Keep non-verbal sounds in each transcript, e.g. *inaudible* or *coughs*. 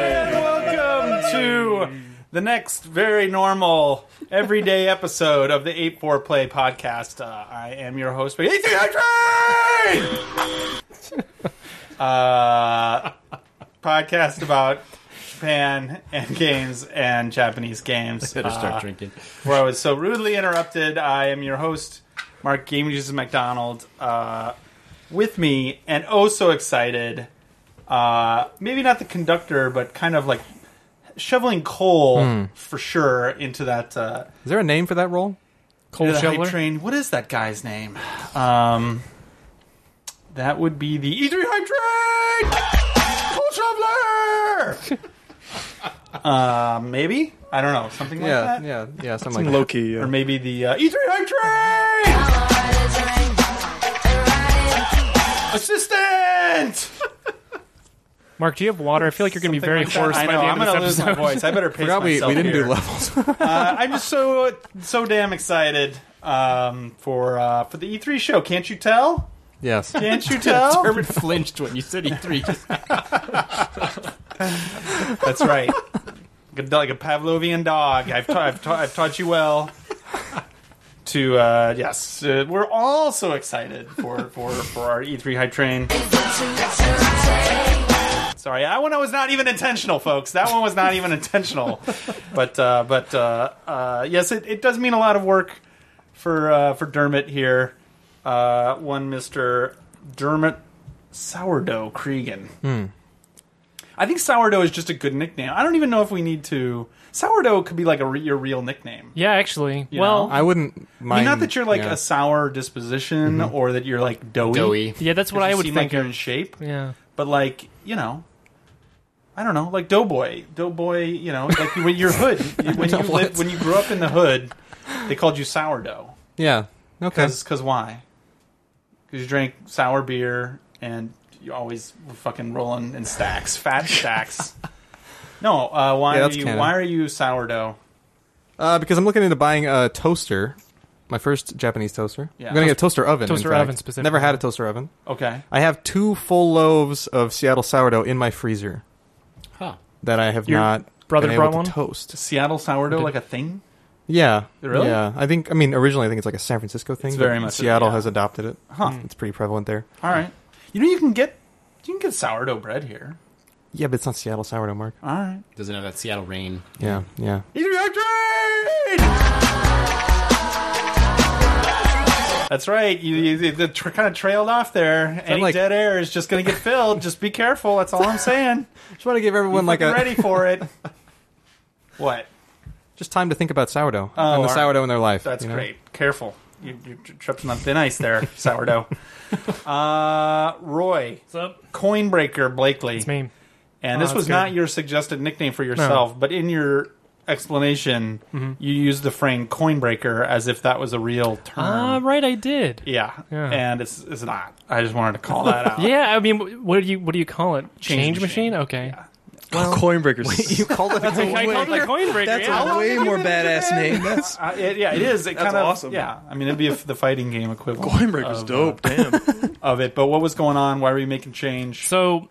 Welcome to the next very normal, everyday episode of the 8 4 Play podcast. Uh, I am your host, Big ATHA *laughs* Uh Podcast about Japan and games and Japanese games. Better start Uh, drinking. where I was so rudely interrupted. I am your host, Mark Game Jesus McDonald. Uh, with me, and oh so excited. Uh, maybe not the conductor, but kind of like shoveling coal Hmm. for sure into that uh, Is there a name for that role? Coal into that hype shoveler. train. What is that guy's name? Um, that would be the E E3 hype train. Coal *laughs* shoveler. uh, maybe I don't know something like yeah, that yeah, yeah. Something like Loki. or Yeah. maybe the uh, E3 hype train. Assistant. Mark, do you have water? I feel like you're going to be very hoarse I by know. the I'm end of gonna this lose my episode. voice. I better pace that. We, myself. we didn't *laughs* here. *laughs* do levels. Uh, I'm just so so damn excited um, for uh, for the E3 show. Can't you tell? yes. Can't *laughs* you tell? Herbert flinched when you *laughs* said E3. That's right. Like a, like a Pavlovian dog. I've ta- I've, ta- I've taught you well. *laughs* To uh, yes, uh, we're all so excited for for for our E3 hype train. Sorry, that one was not even intentional, folks. That one was not even intentional. But uh, but uh, uh, yes, it, it does mean a lot of work for uh, for Dermot here. Uh, one Mister Dermot Sourdough Cregan. I think sourdough is just a good nickname. I don't even know if we need to. Sourdough could be like a re- your real nickname. Yeah, actually. You well, know? I wouldn't I mind. mean, not that you're like yeah. Mm-hmm. a sour disposition or that you're like doughy. doughy. yeah, that's what You I would seem think. like you're in shape, yeah. but like you know, I don't know, like doughboy, doughboy. You know, like when your *laughs* hood, when you What? lived, when you grew up in the hood, they called you sourdough. Yeah. Okay. Because cause why? Because you drank sour beer and you always were fucking rolling in stacks, fat *laughs* stacks. no, uh, why Yeah, are that's you? canon. Why are you sourdough? Uh, because I'm looking into buying a toaster. My first Japanese toaster. Yeah. I'm gonna get a toaster oven. in Toaster fact. oven specifically. Never had a toaster oven. Okay, I have two full loaves of Seattle sourdough in my freezer Huh. that I have Your not brother been able brought to one? toast. Seattle sourdough like a thing. Yeah, Really? Yeah, I think. I mean, originally I think it's like a San Francisco thing. It's but very much- Seattle yeah. has adopted it. Huh. It's pretty prevalent there. All right, you know you can get you can get sourdough bread here. Yeah, but it's not Seattle sourdough, Mark. All right. Doesn't have that Seattle rain. Oh. Yeah, yeah. That's right. You, you the tr kind of trailed off there. Any like- dead air is just going to get filled. Just be careful. That's all *laughs* I'm saying. Just want to give everyone like Fucking a ready for it. *laughs* What? just time to think about sourdough all and the right. sourdough in their life. That's you know? great. Careful. You, you're tri- tripping on thin ice there, *laughs* sourdough. Uh, Roy, What's up? Coinbreaker Blakely. It's me. And Oh, this was that's not good. your suggested nickname for yourself, but in your explanation, Mm-hmm. you used the frame Coinbreaker as if that was a real term. Uh, right, I did. Yeah. yeah. yeah. And it's, it's not. I just wanted to call *laughs* that out. I mean, wh- what do you what do you call it? Change, machine. Okay. You called it. I called it a coin breaker. That's yeah. a way more badass name. That's Uh, it, yeah, it is. It kind of awesome. Yeah, I mean, it'd be if the fighting game equivalent Coinbreaker's of, uh, dope. Damn. *laughs* of it. But what was going on? Why were you making change? So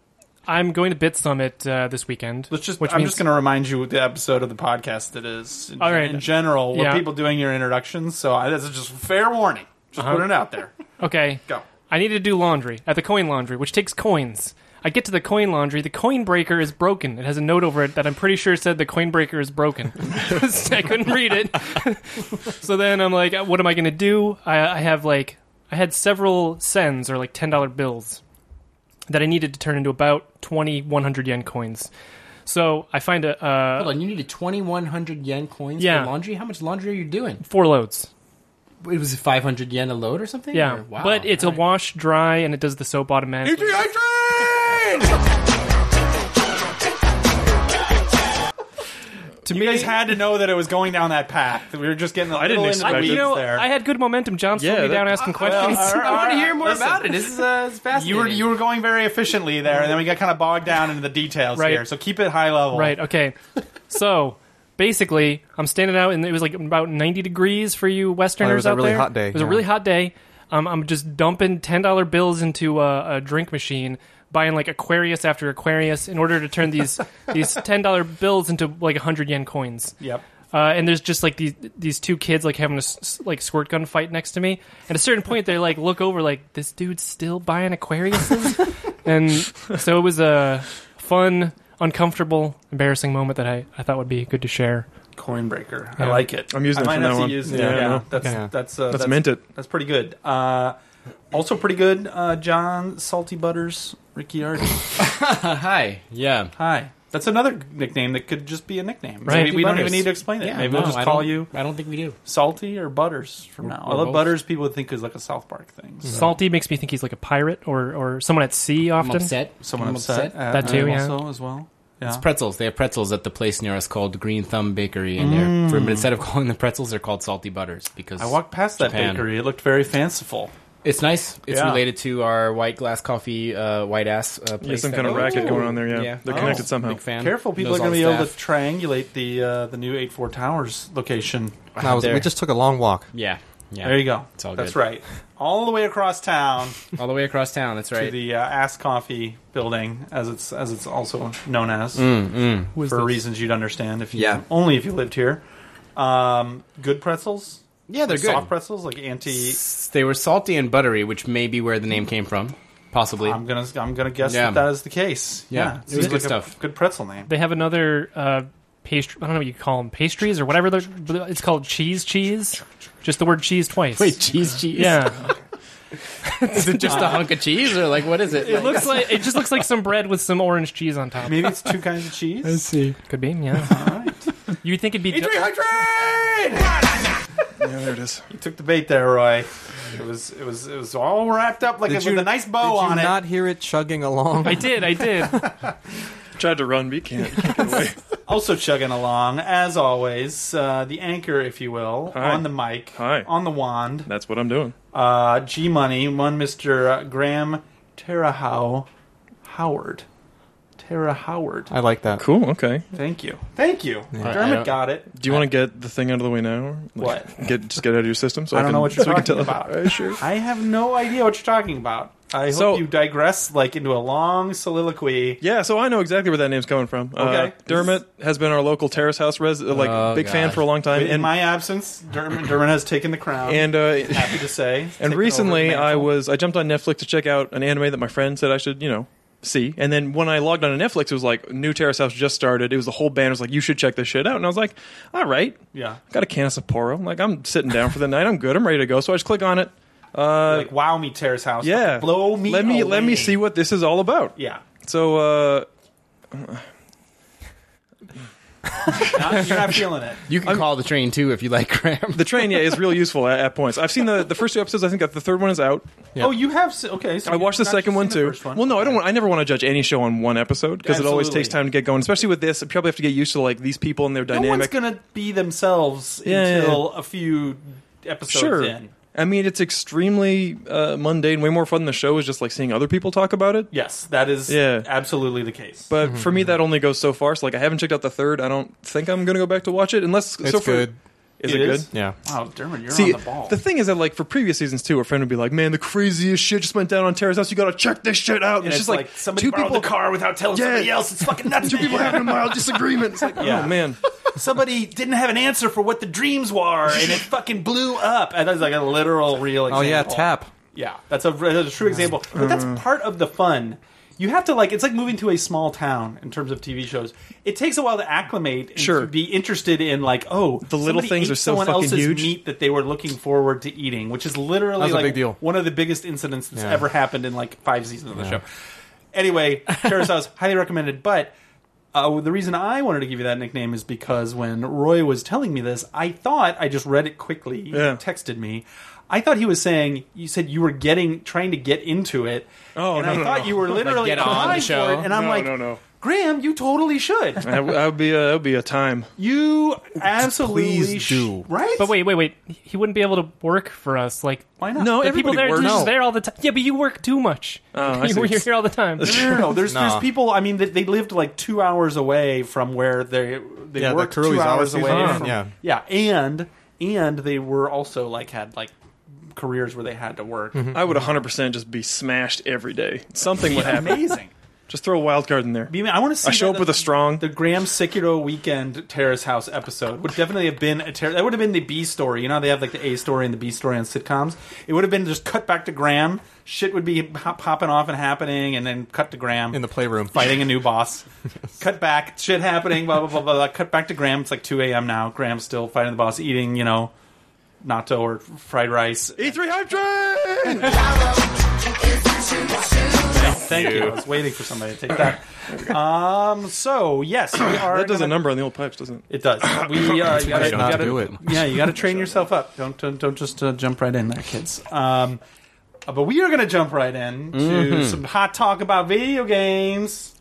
I'm going to Bit Summit uh, this weekend. Let's just. which I'm means, just going to remind you what the episode of the podcast it is. In, All right. in general, what Yeah. people doing your introductions. So I, this is just fair warning. Just put it out there. Okay. Go. I need to do laundry at the coin laundry, which takes coins. I get to the coin laundry. The coin breaker is broken. It has a note over it that I'm pretty sure said the coin breaker is broken. *laughs* I couldn't read it. *laughs* so then I'm like, what am I going to do? I, I have like, I had several sends or like $10 bills that I needed to turn into about 20 100 yen coins. So I find a uh, Hold on, you needed 2,100 yen coins Yeah. for laundry? How much laundry are you doing? four loads. It was 500 yen a load or something? *laughs* Yeah. Or- wow. But it's a wash dry and it does the soap automatically. to You me, guys had to know that it was going down that path. We were just getting. I didn't expect I, it. you know, there. I had good momentum. John slowed Yeah, me that- down asking questions. all right. I want to hear more Listen. about it. This is uh, it's fascinating. you were you were going very efficiently there, and then we got kind of bogged down into the details Right. here. So keep it high level. *laughs* Right. Okay. so basically, I'm standing out, and it was like about 90 degrees for you Westerners Oh, was a out really there. hot day, It was a yeah. really hot day. Um, I'm just dumping ten dollar bills into a, a drink machine, buying like Aquarius after Aquarius in order to *laughs* turn these these ten dollar bills into like 100 yen coins. Yep. Uh, and there's just like these these two kids like having a s- s- like squirt gun fight next to me. At a certain point, they like look over like this dude's still buying *laughs* Aquariuses, and so it was a fun, uncomfortable, embarrassing moment that I, I thought would be good to share. Coinbreaker. I like it. I'm using I it might from have now to on. use Yeah, Yeah, I know. That's Yeah. that's uh, That's mint it. That's pretty good. Uh, also pretty good. Uh, John Salty Butters, Ricky Artie. Uh, hi. Yeah. Hi. That's another nickname that could just be a nickname. Right. Maybe we don't even Butters. need to explain it. yeah Maybe no, we'll just I call don't- you I don't think we do. Salty or Butters from now. on. or Although both. Butters, people would think is like a South Park thing. Mm-hmm. So Salty makes me think he's like a pirate or or someone at sea. I'm Often upset. Someone I'm upset. uh, That too, yeah. Also as well. Yeah. It's pretzels. They have pretzels at the place near us called Green Thumb Bakery, and they're for, but instead of calling them pretzels, they're called salty butters because Mm. I walked past that Japan. bakery. It looked very fanciful. It's nice. It's Yeah. related to our white glass coffee, uh, white ass uh, place. Yeah, some that- kind of racket going on there. Yeah, Yeah. they're Oh. connected somehow. Big fan. Careful, people Knows are going to be all able to staff. triangulate the uh, the new 84 Towers location. I was, we There. just took a long walk. Yeah. Yeah. There you go. It's all That's good. right. All the way across town All the way across town. That's to right. the uh, Ass Coffee building, as it's as it's also known as, Who is for this? reasons you'd understand if you Mm. Yeah. only if you lived here. Um, good pretzels, yeah, they're good. soft pretzels, like anti. S- They were salty and buttery, which may be where the name came from, possibly. *laughs* I'm gonna I'm gonna guess Yeah. that that is the case. Yeah. Yeah, It was seems good like a stuff. Good pretzel name. They have another uh, pastry. I don't know what you call them, pastries or whatever. They're, it's called cheese cheese. Just the word cheese twice. cheese, cheese. *laughs* Yeah, is it just a hunk of cheese, or like what is it? it looks like it just looks like some bread with some orange cheese on top. Maybe it's two *laughs* kinds of cheese. see. Could be, yeah. *laughs* You think it'd be? ju- Oh, Yeah, there it is. You took the bait there, Roy. It was it was it was all wrapped up like Did it, you- with a nice bow Did you on it. not hear it chugging along? I did, I did. *laughs* Tried to run, but you can't. can't get away. Also chugging along, as always, uh, the anchor, if you will, Hi. on the mic, Hi. on the wand. *laughs* That's what I'm doing. Uh, G Money, one Mr. uh, Graham Terahow Howard. Tara Howard. I like that. Cool. Okay. Thank you. Thank you. I Dermot don't- got it. Do you want to get the thing out of the way now? or, like, Get just get it out of your system. So I I, don't can, know what you're so we can talking tell about. Alright, sure. I have no idea what you're talking about. I hope So- you digress like into a long soliloquy. Yeah, so I know exactly where that name's coming from. Okay. Uh, Dermot has been our local terrace house res- uh, like Oh, big fan God. for a long time, In and my absence, Dermot, Dermot has taken the crown. and uh, happy to say. Taken over *laughs* and the recently I mantle. was I jumped on Netflix to check out an anime that my friend said I should you know see, and then when I logged on to Netflix, it was like new terrace house just started. It was the whole band was like you should check this shit out, and I was like, all right, yeah, got a can of Sapporo, like I'm sitting down for the night, I'm good, I'm ready to go. So I just click on it. Uh, like wow me Terrace House. yeah, blow me. Let me let away. me see what this is all about. Yeah, So uh, Not- *laughs* you're not feeling it. You can call the train too if you like *laughs* Graham. the train yeah is real useful at, at points. I've seen the the first two episodes. I think that the third one is out. Oh, you have s- okay. So I you've watched the not second seen one the too. first one. Well, no, I don't. Okay. Want, I never want to judge any show on one episode because it always Absolutely. takes time to get going, especially with this. Probably have to get used to like these people and their No one's dynamic. gonna be themselves Yeah, yeah, until a few episodes sure. in. I mean, it's extremely uh, mundane. Way more fun. than The show is just like seeing other people talk about it. Yes, that is Yeah. absolutely the case. But for Mm-hmm. me, that only goes so far. So like, I haven't checked out the third. I don't think I'm gonna go back to watch it unless It's so for, good. Is It it, is? good? Yeah. wow, Oh, Dermot, you're See, on the ball. thing is that like for previous seasons too, a friend would be like, "Man, the craziest shit just went down on Terrace House. You gotta check this shit out." And, and it's, it's, just like, somebody two borrowed people the car without telling Yeah. somebody else. It's fucking nuts. *laughs* Two people man. having a mild disagreement. It's like, Yeah. oh man. *laughs* somebody didn't have an answer for what the dreams were, and it fucking blew up. And that's like a literal, real Oh example. yeah, tap. Yeah, that's a, that's a true example. But that's part of the fun. You have to like it's like moving to a small town in terms of TV shows. It takes a while to acclimate and Sure. to be interested in like oh the little things are so someone fucking else's huge. meat that they were looking forward to eating, which is literally was a like big deal. one of the biggest incidents that's Yeah. ever happened in like five seasons of the show. *laughs* Anyway, Terrace House highly recommended, but uh, the reason I wanted to give you that nickname is because when Roy was telling me this, I thought I just read it quickly. He Yeah. texted me. I thought he was saying you said you were getting trying to get into it. Oh, and no, I no, thought no. you were literally get on the applying show. for it, and I'm No, like, no, no. Graham, you totally should. *laughs* *laughs* That w- that would be a, that would be a time. You absolutely please sh- do. right. But wait, wait, wait. He wouldn't be able to work for us. Like why not? No, the people everybody there, works. you're just No. there all the time. Yeah, but you work too much. Oh, *laughs* I you, see. are here all the *laughs* time. No, no, no. There's Nah. there's people. I mean, they, they lived like two hours away from where they they Yeah, the worked Kuruizawa two hours season, away. huh. From, yeah. yeah, and and they were also like had like careers where they had to work. I would 100% just be smashed every day. Something would *laughs* happen. Amazing. just throw a wild card in there. I, mean, I want to see. I show that- up with a strong. The Graham Sikiro weekend terrace house episode would definitely have been a ter- that would have been the B story. You know, how they have like the A story and the B story on sitcoms. It would have been just cut back to Graham. Shit would be pop- popping off and happening, and then cut to Graham in the playroom. fighting a new boss. cut back, shit happening, blah blah blah blah. blah. Cut back to Graham. It's like 2 a.m. now. Graham's still fighting the boss, eating you know, natto or fried rice. E3 hype train. Thank you. I was waiting for somebody to take that. Um. So yes, we are. That does a gonna- number on the old pipes, doesn't it? It does. *coughs* We uh, you gotta, you Not gotta- to do it. Yeah, you got to train yourself up. Don't don't, don't just uh, jump right in there, kids. Um, uh, but we are going to jump right in to Mm-hmm. some hot talk about video games.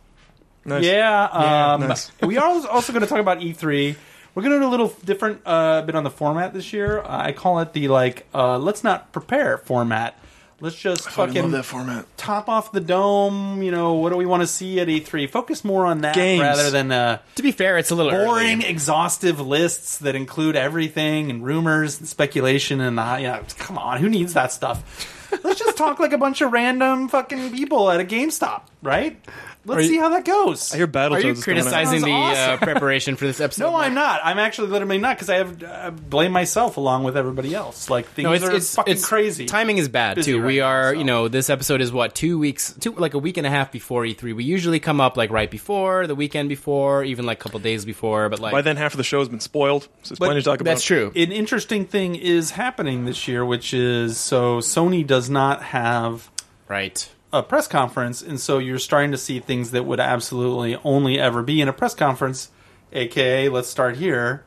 Nice. Yeah, um, nice. *laughs* we are also going to talk about E3. We're going to do a little different uh, bit on the format this year. I call it the like uh, let's not prepare format. Let's just Fucking love fucking that format. top off the dome. You know what do we want to see at E3? Focus more on that Games. rather than. Uh, To be fair, it's a little boring, Early. exhaustive lists that include everything and rumors and speculation and uh, you know, come on, who needs that *laughs* stuff? Let's just talk like a bunch of random fucking people at a GameStop, right? Let's see how that goes. I hear Battletoads Are you is coming out. criticizing the Sounds uh, preparation *laughs* for this episode? no, I'm not. I'm actually literally not because I have uh, blame myself along with everybody else. Like things No, it's, are it's fucking it's- crazy. Timing is bad Busy too. right we now, are, so. you know, this episode is what two weeks, two like a week and a half before E3. We usually come up like right before, the weekend before, even like a couple days before. But like By then, half of the show has been spoiled. So there's but plenty to talk about. that's true. an interesting thing is happening this year, which is so Sony does not have right. a press conference, and so you're starting to see things that would absolutely only ever be in a press conference, aka let's start here,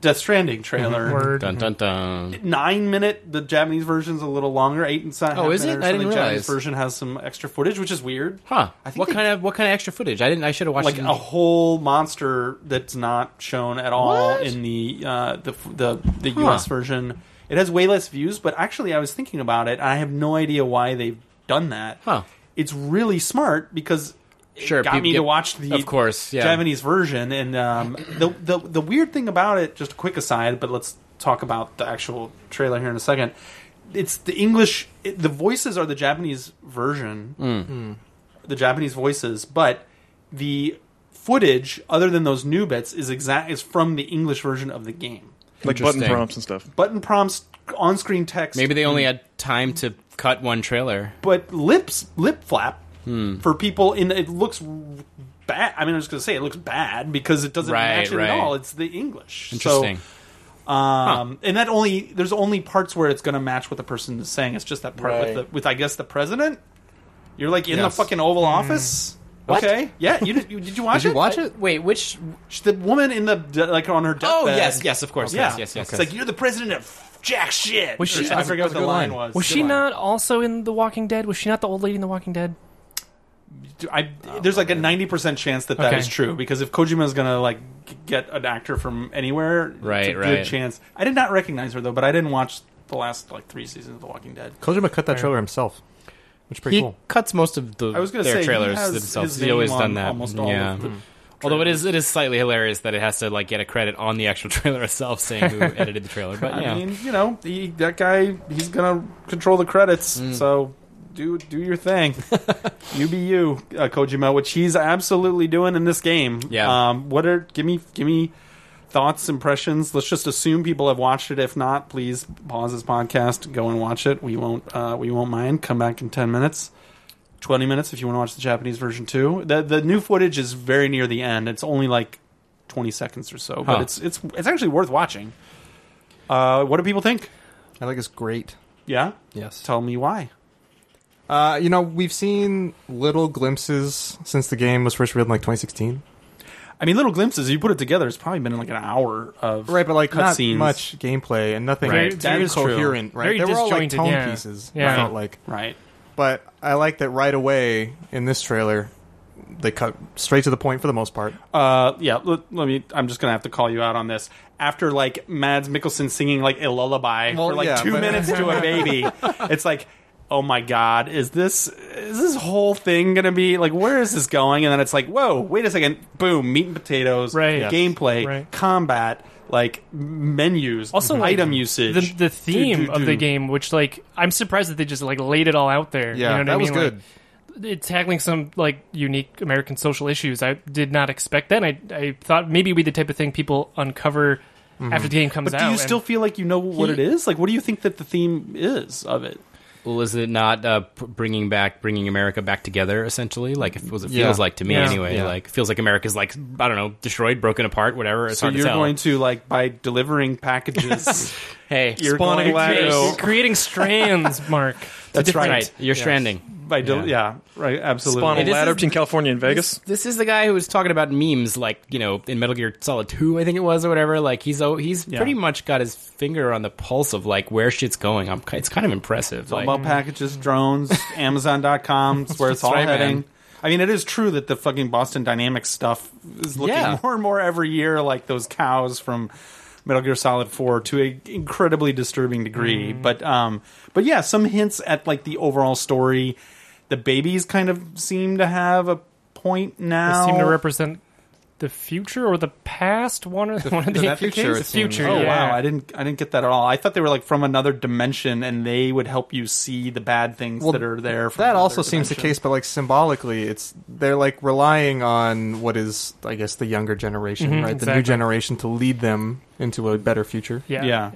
Death Stranding Mm-hmm. trailer. Word. Dun dun Mm-hmm. dun. Nine minute. The Japanese version's a little longer. Eight and seven. Oh, is it? Or I something. didn't the realize. Japanese version has some extra footage, which is weird. Huh? I think What they- kind of what kind of extra footage? I didn't. I should have watched Like it. in- a whole monster that's not shown at all What? in the uh, the the the U.S. version. It has way less views, but actually, I was thinking about it. And I have no idea why they've done that. Huh. It's really smart because it Sure, got people me to get- watch the of course, yeah. Japanese version. And um, the, the the weird thing about it, just a quick aside, but let's talk about the actual trailer here in a second. It's the English. It, the voices are the Japanese version, Mm. Mm. the Japanese voices, but the footage, other than those new bits, is exact is from the English version of the game. Like button Interesting. prompts and stuff. Button prompts, on-screen text, Maybe they only had time to cut one trailer. but lips lip flap Hmm. for people in it looks bad i mean i was going to say it looks bad because it doesn't Right, match it at right. all it's the english So, Interesting. um, and that only there's only parts where it's going to match what the person is saying it's just that part with Right. the with i guess the president you're like in Yes. the fucking oval office okay yeah you, did- you did you watch Did you it watch it? Wait, which? the woman in the de- like on her deathbed. Oh yes, yes, of course, yeah yes, yes, yes. it's like you're the president of jack shit Was she- Or something. i that's- forget what that's a the good line line. was Was she not also in The Walking Dead? Was she not the old lady in The Walking Dead? I, there's like a ninety percent chance that that is Okay. true because if Kojima's gonna like g- get an actor from anywhere, Right, it's a right. good chance. I did not recognize her though, but I didn't watch the last like three seasons of The Walking Dead. Kojima cut that trailer himself, which is pretty he cool. cuts most of the I was gonna their say, he trailers has themselves. his He's always name on done that. almost all yeah. of Mm-hmm. the Although it is it is slightly hilarious that it has to like get a credit on the actual *laughs* trailer itself *laughs* saying who edited the trailer. But yeah. I mean, you know, he, that guy he's gonna control the credits, Mm. so do do your *laughs* thing. you be you, uh, Kojima, which he's absolutely doing in this game. Yeah. Um, what are give me give me thoughts, impressions? Let's just assume people have watched it. If not, please pause this podcast, go and watch it. We won't uh, we won't mind. Come back in ten minutes. 20 minutes if you want to watch the Japanese version too. The the new footage is very near the end. It's only like 20 seconds or so, but Huh. it's it's it's actually worth watching. Uh, what do people think? I think it's great. Yeah, Yes. tell me why. Uh, you know, we've seen little glimpses since the game was first revealed in like 2016. I mean, little glimpses. You put it together, it's probably been like an hour of Right, but like not cutscenes. much gameplay and nothing Right. that That is is true. coherent. Right, Very they were all like disjointed, tone yeah. pieces. I Yeah. felt like, Right. but I like that right away in this trailer. they cut straight to the point for the most part. Uh, yeah, let, let me. I'm just gonna have to call you out on this. After like Mads Mikkelsen singing like a lullaby Well, for like yeah, two but- minutes to *laughs* a baby, it's like, oh my god, is this is this whole thing gonna be like where is this going? And then it's like, whoa, wait a second, boom, meat and potatoes, Right. Yes. Gameplay, Right. combat, like menus, Also, like, item usage. the, the theme Do, do, of the do. game, which like I'm surprised that they just like laid it all out there. Yeah, you know what that I was mean? good. Like, it's tackling some like unique American social issues. I did not expect that. And I I thought maybe we'd be the type of thing people uncover Mm-hmm. after the game comes but out. do you and- still feel like you know what He- it is? Like, what do you think that the theme is of it? Well, is it not uh, p- bringing back, bringing America back together? Essentially, like if it was, it Yeah. feels like to me Yeah. anyway. Yeah. Like feels like America's like I don't know, destroyed, broken apart, whatever. It's So hard you're to tell. going to like by delivering *laughs* packages. hey, you're Spawning going to- You're *laughs* creating strands, Mark. That's right. right. You're stranding. By del- yeah. right. Absolutely. Spawn a It is- ladder between California and Vegas. This is the guy who was talking about memes, like you know, in Metal Gear Solid Two, I think it was, or whatever. Like he's oh, he's pretty much got his finger on the pulse of like where shit's going. I'm, ki- it's kind of impressive. All Like, about packages, drones, *laughs* Amazon.com. It's where it's all right, man. heading. I mean, it is true that the fucking Boston Dynamics stuff is looking Yeah. *laughs* more and more every year like those cows from Metal Gear Solid 4 to an incredibly disturbing degree. But um, but yeah, some hints at like the overall story. The babies kind of seem to have a point now. They seem to represent the future or the past. One or *laughs* one of the that future, the it seems. future. Oh yeah. wow, I didn't I didn't get that at all. I thought they were like from another dimension and they would help you see the bad things Well, that are there. From That another also seems the dimension. case, but like symbolically, it's they're like relying on what is, I guess, the younger generation, Mhm, right? The exactly. new generation to lead them into a better future. Yeah. Yeah.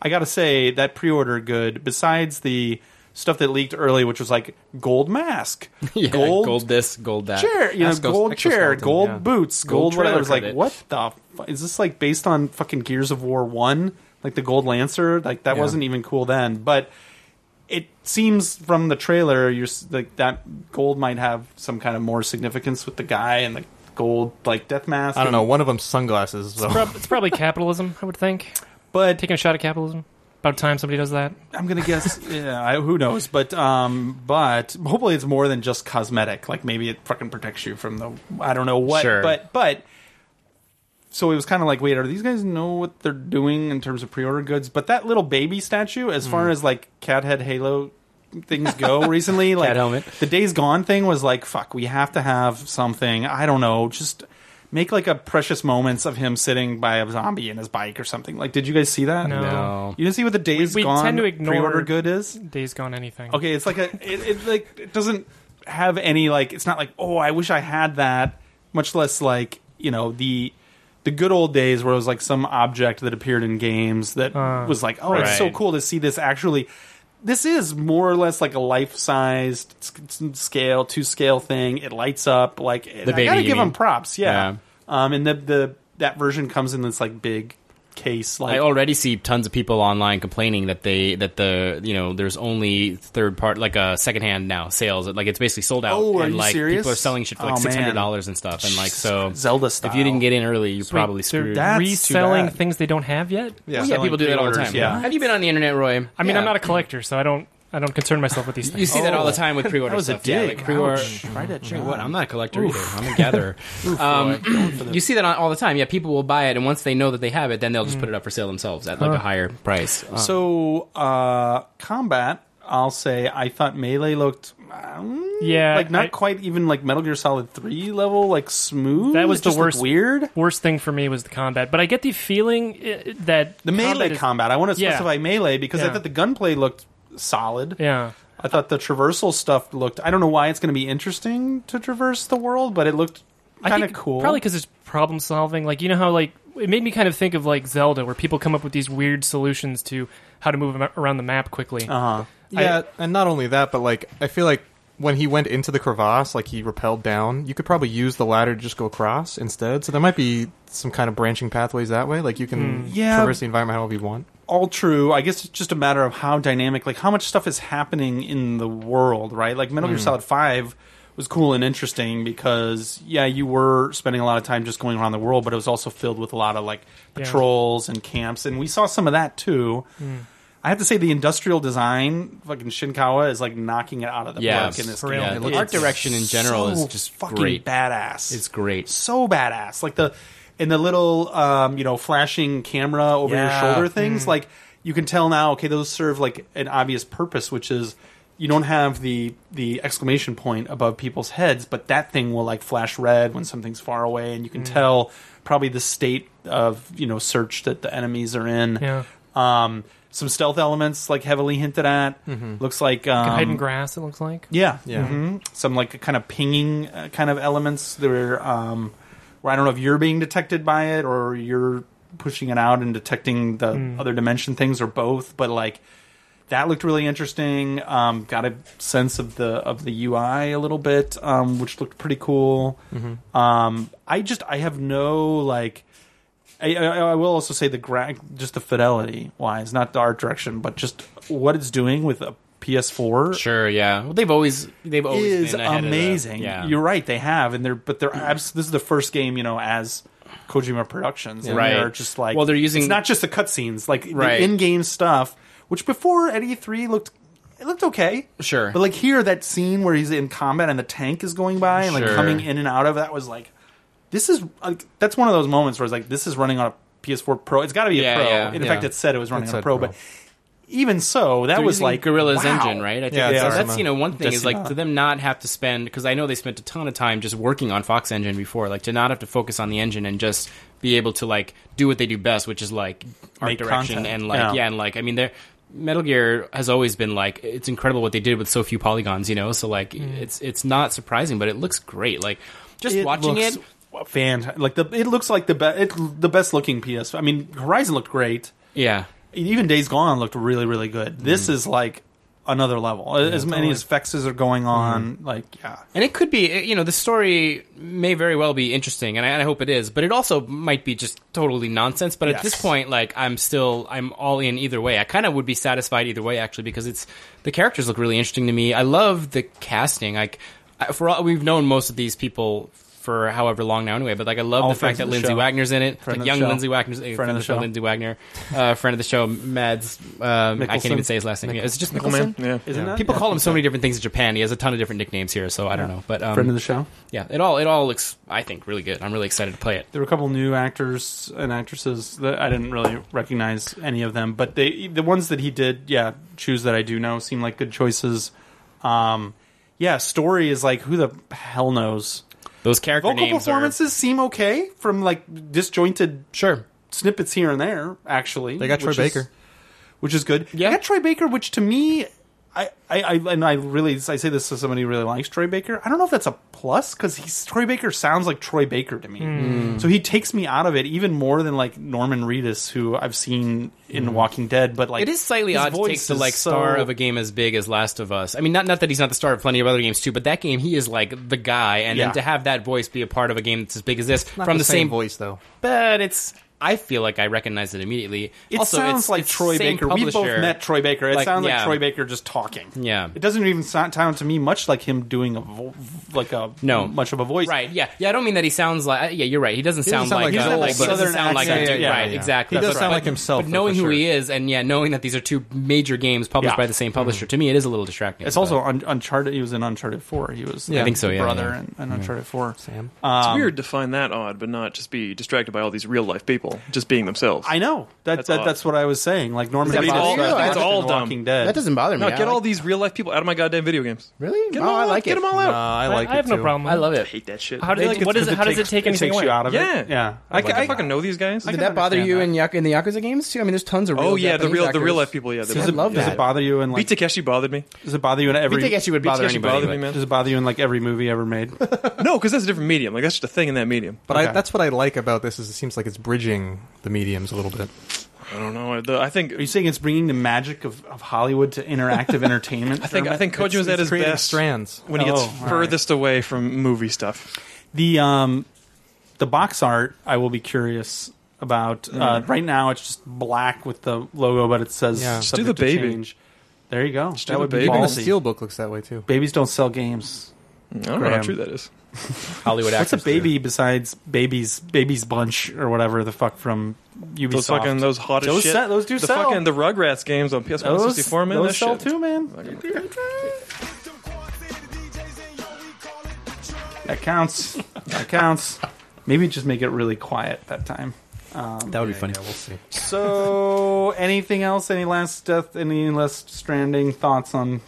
I got to say that pre-order good besides the stuff that leaked early which was like gold *laughs* mask, *laughs* yeah, gold, gold, this, gold that. chair, you know, Exos- gold chair, exoskeleton, gold yeah. boots, Gold gold, whatever. trailer It's like credit. what the fu- is this like based on fucking Gears of War 1? Like the gold lancer? Like that Yeah. wasn't even cool then, but it seems from the trailer you're s- like that gold might have some kind of more significance with the guy and the gold like death mask. I don't and- know. One of them's sunglasses. So. Prob- it's probably capitalism, I would think. but Taking a shot at capitalism. About time somebody does that. I'm gonna guess. yeah, I, who knows? But um, but hopefully it's more than just cosmetic. Like maybe it fucking protects you from the I don't know what. Sure. But but so it was kind of like, wait, are these guys know what they're doing in terms of pre-order goods? But that little baby statue, as Mm. far as like Cathead Halo things go *laughs* recently, like helmet. the Days Gone thing was like, fuck, we have to have something. I don't know, just. Make like a precious moments of him sitting by a zombie in his bike or something. Like, did you guys see that? No. No. You didn't see what the days we gone tend to ignore- pre-order good is. Days gone anything. Okay, it's like a it, it like it doesn't have any like it's not like oh I wish I had that. Much less like you know the the good old days where it was like some object that appeared in games that Uh, was like oh it's so right. cool to see this actually. This is more or less like a life-sized s- s- scale, two-scale thing. It lights up like and The I baby, gotta you give mean. them props, yeah. Yeah. Um, and the the that version comes in this like big case, like I already see tons of people online complaining that they that the you know there's only third part like a secondhand now sales like it's basically sold out. Oh, are and, you like, serious? People are selling shit for like Oh, man. six hundred dollars and stuff, and like so Zelda If style. you didn't get in early, you're Wait, probably they're screwed. That's too reselling bad. things they don't have yet. yeah, Oh, yeah, selling people do that all the pre-orders, time. Yeah, Have you been on the internet, Roy? I mean, I'm not a collector, so I don't. I don't concern myself with these *laughs* You things. see that all the time with *laughs* pre-order That was a stuff. Yeah, dig. like pre-order. Ouch. Right at Sure, you. what? I'm not a collector either. I'm a *laughs* gatherer. *clears throat* um, you see that on- all the time. Yeah, people will buy it, and once they know that they have it, then they'll just put it up for sale themselves at like a higher price. Uh, So uh, combat, I'll say I thought melee looked um, Yeah, like not I- quite even like Metal Gear Solid Three level, like smooth. That was It the just looked worst- Weird. Worst thing for me was the combat, but I get the feeling uh, that The melee is- combat. I want to Yeah. specify melee because Yeah. I thought the gunplay looked solid. Yeah, I thought the traversal stuff looked. I don't know why it's going to be interesting to traverse the world, but it looked I kind of think cool. Probably because it's problem solving. Like you know how like it made me kind of think of like Zelda, where people come up with these weird solutions to how to move am- around the map quickly. Uh-huh. Yeah, and not only that, but like I feel like when he went into the crevasse, like he rappelled down, you could probably use the ladder to just go across instead. So there might be some kind of branching pathways that way. Like you can Yeah. traverse the environment however you want. all true. I guess it's just a matter of how dynamic, like how much stuff is happening in the world, right? Like Metal Gear Solid Five was cool and interesting because yeah, you were spending a lot of time just going around the world, but it was also filled with a lot of like patrols and camps, and we saw some of that too. I have to say the industrial design, fucking Shinkawa is like knocking it out of the Yeah, park in this game. yeah, It the looks art direction in general is so just fucking great. badass. It's great. so badass. Like the in the little um, you know flashing camera over Yeah. your shoulder things. Like you can tell now. Okay, those serve like an obvious purpose, which is you don't have the the exclamation point above people's heads, but that thing will like flash red when something's far away, and you can tell probably the state of you know search that the enemies are in. Yeah. Um, some stealth elements like heavily hinted at. Looks like um, hide in grass. It looks like. yeah, Yeah. hmm Some like kind of pinging uh, kind of elements that were, um, where I don't know if you're being detected by it or you're pushing it out and detecting the other dimension things or both. But like that looked really interesting. Um, got a sense of the of the UI a little bit, um, which looked pretty cool. Um, I just I have no like. I, I, I will also say the gra- just the fidelity wise, not the art direction, but just what it's doing with a PS4 Sure, yeah. Well, they've always they've always is been ahead of the- amazing. yeah. You're right, they have, and they're but they're abs- this is the first game you know as Kojima Productions, and Right. They're just like Well, they're using- it's not just the cutscenes, like Right. the in-game stuff, which before at E3 looked it looked okay, Sure. but like here that scene where he's in combat and the tank is going by and like Sure. coming in and out of that was like this is like that's one of those moments where it's like this is running on a PS4 Pro. It's got to be a Yeah, Pro. yeah. in Yeah. fact, it said it was running It on a said Pro, Pro. but. Even so, that They're was using like Gorilla's wow. engine, right? I think Yeah, that's, it's that's Decima. you know one thing is like Decima. to them not have to spend because I know they spent a ton of time just working on Fox Engine before, like to not have to focus on the engine and just be able to like do what they do best, which is like art Make direction content. and like yeah. Yeah. and like I mean they're. Metal Gear has always been like it's incredible what they did with so few polygons, you know. So like it's it's not surprising, but it looks great. Like just watching it, Fantastic! Like the it looks like the best it the best looking PS. I mean, Horizon looked great. yeah, Even Days Gone looked really really good. This is like another level. as many as fexes are going on, like yeah, And it could be, you know, the story may very well be interesting, and I, and I hope it is. But it also might be just totally nonsense. But at this Yes. point, like, I'm still, I'm all in either way. I kind of would be satisfied either way, actually, because it's the characters look really interesting to me. I love the casting. Like, I- for all we've known most of these people for however long now, anyway. But like, I love All the fact friends of that the Lindsay show. Wagner's in it, Friend like of the young show. Lindsay Wagner's eh, friend of the show, Lindsay Wagner, uh, friend of the show, Mads. Um, I can't Mikkelsen. even say his last name. Is it just Mickelson? Yeah. isn't that People call him so many different things in Japan. He has a ton of different nicknames here, so I don't know. But um, friend of the show? yeah, it all it all looks I think really good. I'm really excited to play it. There were a couple new actors and actresses that I didn't really recognize any of them, but they the ones that he did, yeah, choose that I do know seem like good choices. Um, yeah, story is like who the hell knows. Those character Vocal names performances seem okay from like disjointed are sure. snippets here and there. Actually, They got Troy which is- Baker. which is good. Yeah. they got Troy Baker, which to me, I, I, I and I really I say this to somebody who really likes Troy Baker. I don't know if that's a plus because he's Troy Baker sounds like Troy Baker to me, Hmm. so he takes me out of it even more than like Norman Reedus, who I've seen Hmm. in Walking Dead. But like It is slightly his odd to voice take the is like so- star of a game as big as Last of Us. I mean, not not that he's not the star of plenty of other games too, but that game he is like the guy, and Yeah. then to have that voice be a part of a game that's as big as this Not from the, same, voice. voice though. But it's I feel like I recognize it immediately. It also, sounds it's, like it's Troy same Baker. We both publisher. met Troy Baker. It Like, sounds yeah. like Troy Baker just talking. Yeah. it doesn't even sound sound to me much like him doing a vo- like a No. much of a voice. Right? Yeah, yeah. I don't mean that he sounds like. uh, Yeah, you're right. He doesn't sound, doesn't sound like, like a- Joel, like he but- doesn't sound like Southern a dude. accent, yeah, right. yeah. Exactly. He does That's sound right. like himself, But though, knowing for who sure. he is, and yeah, knowing that these are two major games published Yeah. by the same publisher, to me it is a little distracting. It's but- also un- Uncharted. He was in Uncharted Four. He was Yeah, I think so, the yeah, brother yeah. in, in Uncharted Four. Sam. It's weird to find that odd, but not just be distracted by all these real life people just being themselves. I know that that's, That's that, odd. that's what I was saying. Like Norman that Reedus, bother all, you? I think it's all dumb. Walking Dead. That doesn't bother me. no, I get like all it. these real life people out of my goddamn video games. Really? Get 'em oh, all I out. like it. Get 'em all No, out. I I, like. I have it no too. problem. With I love it. Hate that shit. How do I you, think like, what it's is it? 'cause How does it takes- take anything takes away? you out of Yeah. it. Yeah, Like, I, I- I- fucking know these guys. I Did can that bother understand you that. in, Yak- in the Yakuza games too? I mean, there's tons of real Oh yeah, the Japanese real the real life actors. people. Yeah, they Does were- it love does that? it bother you in Beat like? Takeshi bothered me. Does it bother you in every? I think *laughs* actually would bother Takeshi anybody. bothered me, man. Does it bother you in like every movie ever made? No, because that's a different medium. Like that's just a thing in that medium. But I, Okay. that's what I like about this is it seems like it's bridging the mediums a little bit. I don't know. The, I think Are you saying it's bringing the magic of, of Hollywood to interactive entertainment? I think I think It's- Kojima's at it's his creating best strands. when he gets Oh, all right. furthest away from movie stuff. the um the box art I will be curious about. Uh, Mm-hmm. right now it's just black with the logo, but it says Yeah. Just do subject the to baby. change. There you you go. do that the would baby. be Even the ballsy. Steelbook looks that way too. Babies don't sell games. I don't know how Graham. true that is. Hollywood What's actors. a baby besides babies, babies bunch or whatever the fuck from Ubisoft? Those fucking those hot as Those shit. sell- those do the sell. fucking the Rugrats games on PS1 those, 64 man. those that sell shit. too, man. That counts. That counts. Maybe just make it really quiet that time. That would be funny. we'll see. So, anything else? Any last death? Any last stranding thoughts on?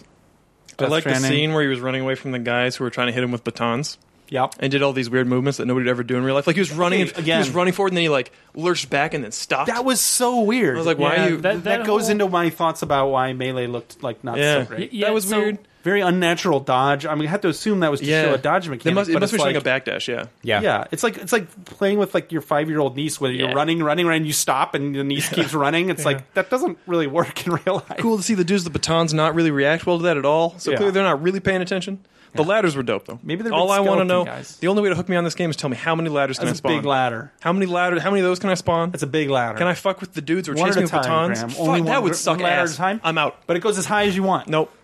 I Death like the Stranding? scene where he was running away from the guys who were trying to hit him with batons Yep. and did all these weird movements that nobody would ever do in real life. Like he was running Okay, he was again. running forward and then he like lurched back and then stopped. That was so weird. I was like, why Yeah, are you? that- that, goes whole- into my thoughts about why melee looked like not Yeah. so great. Yeah, that was so- weird. Very unnatural dodge. I mean, I had to assume that was to Yeah, show a dodge mechanic. It must, it but must be it's showing like, a backdash. Yeah, Yeah. Yeah, it's like it's like playing with like your five year old niece where Yeah. you're running, running, running, you stop, and the niece keeps running. It's like that doesn't really work in real life. cool to see the dudes with the batons not really react well to that at all. So Yeah. clearly they're not really paying attention. The ladders were dope though. Maybe they're all big I wanna skeleton know. guys. The only way to hook me on this game is tell me how many ladders can I That's a spawn. big ladder. How many ladders? How many of those can I spawn? That's a big ladder. Can I fuck with the dudes who are One at a chasing me with time, batons? Graham. Fuck, Only one- that would suck one ladder ass. at a time? I'm out. But it goes as high as you want. Nope.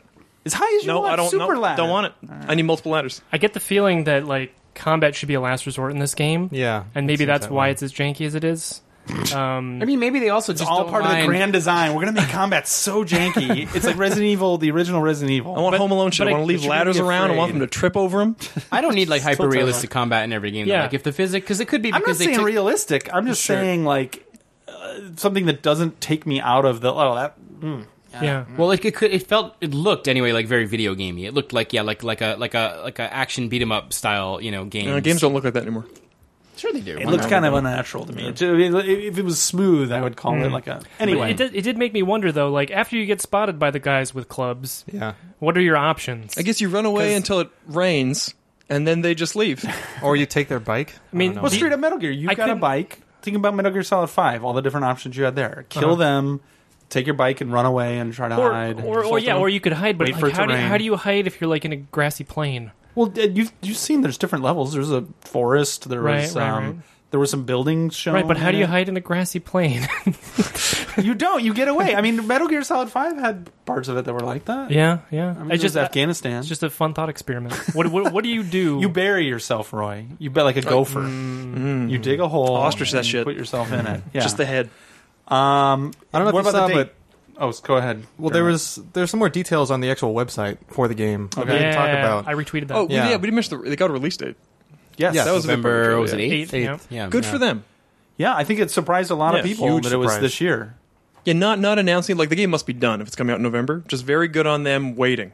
as high as you No, want. I don't. Super no, ladder. Don't want it. I need multiple ladders. I get the feeling that like combat should be a last resort in this game. Yeah, and it maybe seems that's that why way. it's as janky as it is. Um, I mean, maybe they also It's just all don't part of the mind- grand design. We're gonna make combat so *laughs* janky. It's like Resident Evil, the original Resident Evil. I want Home Alone shit. but I- I want to but leave you're gonna ladders be around. I want afraid. them to trip *laughs* over them. I don't need like hyper realistic combat in every game. though. Yeah. Like if the physics, because it could be I'm not because they saying took- realistic. I'm just Sure. saying like uh, something that doesn't take me out of the oh that yeah. Well, it, it could. It felt. It looked anyway like very video gamey. It looked like yeah, like like a like a like a action beat 'em up style. You know, game. You know, Uh, games don't look like that anymore. Sure, they do. it looks kind of unnatural to me. It- If it was smooth, I would Mm. call it like a anyway. It did, it did make me wonder though. Like after you get spotted by the guys with clubs, Yeah, what are your options? I guess you run away until it rains, and then they just *laughs* leave. or you take their bike. I mean, don't know. Well, straight up Metal Gear. You I got a couldn't- bike. Think about Metal Gear Solid Five. All the different options you had there. Kill them. Take your bike and run away and try to Uh-huh. or, hide. or, or Assault yeah, them. or you could hide, but Wait like, for it how to do you, rain. how do you hide if you're like in a grassy plain? Well, d- you've you've seen there's different levels. There's a forest. There Right, was right, um, right. there were some buildings shown. right, but how in do you it. hide in a grassy plain? *laughs* You don't. You get away. I mean, Metal Gear Solid Five had parts of it that were like that. yeah, yeah. I mean, it's it's just just Afghanistan. it's just a fun thought experiment. What what, what do you do? you bury yourself, Roy. You bet like a gopher. You dig a hole, Uh, mm. Ostrich that and shit. Put yourself in it. Yeah. *laughs* Just the head. um. I don't know what about if you saw, the date? Oh, s- go ahead. Well, there was there's some more details on the actual website for the game. that we yeah, didn't talk about. I retweeted that. Oh, yeah. Yeah. we didn't mention the, they got released date. Yes. Yeah, That was a big part of the November. trailer, Was it yeah. eighth? Eighth, yeah. Yeah. Good yeah. for them. Yeah, I think it surprised a lot of Yeah, people huge that it was surprise. this year. Yeah, not not announcing like the game must be done if it's coming out in November. Just very good on them waiting.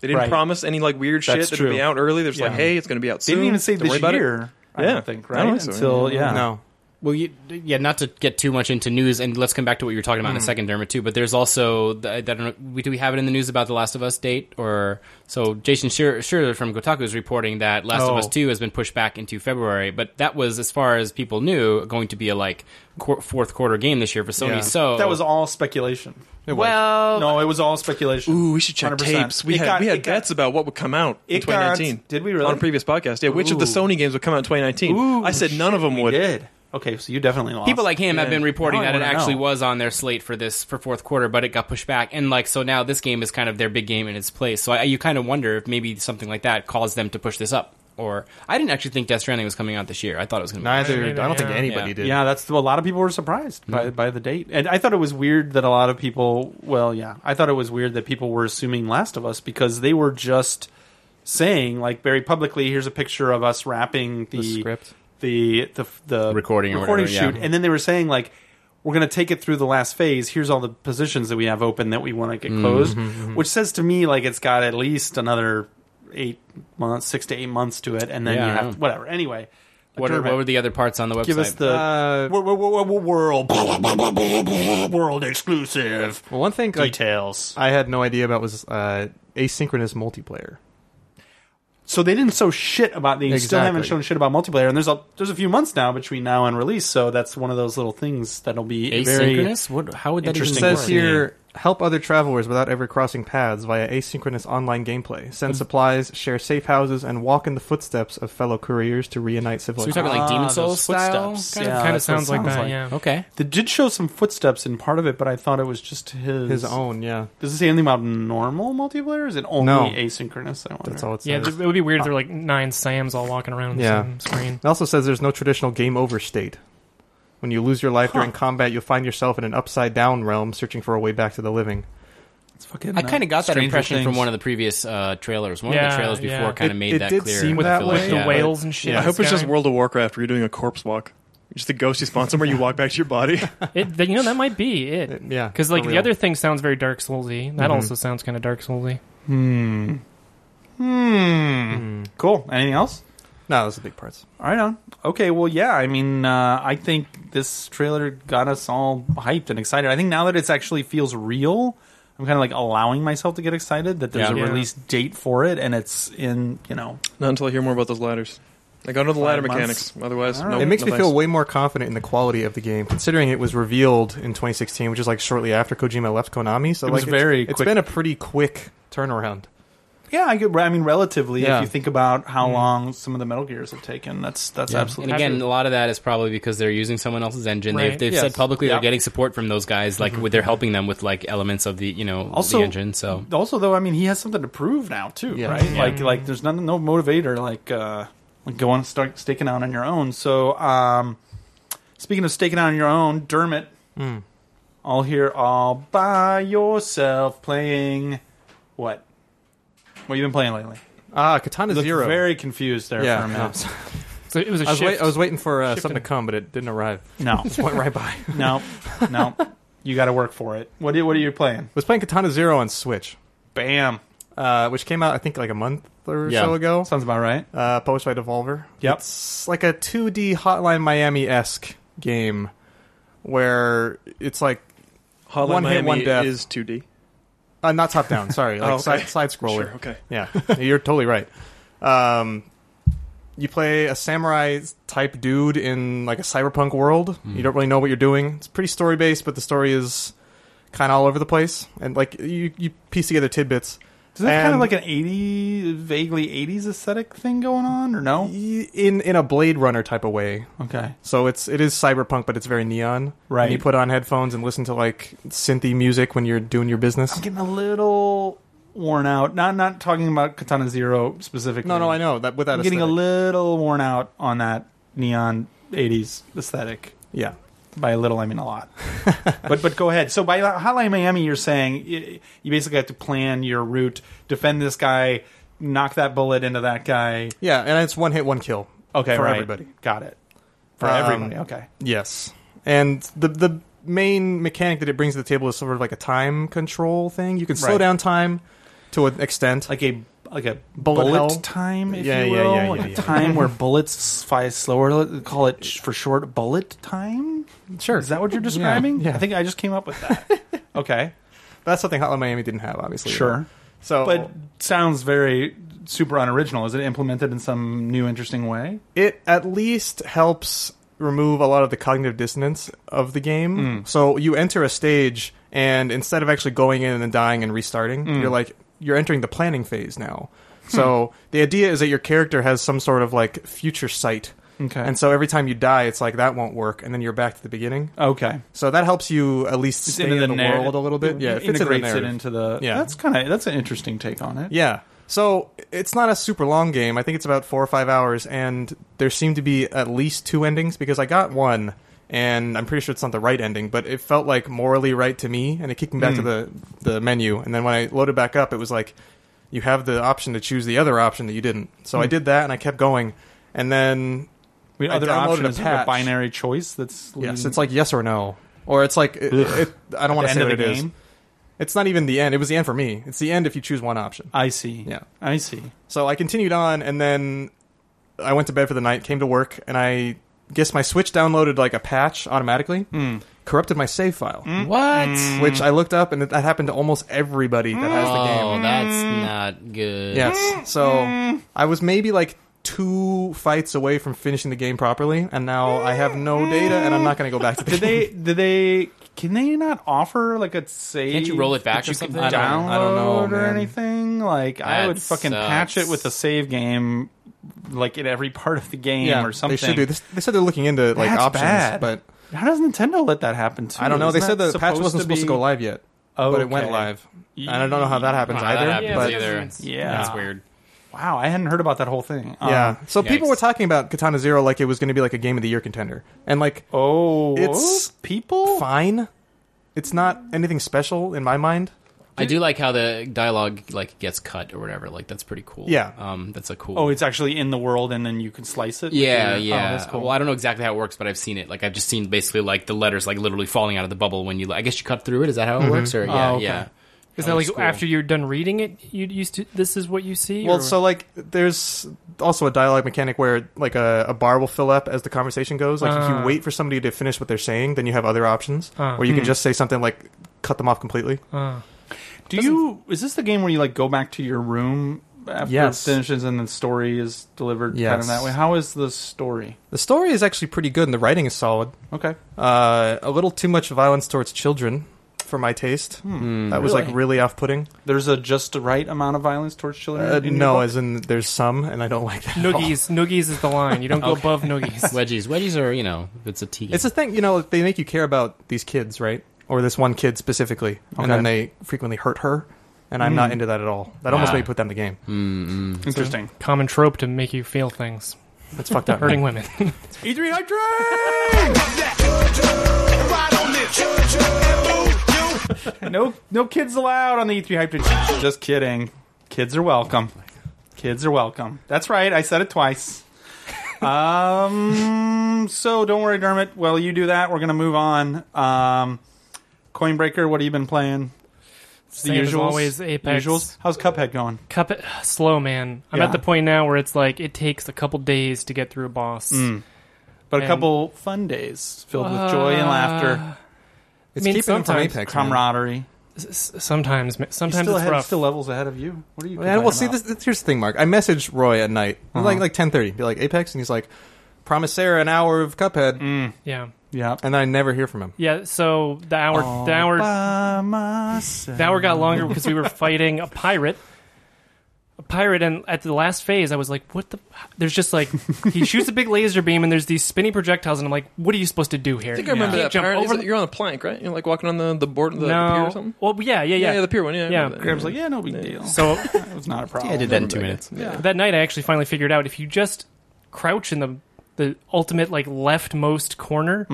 They didn't Right. promise any like weird That's shit that would be true. out early. They're just Yeah. like, hey, it's going to be out They soon. didn't even say Don't this worry about it. year. I Yeah. don't think I right don't think so, until yeah. No, Well, you, yeah, not to get too much into news, and let's come back to what you were talking about in a second, Dermot, too. But there's also, the, I don't know, we, do we have it in the news about the Last of Us date? Or so Jason Schir- Schirler from Kotaku is reporting that Last Oh. of Us Two has been pushed back into February, but that was, as far as people knew, going to be a like qu- fourth quarter game this year for Sony. Yeah. So That was all speculation. it was. well, No, it was all speculation. Ooh, we should check 100%. tapes. We It had got- we had it got- bets about what would come out in It got- 2019. did we really? on a previous podcast? Yeah, which of the Ooh. Sony games would come out in 2019? Ooh, I said none of them We would. did. Okay, so you definitely lost. people like him have been reporting Now I that it wanna actually know. was on their slate for this for fourth quarter, but it got pushed back, and like so now this game is kind of their big game in its place. So I, you kind of wonder if maybe something like that caused them to push this up. Or I didn't actually think Death Stranding was coming out this year. I thought it was going to. Neither. I don't think Yeah. anybody Yeah. did. Yeah, that's a lot of people were surprised by by the date, and I thought it was weird that a lot of people. Well, yeah, I thought it was weird that people were assuming Last of Us because they were just saying like very publicly, "Here's a picture of us wrapping the, The script. the the the Recording or recording whatever, yeah. shoot," and then they were saying like. We're going to take it through the last phase. Here's all the positions that we have open that we want to Mm-hmm, get closed, which says to me like it's got at least another eight months, six to eight months to it, and then Yeah, I you know. have whatever. Anyway, Be. What, are, Dermot, what were the other parts on the website? give us the Uh, Wor- wor- wor- wor- *laughs* world world exclusive well, one thing like, details. I had no idea about was uh, asynchronous multiplayer. So they didn't show shit about these. Still haven't Exactly. shown shit about multiplayer. And there's a there's a few months now between now and release. So that's one of those little things that'll be very asynchronous. What? How would that It Interesting even says word. here Help other travelers without ever crossing paths via asynchronous online gameplay. Send supplies, share safe houses, and walk in the footsteps of fellow couriers to reunite So we're civilization. talking like Demon those Souls style? footsteps. Kind Yeah, of, kind of that's what it sounds like sounds that. like. Yeah. Okay. They did show some footsteps in part of it, but I thought it was just his His own, yeah. Does it say anything about normal multiplayer? or Is it only No. asynchronous? I wonder. That's all it says. Yeah, th- it would be weird if there were like nine Sams all walking around on the Yeah. same screen. It also says there's no traditional game over state. When you lose your life during combat, you'll find yourself in an upside down realm searching for a way back to the living. It's fucking. I kind of got that Stranger impression from Things. one of the previous uh, trailers. One of Yeah, the trailers before yeah. kind of It- made it that did clear. seem I With, that feel way. with like, the yeah. whales and shit. Yeah, I hope it's sky. just World of Warcraft where you're doing a corpse walk. Just the ghost you sponsor where you walk back to your *laughs* body. It, th- you know, that might be it. It- yeah. Because for like the real. other thing sounds very Dark Soulsy. That Mhm. also sounds kind of Dark Soulsy. Hmm. Hmm. Mm. Cool. Anything else? No, those are the big parts. All right on. Okay. Well, yeah. I mean, uh, I think this trailer got us all hyped and excited. I think now that it's actually feels real, I'm kind of like allowing myself to get excited that there's Yeah. a Yeah. release date for it and it's in you know Not until I hear more about those ladders. I got to know the ladder Five mechanics. Otherwise, All no. right. It makes no me thanks. feel way more confident in the quality of the game, considering it was revealed in 2016, which is like shortly after Kojima left Konami. So It like, was very It's, it's quick. been a pretty quick turnaround. yeah I could I mean relatively Yeah. Mm-hmm. if you think about how long some of the Metal Gears have taken that's that's Yeah. absolutely And again, a lot of that is probably because they're using someone else's engine. They've, Right. they've Yes. said publicly Yeah. they're getting support from those guys. Like with they're helping them with like elements of the you know Also- the engine. So also though i mean he has something to prove now too Yeah. right like like there's none, no motivator like uh like going and start staking out on your own so um speaking of staking out on your own dermot all here all by yourself playing what what you been playing lately Ah, Katana Looked Zero. very confused there for a *laughs* minute So it was a I was, shift. wait, I was waiting for uh, something Shifting. to come, but it didn't arrive. no Went right by. *laughs* I no no you got to work for it what are, what are you playing was playing Katana Zero on Switch, bam uh, which came out I think like a month or Yeah. so ago. sounds about right Uh, published by Devolver. Yep. It's like a 2D Hotline Miami esque game where it's like Hotline One hit, Miami one death. is 2D. uh, not top down. *laughs* Sorry, like Oh, okay. side, side scroller. Sure, okay. Yeah, you're totally right. Um, you play a samurai type dude in like a cyberpunk world. Hmm. You don't really know what you're doing. It's pretty story based, but the story is kind of all over the place. And like you, you piece together tidbits. is that kind of And- like an 80 vaguely 80s aesthetic thing going on or Oh. no Y- in in a Blade Runner type of way. okay So it's it is cyberpunk, but it's very neon. Right. And you put on headphones and listen to like synthy music when you're doing your business. I'm getting a little worn out. Not not talking about Katana Zero specifically. No, no, I know that without I'm getting a little worn out on that neon '80s aesthetic. yeah. By a little, I mean a *laughs* lot. but but go ahead. So by Hotline Miami, you're saying y- you basically have to plan your route, defend this guy, knock that bullet into that guy. Yeah, and it's one hit, one kill. Okay, For right. everybody. got it. For Um, everybody, okay. Yes, and the the main mechanic that it brings to the table is sort of like a time control thing. You can slow Right. down time to an extent. Like a like a Bullet bullet, hell? time, if Yeah, you yeah, will, yeah, like yeah, a yeah. *laughs* time where bullets fly slower. Call it sh- for short, bullet time. sure, Is that what you're describing? yeah. I think I just came up with that. *laughs* okay. that's something Hotline Miami didn't have, obviously. So, But sounds very super unoriginal. Is it implemented in some new interesting way? it at least helps remove a lot of the cognitive dissonance of the game. Mm. So you enter a stage, and instead of actually going in and dying and restarting, Mm. you're like you're entering the planning phase now. Hmm. So the idea is that your character has some sort of like future sight. Okay. And so every time you die, it's like that won't work, and then you're back to the beginning. okay. So that helps you at least stay in the, narr- Mm-hmm. world a little bit. Yeah, it fits in the integrates it narrative. into the. Yeah. That's kind of that's an interesting take on it. Yeah. So it's not a super long game. I think it's about four or five hours, and there seem to be at least two endings because I got one, and I'm pretty sure it's not the right ending, but it felt like morally right to me, and it kicked me back to Hmm. the the menu. And then when I loaded back up, it was like you have the option to choose the other option that you didn't. So Hmm. I did that, and I kept going, and then I mean, I other downloaded option a is like a patch. binary choice. That's yes, leading- it's like yes or no, or it's like it, it, I don't want to end say of what the it is. game? It's not even the end. It was the end for me. It's the end if you choose one option. I see. Yeah. I see. So I continued on, and then I went to bed for the night, came to work, and I guess my Switch downloaded like a patch automatically, Hmm. corrupted my save file, what? Mm-hmm. Mm. which I looked up, and that happened to almost everybody that has the game. Mm. Oh, that's not good. Yes. So I was maybe like two fights away from finishing the game properly, and now I have no data, and I'm not going to go back to the Did they did they Can they not offer like a save? Can't you roll it back that or you can something? Download I don't- I don't know, or man. anything. Like I That would fucking patch it sucks. with a save game, like in every part of the *laughs* game or something. They should do. They, they said they're looking into like That's options, bad. but How does Nintendo let that happen? Too? I don't know. They Isn't said that the patch wasn't supposed to be- go live yet, Oh, but it went okay. live. And I don't know how that happens Wow, either. that happens but Yeah, either. that's- Yeah. that's weird. Wow, I hadn't heard about that whole thing. Um, yeah, so people Yikes. were talking about Katana Zero like it was going to be like a game of the year contender, and like Oh, It's people. fine, it's not anything special in my mind. I do like how the dialogue like gets cut or whatever. Like that's pretty cool. Yeah. um, that's a cool. Oh, it's actually in the world, and then you can slice it. yeah, Oh, yeah. that's cool. Well, I don't know exactly how it works, but I've seen it. Like I've just seen basically like the letters like literally falling out of the bubble when you. I guess you cut through it. Is that how it works? Or yeah, okay. yeah. Is That that like looks cool. after you're done reading it, you used to? This is what you see. Well, or- so like there's also a dialogue mechanic where like a, a bar will fill up as the conversation goes. Like if Ah. you wait for somebody to finish what they're saying, then you have other options, Ah. where you can just say something like cut them off completely. Uh, Do you? Is this the game where you like go back to your room after Yes. it finishes and the story is delivered kind of Yes. that way? How is the story? The story is actually pretty good, and the writing is solid. Okay. Uh, a little too much violence towards children for my taste. that was like Really? really off-putting. Hmm. There's a just the right amount of violence towards children. Uh, in your no, book? as in there's some, and I don't like that. at *laughs* all. noogies, noogies is the line. You don't go *laughs* above noogies. Wedgies, wedgies are you know it's a T. It's a thing, you know. They make you care about these kids, right? Or this one kid specifically, and then they frequently hurt her. And I'm not into that at all. That almost Wow. made me put down the game. uh, interesting. Common trope to make you feel things. That's fucked *laughs* up. *laughs* Hurting women. E E3 hype no, no kids allowed on the E3 hype. train. Just kidding. Kids are welcome. Kids are welcome. That's right. I said it twice. Um. So don't worry, Dermot. While you do that, we're gonna move on. Um, Coinbreaker, what have you been playing? It's Same as always, Apex. Usuals. How's Cuphead going? Cup *sighs* slow, man. I'm Yeah. at the point now where it's like it takes a couple days to get through a boss. Mm. But a And- Uh, couple fun days filled with joy and laughter, It's mean, keeping them from sometimes Apex. man. camaraderie. S- Sometimes, ma- He's sometimes still, it's ahead, rough. still levels ahead of you. What are you? Man, well, see, complaining this, this- here's the thing, Mark. I message Roy at night, like Uh-huh. like 10:30. Be like Apex, and he's like, "Promise Sarah an hour of Cuphead," yeah, about? and I never hear from him. yeah. So the hour, the hour, Yeah. By myself. the hour got longer because we were fighting a pirate. A pirate, and at the last phase, I was like, "What the?" There's just like he shoots a big laser beam, and there's these spinny projectiles, and I'm like, "What are you supposed to do here?" I think I remember You can't that. jump pirate. over Isn't- You're on a plank, right? You're like walking on the, the board, the, the no. pier or something. Well, yeah, yeah, Yeah, yeah. the pier one. Yeah, I Yeah. remember that. Graham's like, yeah, no big *laughs* deal. *laughs* So it was not a problem. Yeah, I did that in Remember two minutes. Yeah. that night I actually finally figured out if you just crouch in the the ultimate like leftmost corner,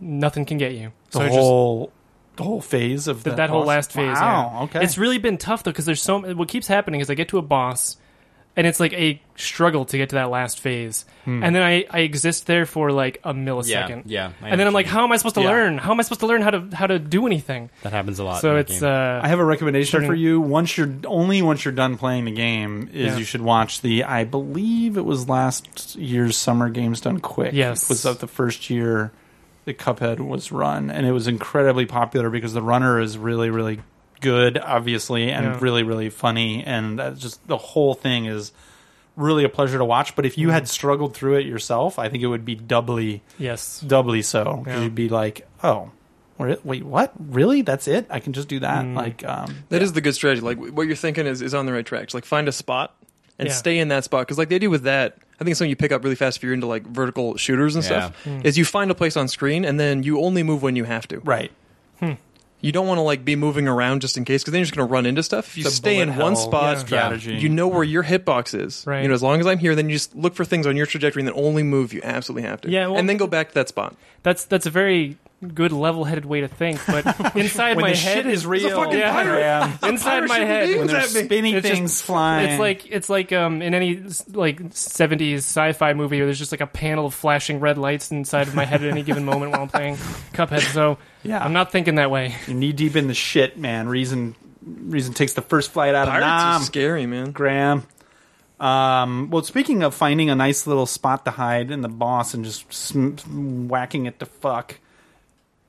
nothing can get you. The So it's just Hmm. whole, the whole phase of th- that, that whole boss? last phase. Wow. yeah. Okay. It's really been tough though because there's so what keeps happening is I get to a boss, and it's like a struggle to get to that last phase, Hmm. and then I I exist there for like a Hmm. yeah, millisecond. yeah. I And then I'm understand. like, how am I supposed to Yeah. learn? How am I supposed to learn how to how to do anything? that happens a lot. So in that it's game. uh, I have a recommendation Turning- for you. Once you're only once you're done playing the game, is Yeah. you should watch the. I believe it was last year's Summer Games Done Quick. Yes. it was like the first year the Cuphead was run, and it was incredibly popular because the runner is really really good, obviously, and Yeah. really really funny, and that's just the whole thing is really a pleasure to watch. But if Mm-hmm. you had struggled through it yourself, I think it would be doubly yes. doubly so. 'cause Yeah. You'd be like, oh. re- Wait, what? Really? That's it? I can just do that? Mm. Like, um, That is the good strategy. Like what you're thinking is, is on the right track. Just, like find a spot and Yeah. stay in that spot because like they do with that. I think it's something you pick up really fast if you're into like vertical shooters and stuff. Is you find a place on screen and then you only move when you have to. Right. You don't want to like be moving around just in case because then you're just going to run into stuff. If you It's a stay in bullet one hell spot, strategy. you know where your hitbox is. Right. You know, as long as I'm here, then you just look for things on your trajectory and then only move you absolutely have to. Yeah, well- and then go back to that spot. That's that's a very good level-headed way to think, but *laughs* inside When my the head shit is real, fucking yeah. *laughs* pirate. Yeah. inside my head when there's spinny It's just- things flying, It's like it's like um in any like seventies sci-fi movie where there's just like a panel of flashing red lights inside of my head at any given moment while *laughs* I'm playing Cuphead. So Yeah. I'm not thinking that way. you're knee deep in the shit, man. Reason, reason takes the first flight out Pirates of is Nam. scary, man. Graham. Um, well, speaking of finding a nice little spot to hide in the boss and just sm- whacking it to fuck,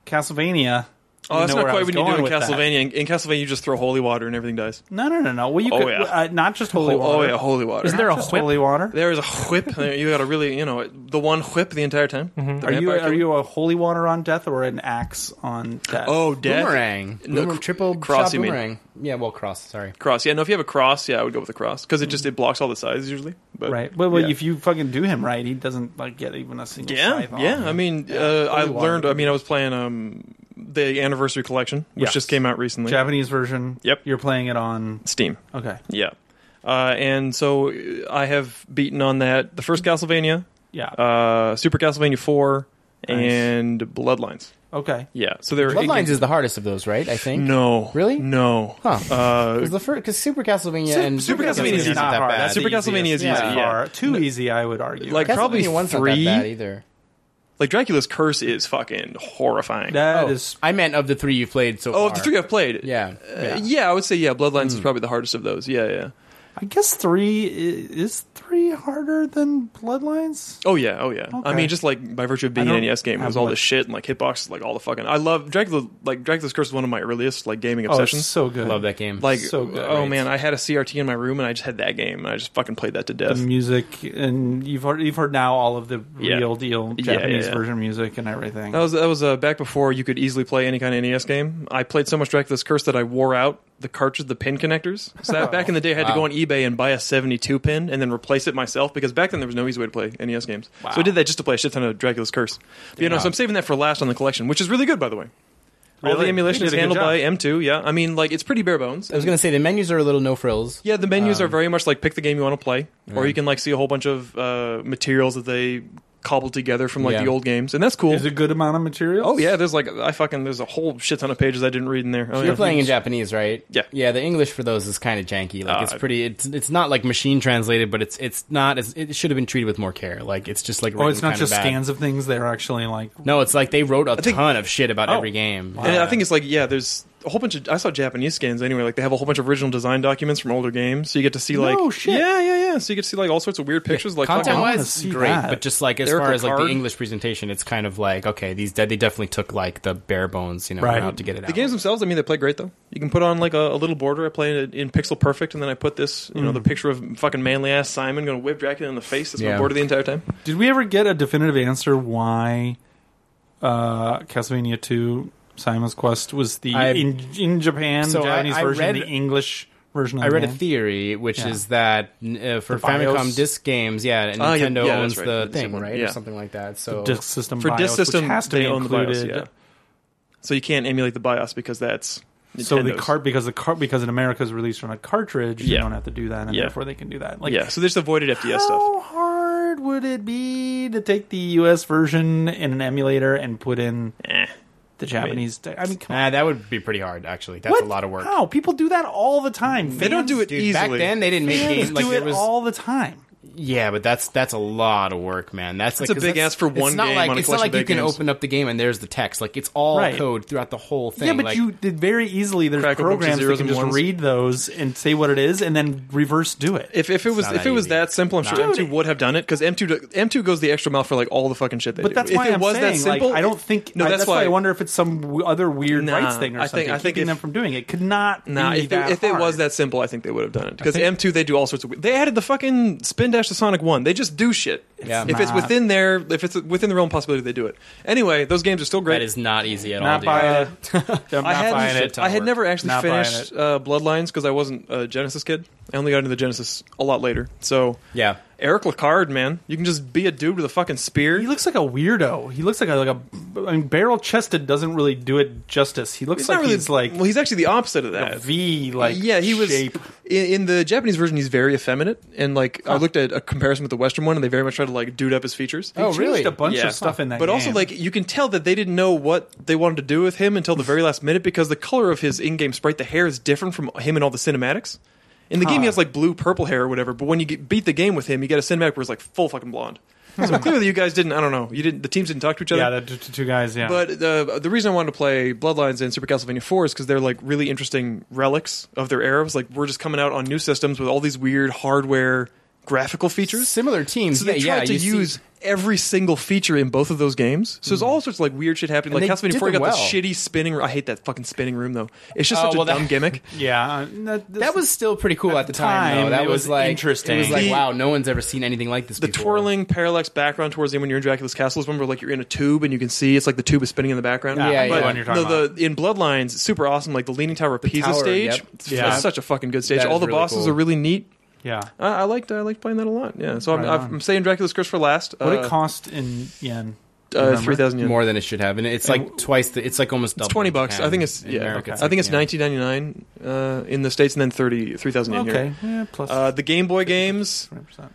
Castlevania Oh, that's know not where I quite was what you do going in with that. Castlevania. In, in Castlevania, you just throw holy water and everything dies. No, no, no, no. Well, you Oh, could yeah. uh, not just holy oh, water. yeah, holy water. Isn't there a Just whip? holy water? There is a *laughs* whip. you got to really, you know, the one whip the entire time. The Mm-hmm. Are you vampire are killer. you a holy water on death or an axe on death? Oh, death. Boomerang. No, Boomer- cr- triple cross, shot you mean. boomerang. Yeah, well, cross. Sorry. Cross. Yeah, no. If you have a cross, yeah, I would go with a cross because it just it blocks all the sides usually. But, right. Well, well yeah. if you fucking do him right, he doesn't like get even a single. Yeah, scythe off. yeah. I mean, uh, I Holy water. learned. I mean, I was playing um the anniversary collection, which Yes. just came out recently. Japanese version. Yep. You're playing it on. Steam. Okay. Yeah. Uh, and so uh, I have beaten on that the first Castlevania, Yeah. uh, Super Castlevania Four, Nice. and Bloodlines. okay. Yeah. So they're Bloodlines is the hardest of those, right? I think. no Really? no. Huh. Uh, Because the first, because Super Castlevania Su- and Super Castlevania is isn't not that hard. bad. That's Super the Castlevania is easiest easy, by yeah. far. Too easy, I would argue. Like- That probably Castlevania one's three. Not that bad either. like Dracula's curse is fucking horrifying. is Oh, I meant of the three you've played so oh, far. of the three I've played. Yeah. Uh, yeah. I would say yeah. Bloodlines Hmm. is probably the hardest of those. Yeah, yeah. I guess three i- is three harder than Bloodlines. Oh yeah, oh yeah. I Okay. mean, just like by virtue of being I an don't NES game, it have was all much- this shit and like hitboxes, like all the fucking. I love Dracula. Like Dracula's Curse was one of my earliest like gaming Oh, obsessions. it's so good. Love that game. like so good. oh man, I had a CRT in my room and I just had that game and I just fucking played that to The death. music, and you've heard you've heard now all of the Yeah. real deal Yeah, yeah, Japanese yeah. version music and everything. That was that was uh, back before you could easily play any kind of NES game. I played so much Dracula's Curse that I wore out the cartridge, the pin connectors. So that, back in the day, I had to go on eBay and buy a 72 pin and then replace it myself because back then there was no easy way to play NES games. So I did that just to play a shit ton of Dracula's Curse. But, you know, so I'm saving that for last on the collection, which is really good, by the way. All Really? the emulation You is did a good handled job. by M2. Yeah, I mean, like it's pretty bare bones. I was gonna say the menus are a little no frills. Yeah, the menus are Um, very much like pick the game you want to play, or you can like see a whole bunch of uh, materials that they cobbled together from like Yeah. the old games, and that's cool. There's a good amount of material. Oh yeah, there's like I fucking there's a whole shit ton of pages I didn't read in there. Oh, yeah. You're playing in Japanese, right? Yeah. Yeah. The English for those is kind of janky. Like it's Uh, pretty. It's it's not like machine translated, but it's it's not. As, it should have been treated with more care. Like it's just like. Oh, it's written not kinda just bad. scans of things. They're actually like No, it's like they wrote a think- ton of shit about Oh. every game. And I think it's like yeah, there's a whole bunch of I saw Japanese scans anyway. Like they have a whole bunch of original design documents from older games, so you get to see like No shit. yeah, yeah, yeah. So you get to see like all sorts of weird pictures, like content fucking- wanna wise see great that. but just like as Lyrical far as like the card. english presentation it's kind of like okay these de- they definitely took like the bare bones you know Right. out to get it out The games themselves, I mean, they play great though. You can put on like a, a little border. I play it in pixel perfect, and then I put this, you know, Hmm. the picture of fucking manly ass Simon going to whip Dracula in the face. That's my Yeah. border the entire time. Did we ever get a definitive answer why uh, Castlevania Two Simon's Quest was the I- in, in Japan So I- Japanese I version, read- the English version? Of I the read a game? theory, which Yeah. is that uh, for The BIOS? Oh, Famicom disc games, yeah, and Ah, yeah, Nintendo yeah, owns that's right. the That's thing, right. right, Yeah. or something like that. So disc system For BIOS, disc system, which has to they be own the BIOS, included. So you can't emulate the BIOS because that's So the Nintendo's. cart because the cart because in America is released on a cartridge, you Yeah. don't have to do that, and Yeah. therefore they can do that. Like, yeah. So they just avoided how FDS stuff. hard would it be to take the U.S. version in an emulator and put in Eh. the Japanese? di- I mean, come on, Ah, that would be pretty hard. Actually, that's what? a lot of work. How people do that all the time? They don't do it Dude, easily. back then they didn't make games like do there it was. all the time. yeah, but that's that's a lot of work, man. That's like, That's a 'cause big ask for one It's not game like on a it's not collection like of you big can games. open up the game and there's the text. Like it's all Right. code throughout the whole thing. Yeah, but like, you did very easily. There's Crack open some programs that zeros can and just ones. read those and say what it is, and then reverse do it. If, if it was not if it that was easy. that simple, I'm sure Dude, M2 would have done it because M2 do- M2 goes the extra mile for like all the fucking shit they but do. that's if why it I'm was saying that simple, like, I don't think. No, I- that's that's why I why- wonder if it's some w- other weird Nah, rights thing or I think- something I think keeping them if- from doing it. Could not. Nah, be if, that it, if it hard. was that simple, I think they would have done it. Because M2, they do all sorts of. They added the fucking spin dash to Sonic One. They just do shit. Yeah. If it's not- within their, if it's within the realm of possibility, they do it. Anyway, those games are still great. that is not easy at all. not dude. buying it. *laughs* I'm I not buying had it. I had never actually Not buying finished it. uh, Bloodlines because I wasn't a Genesis kid. I only got into the Genesis a lot later. So Yeah. Eric Lacard, man, you can just be a dude with a fucking spear. He looks like a weirdo. He looks like a like a. I mean, barrel chested doesn't really do it justice. He looks He's like not really he's like well. He's actually the opposite of that. a V. Like yeah, he was shape. In, in the Japanese version. He's very effeminate, and like I looked at a comparison with the Western one, and they very much try to like dude up his features. Oh, Changed really? A bunch Yeah. of stuff in that. But also, game. like you can tell that they didn't know what they wanted to do with him until the very last minute because the color of his in-game sprite, the hair, is different from him in all the cinematics. In the game, he has like blue, purple hair or whatever. But when you get, beat the game with him, you get a cinematic where it's like full fucking blonde. so clearly, you guys didn't. I don't know. You didn't. The teams didn't talk to each other. Hmm. yeah, the t- t- two guys. Yeah, But the the reason I wanted to play Bloodlines and Super Castlevania 4 is because they're like really interesting relics of their eras. Like we're just coming out on new systems with all these weird hardware graphical features. Similar teams. So yeah, they yeah, tried to you see- use every single feature in both of those games. So there's all sorts of like weird shit happening. And like they Castlevania did 4 got them the well. shitty spinning. r- I hate that fucking spinning room though. It's just Oh, such well, a that- dumb gimmick. yeah, uh, that, this- That was still pretty cool at the time, time, though. That it was, was like interesting. It was like, The- wow, no one's ever seen anything like this. The before. twirling parallax background towards the end when you're in Dracula's castle is one where like you're in a tube and you can see it's like the tube is spinning in the background. Yeah, Yeah, I know but what you're talking the, the in Bloodlines, it's super awesome. Like the Leaning Tower of Pisa tower, stage, yep. it's Yeah. such a fucking good stage. That All is the really bosses cool. are really neat. yeah. I, I liked I liked playing that a lot. Yeah, so I'm, Right on. I'm saying Dracula's Curse for last. What uh, it cost in yen? Uh, Three thousand yen. more than it should have, and it's like twice. The, it's like almost double. It's twenty in bucks. Japan. I think it's In yeah. America, it's I think like, it's yeah. nineteen ninety nine uh, in the states, and then thirty three thousand in Okay, Europe. yeah, plus Uh, the Game Boy games 20%.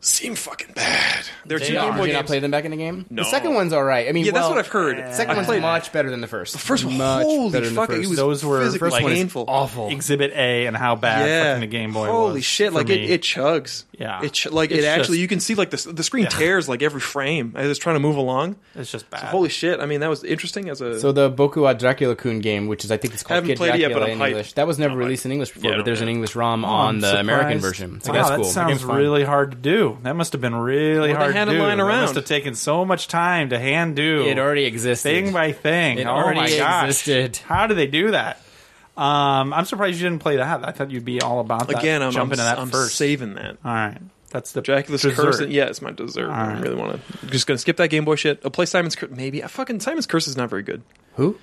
seem fucking bad. They're Did two you Game not, Boy did you not games. play them back in the game? No. The second one's all right. I mean, yeah, that's well, what I've heard. Second I one's played- much better than the first. The first one, much better holy than fuck, the it first. was Those were physically first one is painful. awful. Exhibit A and how bad yeah, fucking the Game Boy Holy was shit! for Like me. it, it chugs. Yeah. it ch- like It's it actually. just- You can see like the s- the screen tears like every frame as it's trying to move along. it's just bad. Holy shit! I mean, that was interesting as a So the Boku wa Dracula Kun game, which is I think it's called Haven't Kid played it yet, Dracula but I'm in hyped. English, that was never released in English before. Yeah, but there's an English ROM Oh, on I'm the American surprised. version. So wow, that's that cool. The game's sounds fun. really hard to do. That must have been really Well, they hard had to it do. lying That around. must have taken so much time to hand do. It already existed. thing by thing. It oh already my gosh. existed. How do they do that? Um, I'm surprised you didn't play that. I thought you'd be all about that. again. I'm jumping I'm, to that I'm first. saving that. All right, that's the Dracula's dessert. Curse. And, yeah, it's my dessert. I right. really want to. Just gonna skip that Game Boy shit. I'll play Simon's Curse. Maybe I fucking Simon's Curse is not very good. Who?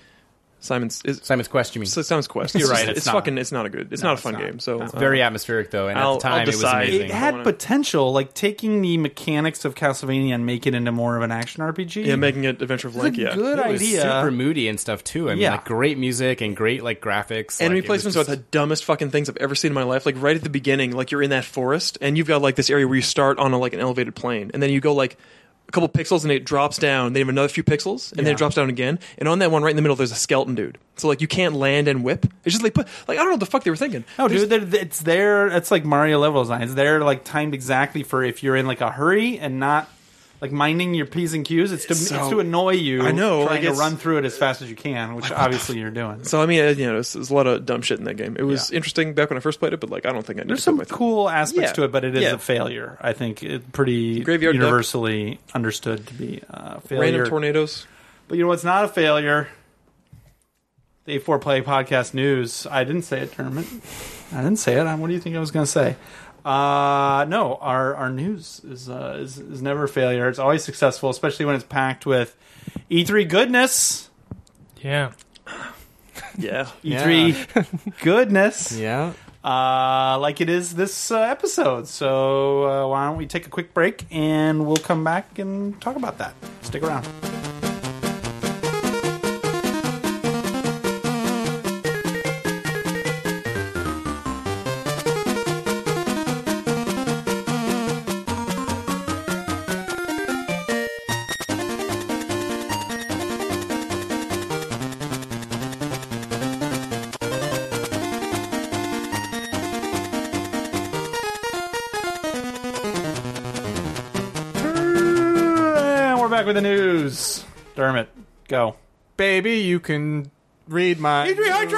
Simon's is Simon's Quest. You mean? so Simon's Quest. You're right, It's, it's it's not. fucking. It's not a good. It's No, not a it's fun not. game. So uh, very atmospheric though, and I'll- at the time I'll it was decide. amazing. It had wanna- potential, like taking the mechanics of Castlevania and make it into more of an action RPG. yeah, making it Adventure of Link. a Yeah, good it was idea. super moody and stuff too. I mean, Yeah. like great music and great like graphics. enemy like, it was placements just- are the dumbest fucking things I've ever seen in my life. Like right at the beginning, like you're in that forest and you've got like this area where you start on a, like an elevated plane, and then you go like a couple pixels and it drops down. They have another few pixels and then it drops down again. And on that one right in the middle, there's a skeleton dude. So like you can't land and whip. It's just like put like I don't know what the fuck they were thinking. No, dude, they're- it's there. It's like Mario level design. It's there, like timed exactly for if you're in like a hurry and not like minding your p's and q's. It's to So- it's to annoy you. I know, like, trying it's- to run through it as fast as you can, which obviously you're doing. So I mean, uh, you know, there's, there's a lot of dumb shit in that game. It was Yeah. interesting back when I first played it, but like I don't think I need There's to put some my thumb- cool aspects Yeah. to it, but it is Yeah. a failure. I think it pretty Graveyard Duck. universally understood to be a random failure. tornadoes. but you know what's not a failure? The A4 Play Podcast News. I didn't say it, tournament. I didn't say it. Um, What do you think I was going to say? Uh, no, our our news is, uh, is is never a failure. It's always successful, especially when it's packed with E3 goodness. Yeah. Yeah, E3 *laughs* goodness. Yeah. uh, like it is this uh, episode. So uh, why don't we take a quick break and we'll come back and talk about that. Stick around. And we're back with the news. Dermot, go. Baby, you can read my. We got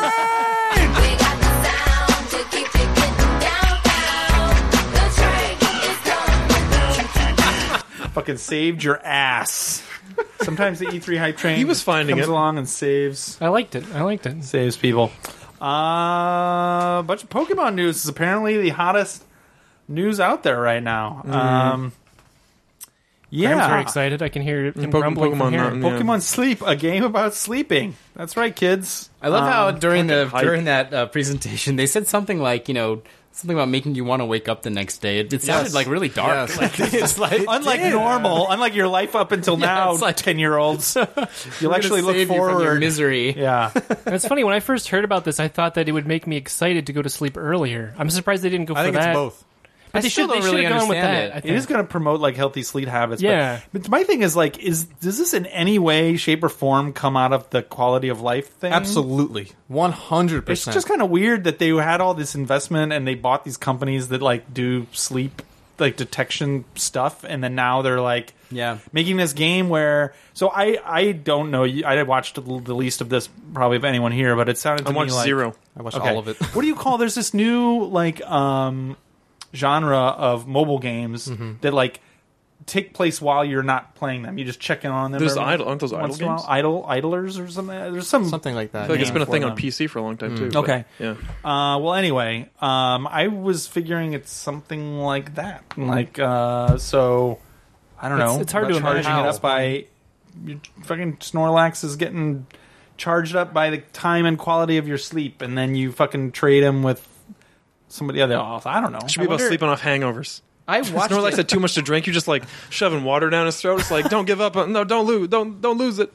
the sound to keep you getting downtown. The train is coming through. Fucking saved your ass. Sometimes the E3 hype train He was finding comes it. along and saves I liked it. I liked it. saves people. Uh, a bunch of Pokemon news is apparently the hottest news out there right now. Um, yeah, I'm very excited. I can hear him Poke- rumbling Pokemon from here. Mountain. Pokemon Sleep, a game about sleeping. That's right, kids. I love how during the um, hype. during that uh, presentation they said something like you know something about making you want to wake up the next day. It, it sounded like really dark. Yes. *laughs* Like, it's like Unlike normal, unlike your life up until now, it's like- ten year olds, you'll actually gonna look save you from *laughs* your forward. misery. yeah, That's funny. When I first heard about this, I thought that it would make me excited to go to sleep earlier. I'm surprised they didn't go I for think that. it's both. But they still should. They don't really should have gone with understand that. it. I it think. is going to promote like healthy sleep habits. but- Yeah. but, my thing is like, is does this in any way, shape, or form come out of the quality of life thing? Absolutely. 100%. It's just kind of weird that they had all this investment and they bought these companies that like do sleep like detection stuff and then now they're like Yeah. making this game where so I I don't know you- I watched the least of this probably of anyone here but it sounded to I me watched like zero. I watched Okay. *laughs* all of it. what do you call there's this Mm-hmm. new like um genre of mobile games that like take place while you're not playing them. You just check in on them. There's every- idle- aren't those idle once in a while. games? Idle idlers or something. There's some something like that. I feel like it's name been a for thing on them. PC for a long time too. but, Okay. yeah. Uh, well, anyway, um, I was figuring it's something like that. Like, uh, so I don't It's- know. it's hard but to charging imagine. it up by your fucking Snorlax is getting charged up by the time and quality of your sleep, and then you fucking trade him with somebody else. I don't know. Should be about wonder- sleeping off hangovers. I watched. *laughs* Snorlax it. had too much to drink. You're just like shoving water down his throat. It's like don't give up. No, don't lose. Don't don't lose it.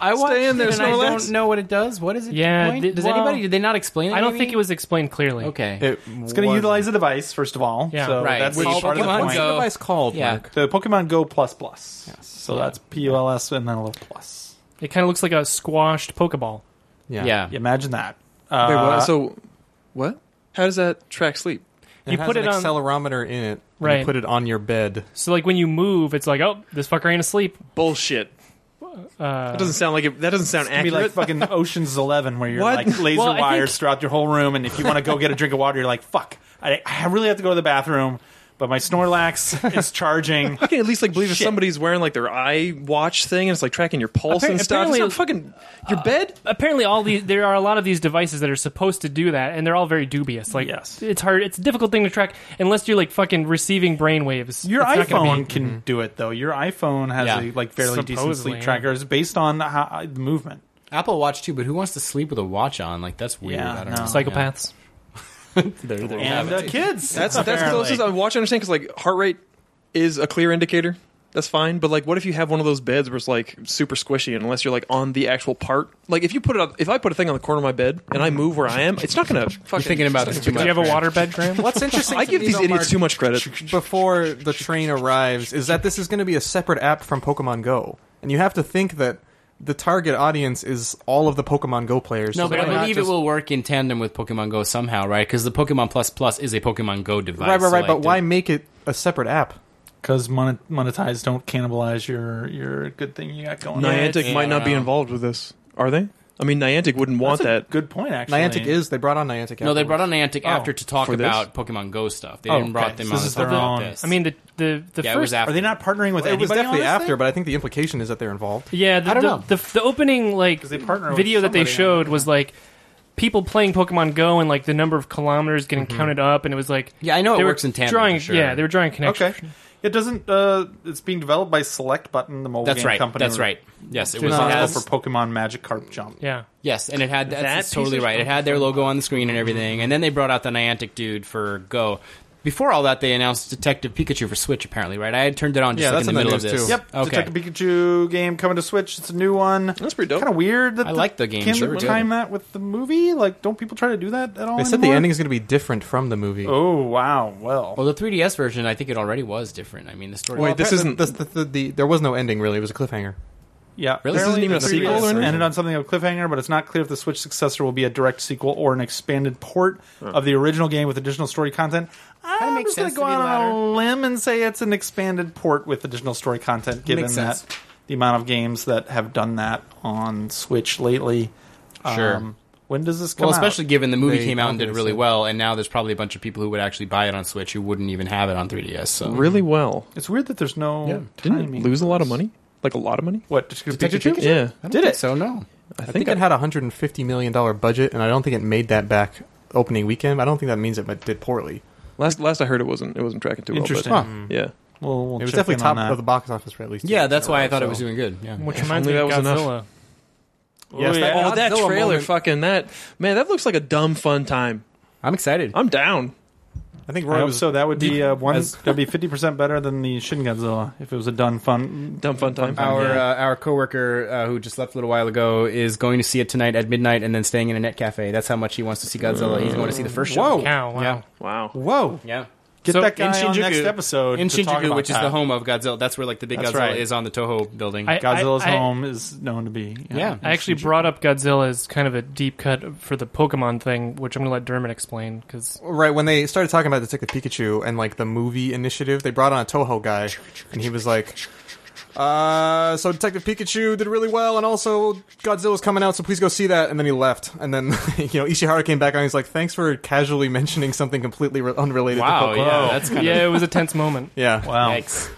I watched in there, it and I Snorlax. don't know what it does. What is it? Yeah, doing? th- does well, anybody? Did they not explain it? I don't maybe? think it was explained clearly. Okay. It's going to utilize a device first of all. Yeah. so Right. oh, That's Which all part of the Pokemon point. Go- device called? Yeah. Mark? The Pokemon Go Plus Plus. So that's P O L S and then a little plus. It kind of looks like a squashed Pokeball. Yeah. yeah. Yeah, Imagine that. Wait, Uh, what? So what? How does that track sleep? You It has put an it on- accelerometer in it. and Right. You put it on your bed. So like when you move, it's like, oh, this fucker ain't asleep. Bullshit. Uh, That doesn't sound like it. That doesn't sound It'd be like accurate. fucking *laughs* Ocean's Eleven, where you're What? like laser Well, I wires think- throughout your whole room, and if you want to go get a drink of water, you're like, "Fuck, I, I really have to go to the bathroom." But my *laughs* Snorlax is charging. I can at least like believe if Shit. somebody's wearing like their eye watch thing and it's like tracking your pulse Appar- and stuff. It's apparently- not fucking your bed. apparently, all these there are a lot of these devices that are supposed to do that, and they're all very dubious. Like, Yes. it's hard. It's a difficult thing to track unless you're like fucking receiving brainwaves. Your It's not gonna iPhone be- can do it though. Your iPhone has Yeah. a like fairly decent Supposedly, sleep yeah. tracker. It's based on how, the movement. Apple Watch too, but who wants to sleep with a watch on? Like that's weird. Yeah, I don't no. know. psychopaths. There- there- And uh, kids, That's that's apparently. closest I watch. I understand because like heart rate is a clear indicator. That's fine, but like, what if you have one of those beds where it's like super squishy? And unless you're like on the actual part, like if you put it, on, if I put a thing on the corner of my bed and I move where I am, it's not gonna fucking. You're thinking about this too Do much. you have a water *laughs* bed, Graham? *laughs* What's interesting? I to give me, these though, idiots Mark, too much *laughs* credit. before the train arrives is that this is going to be a separate app from Pokemon Go, and you have to think that the target audience is all of the Pokemon Go players. No, so but I they're not believe just- it will work in tandem with Pokemon Go somehow, right? Because the Pokemon Plus Plus is a Pokemon Go device. Right, right, so, right. like, But the- why make it a separate app? because mon- monetize don't cannibalize your your good thing you got going. on. Niantic might not be involved with this, are they? I mean, Niantic wouldn't want That's a that. Good point. Actually, Niantic is. They brought on Niantic. No, they brought on Niantic after to talk for this? about Pokemon Go stuff. They Oh, didn't brought okay. them So on this to is talk their about own- this. I mean, the the the yeah, first it was after. Are they not partnering with It anybody was definitely on this after, thing? but I think the implication is that they're involved. Yeah, the, I don't the, know. The, the opening like they partner with video that they somebody, I showed was like people playing Pokemon Go and like the number of kilometers getting counted up, and it was like Mm-hmm. Yeah, I know it they were works in tandem, Drawing, for sure. yeah, they were drawing connections. Okay. It doesn't. Uh, it's being developed by Select Button, the mobile that's game right. company. That's right. Yes, it was. It Responsible has- for Pokemon Magic Carp Jump. Yeah, Yes, and it had that's, that's piece totally of right. It had their logo on the screen and everything, and then they brought out the Niantic dude for Go. Before all that, they announced Detective Pikachu for Switch. Apparently, right? I had turned it on just Yeah, like that's in in the the middle of news, this. too. Yep. Okay. Detective Pikachu game coming to Switch. It's a new one. That's pretty dope. Kind of weird that I the- like the game. Can Sure, we dude. time that with the movie? Like, don't people try to do that at all? They said the anymore? ending is going to be different from the movie. Oh wow. Well. Well, the 3DS version, I think it already was different. I mean, the story. Wait, this isn't. The, the, the, the, there was no ending really. It was a cliffhanger. Yeah. Really? This apparently isn't even the a sequel previous or anything? Ended on something of a cliffhanger, but it's not clear if the Switch successor will be a direct sequel or an expanded port of the original game with additional story content. I'm makes just going sense go to me, out on latter. a limb and say it's an expanded port with additional story content, given Makes sense. that the amount of games that have done that on Switch lately. Um, Sure. when does this come well, out? especially given the movie They came out and did obviously- really well, and now there's probably a bunch of people who would actually buy it on Switch who wouldn't even have it on 3DS. So really well. it's weird that there's no Didn't timing. it lose a lot of money? Like a lot of money? What? Just 'cause Detective Pikachu? Pikachu? Yeah. I don't Did think it. So no. I I think it had a hundred and fifty million dollar budget, and I don't think it made that back opening weekend. I don't think that means it did poorly. last last I heard it wasn't it wasn't tracking too well. but- Interesting. Yeah. Well, we'll It was check in definitely on top that. of the box office for at least. two Yeah, weeks that's in a why I row, thought it so- was doing good. Yeah. which If reminds me only of that was enough. Godzilla. Yes, Oh, that- yeah. Oh, that Godzilla trailer, moment. fucking that man, that looks like a dumb fun time. I'm excited. I'm down. I think I Roy hope was so. That would be uh, one. as- that'd be fifty percent better than the Shin Godzilla if it was a done fun. Dumb fun time. Our Oh, Yeah. uh, our coworker uh, who just left a little while ago is going to see it tonight at midnight, and then staying in a net cafe. That's how much he wants to see Godzilla. He's going to see the first show. Cow, wow. Yeah. Wow. Whoa! Yeah. Get So, that guy in on Shinjuku- next episode in to talk Shinjuku, about which is that. the home of Godzilla. That's where like the big That's Godzilla right. is on the Toho building. I- Godzilla's I- I- home is known to be. Yeah. I actually brought up Godzilla as kind of a deep cut for the Pokemon thing, which I'm gonna let Dermot explain because right when they started talking about Detective Pikachu and like the movie initiative. They brought on a Toho guy, and he was like. Uh, so Detective Pikachu did really well, and also Godzilla's coming out, so please go see that. And then he left, and then *laughs* you know Ishihara came back on. He's like, "Thanks for casually mentioning something completely re- unrelated." to wow. Pokemon." Yeah. That's kind yeah, it was a tense moment. yeah, *laughs* Wow. of yikes.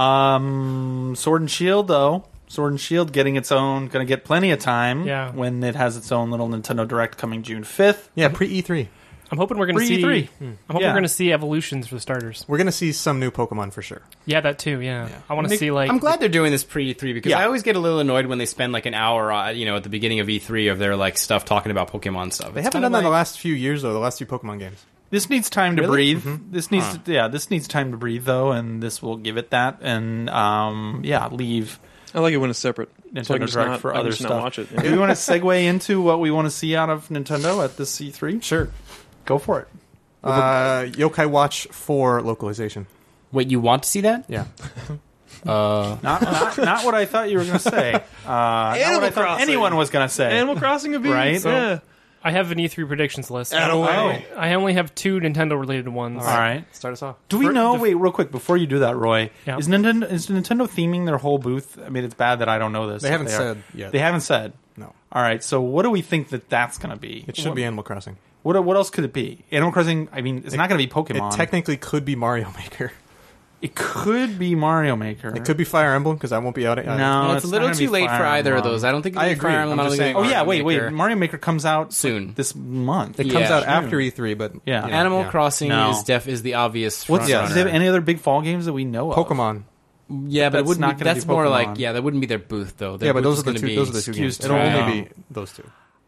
Um, Sword and Shield, though. Sword and Shield getting its own, going to get plenty of time Yeah. when it has its own little Nintendo Direct coming June 5th. Yeah, pre E E3. I'm hoping we're going to Free see. E3. I'm hoping E Hmm. Yeah. we're going to see evolutions for the starters. We're gonna see some new Pokemon for sure. Yeah, that too. Yeah, I want to see like I'm glad they're doing this pre E3 because Yeah. I always get a little annoyed when they spend like an hour, uh, you know, at the beginning of E3 of their like stuff talking about Pokemon stuff. They It's haven't kinda done that in the like- last few years though. The last few Pokemon games. This needs time to breathe. This needs, to, yeah, this needs time to breathe though, and this will give it that. And um, yeah, leave I like it when it's separate. so I Nintendo can Direct just not, for I can other just stuff. Not watch it. Do we want to segue into what we want to see out of Nintendo at this C3? Sure. Go for it. Uh, Yokai Watch for localization. Wait, you want to see that? *laughs* Yeah. Uh, Not, not, not what I thought you were going to say. Uh, not Animal what I thought Crossing. anyone was going to say. Animal Crossing would be Right? So, yeah. I have an E3 predictions list. Attaboy. I only have two Nintendo related ones. All right. Start us off. Do we For know? the- wait, real quick before you do that, Roy, Yeah. is Nintendo is Nintendo theming their whole booth? I mean, it's bad that I don't know this. They if haven't are. said yet. They haven't said. No. All right. So what do we think that that's going to be? It should be Animal Crossing. What What else could it be? Animal Crossing. I mean, it's not going to be Pokemon. It technically could be Mario Maker. *laughs* it could be Mario Maker. It could be Fire Emblem because I won't be out. At, uh, No, well, it's, a little not gonna too be late for Fire either of Emblem. those. I don't think. I it'll be agree. Fire Emblem. I'm I don't just think saying- Oh it'll be yeah. Wait. Mario Maker. Wait. Mario Maker comes out Soon. this month. It comes Yeah, out sure. after E3, but Yeah. you know, Animal yeah. Crossing No. is def is the obvious. What's front yeah? Do they have runner. any other big fall games that we know of? Pokemon. Yeah, but it That's wouldn't. not be- gonna that's be more like Pokemon. yeah, that wouldn't be their booth though. Their Yeah, but booth those is are the gonna two. be- Those are the two games. excuse It'll me. only be those two.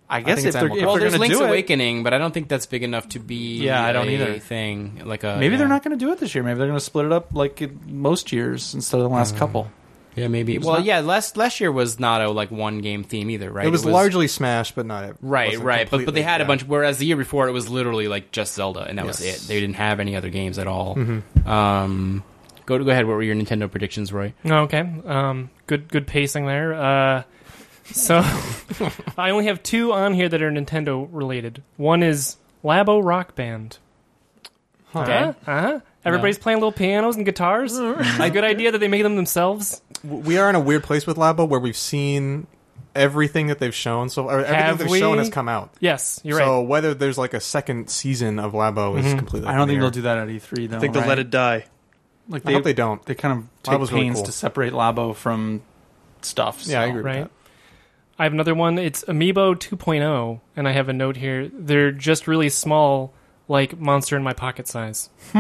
I guess think if it's they're, Animal if Well, they're there's going to Link's do it, Awakening, but I don't think that's big enough to be. Yeah, I don't a either. Thing like a maybe they're yeah. not going to do it this year. Maybe they're going to split it up like it- most years instead of the last couple. Yeah, maybe. Well, not- yeah. Last last year was not a like one game theme either, right? It was largely Smash, but not it right, wasn't right. But, but they completely, had a yeah. bunch. Whereas the year before, it was literally like just Zelda, and that was Yes. Mm-hmm. it. They didn't have any other games at all. Um, go go ahead. What were your Nintendo predictions, Roy? Oh, okay. Um, good good pacing there. Uh, so *laughs* I only have two on here that are Nintendo related. One is Labo Rock Band. Uh huh. Everybody's playing little pianos and guitars. A good idea that they made them themselves. we are in a weird place with Labo where we've seen everything that they've shown. So or everything Have they've shown we? has come out. Yes, you're so right. whether there's like a second season of Labo is completely. Mm-hmm. I don't up think in the they'll air. do that at E3 though. I think they'll right? let it die. Like I hope they don't. They kind of take pains Labo's really cool. to separate Labo from stuff. so. Yeah, I agree. with Right. that. I have another one. It's Amiibo 2.0, and I have a note here. They're just really small, like Monster in My Pocket size. Hmm.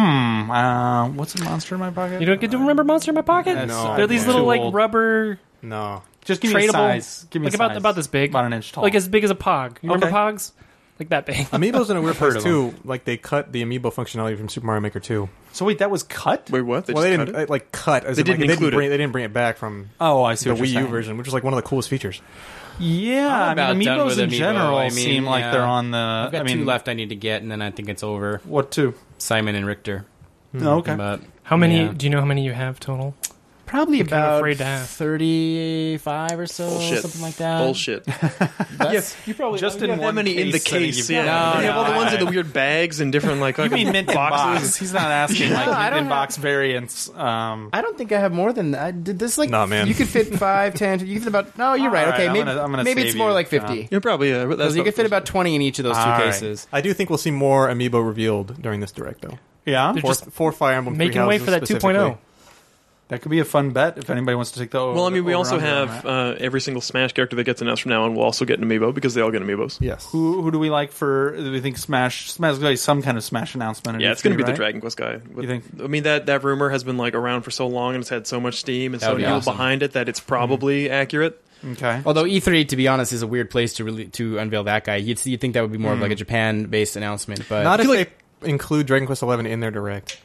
Uh, what's a monster in my pocket? You don't get to remember Monster in My Pocket? That's- No, They're these I'm little too like old. rubber, *laughs* No, Just give me a tradable. size. Give me like a about size. about this big, about an inch tall. like as big as a Pog. You remember Okay. Pogs? Like that big. Amiibo's in a weird heard place of too. Like they cut the Amiibo functionality from Super Mario Maker 2. so wait, that was cut. Wait, what? They well, just they cut didn't it? uh, like cut. As They in, like, didn't include bring, it. They didn't bring it back from Oh, I see. the what you're Wii U saying. version, which is like one of the coolest features. Yeah, I I'm about mean, done amiibos with in Amiibo. general I mean, seem like yeah. they're on the. I've got Uh, I mean, two left. I need to get, and then I think it's over. What two? Simon and Richter. No, okay. But How many? Yeah. Do you know how many you have total? probably I'm about afraid to ask. thirty-five or so, Bullshit. oh, something like that. Bullshit. Yes, you probably Just in How one many in the case, I think case? you've Yeah. got No, it. They have all the no, ones *laughs* in the weird bags and different like. You mean mint in box? boxes? He's not asking I like mint don't in have- box variants. Um, I don't think I have more than that. I did this like Nah, man. you could fit five, ten. You could fit about no. You're All right. right, Okay, I'm maybe gonna- I'm gonna maybe save it's more you. like Yeah. fifty. Yeah, probably. Yeah, that's Because you not- could fit about twenty in each of those two All right. cases. I do think we'll see more Amiibo revealed during this direct, though. yeah, They're Four, just four Fire Emblem making way for that oh. 2.0. that could be a fun bet if anybody wants to take the. Well, I mean, we also over-under on have that. uh, every single Smash character that gets announced from now on will also get an amiibo because they all get amiibos. Yes. who who do we like for? Do we think Smash? Smash is gonna be some kind of Smash announcement. at Yeah, it's going to E3, be the right? Dragon Quest guy. With- You think? I mean that that rumor has been like around for so long and it's had so much steam and That so would many be people awesome. behind it that it's probably accurate. Okay. Although E3, to be honest, is a weird place to really to unveil that guy. You'd, you'd think that would be more of Hmm. like a Japan-based announcement, but Not if they include Dragon Quest Eleven in their direct.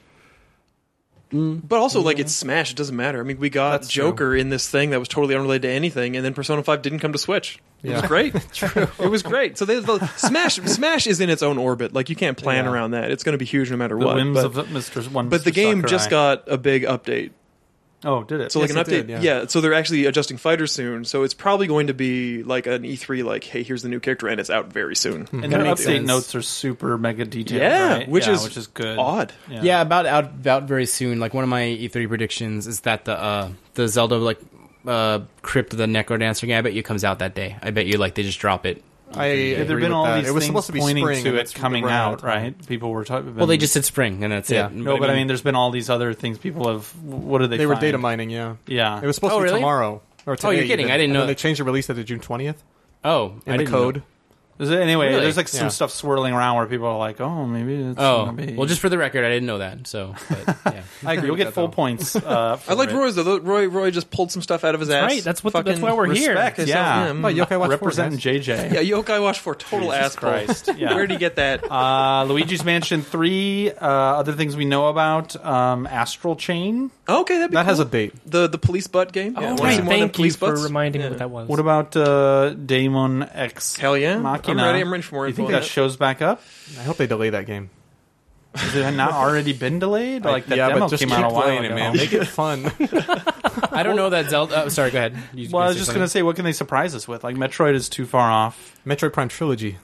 But also, like it's Smash; it doesn't matter. I mean, we got That's true. Joker in this thing that was totally unrelated to anything, and then Persona Five didn't come to Switch. It was Yeah. great. true. It was great. So they, the, Smash Smash is in its own orbit. Like you can't plan Yeah. around that. It's going to be huge no matter The what. whims but, of Mr. One. but the Mr. game just Sakurai. got a big update. Oh, did it? So like Yes, an it update, did, yeah. yeah. So they're actually adjusting fighters soon. So it's probably going to be like an E3, like, hey, here's the new character, and it's out very soon. and That their update makes sense. notes are super mega detailed. Yeah, right? which is which is good. Odd. yeah. about out about very soon. Like one of my E3 predictions is that the uh, the Zelda like uh, Crypt of the Necrodancer game. I bet you comes out that day. I bet you like they just drop it I Had there agree been with all that. these it was things supposed to be pointing spring to and it it's coming around out, time. right? People were talking. Well, they just said spring, and that's Yeah. it. no, but I mean, there's been all these other things. People have. What did they? They were find? data mining. Yeah, Yeah, It was supposed Oh, to be really? tomorrow or Oh, today. you're kidding. even. I didn't And know then They that. changed the release date to June twentieth oh, I in the didn't know. code. Is it- anyway, Really? there's like some Yeah. stuff swirling around where people are like, "Oh, maybe it's Oh, gonna be." well, just for the record, I didn't know that. So, but, yeah. *laughs* I agree. You'll get full points. *laughs* Uh, I liked for it. Roy's though. Roy Roy just pulled some stuff out of his ass. right, that's what the- Fucking that's why we're here. respect is Yeah. on him. Oh, Yokai Watch 4, representing JJ. guys. *laughs* *laughs* yeah, Yokai Watch Four, total ass Christ, yeah. Where would he get *laughs* that? Uh, Luigi's Mansion Three. Uh, other things we know about um, Astral Chain. Oh, okay, that'd be That has cool. a date. the the police butt game. Yeah, wanna see more of them oh. Thank you police for butts? reminding me what that was. What about uh, Daemon X? Hell yeah, Machina. I'm ready. I'm ready for more. You info think on that that. shows back up? I hope they delay that game. Has it not already been delayed? Like that yeah, demo but just came keep out a while playing ago. it, man. *laughs* Make it fun. I don't know that Zelda. Oh, sorry, go ahead. You Well, I was say just something. gonna say, what can they surprise us with? Like Metroid is too far off. Metroid Prime trilogy.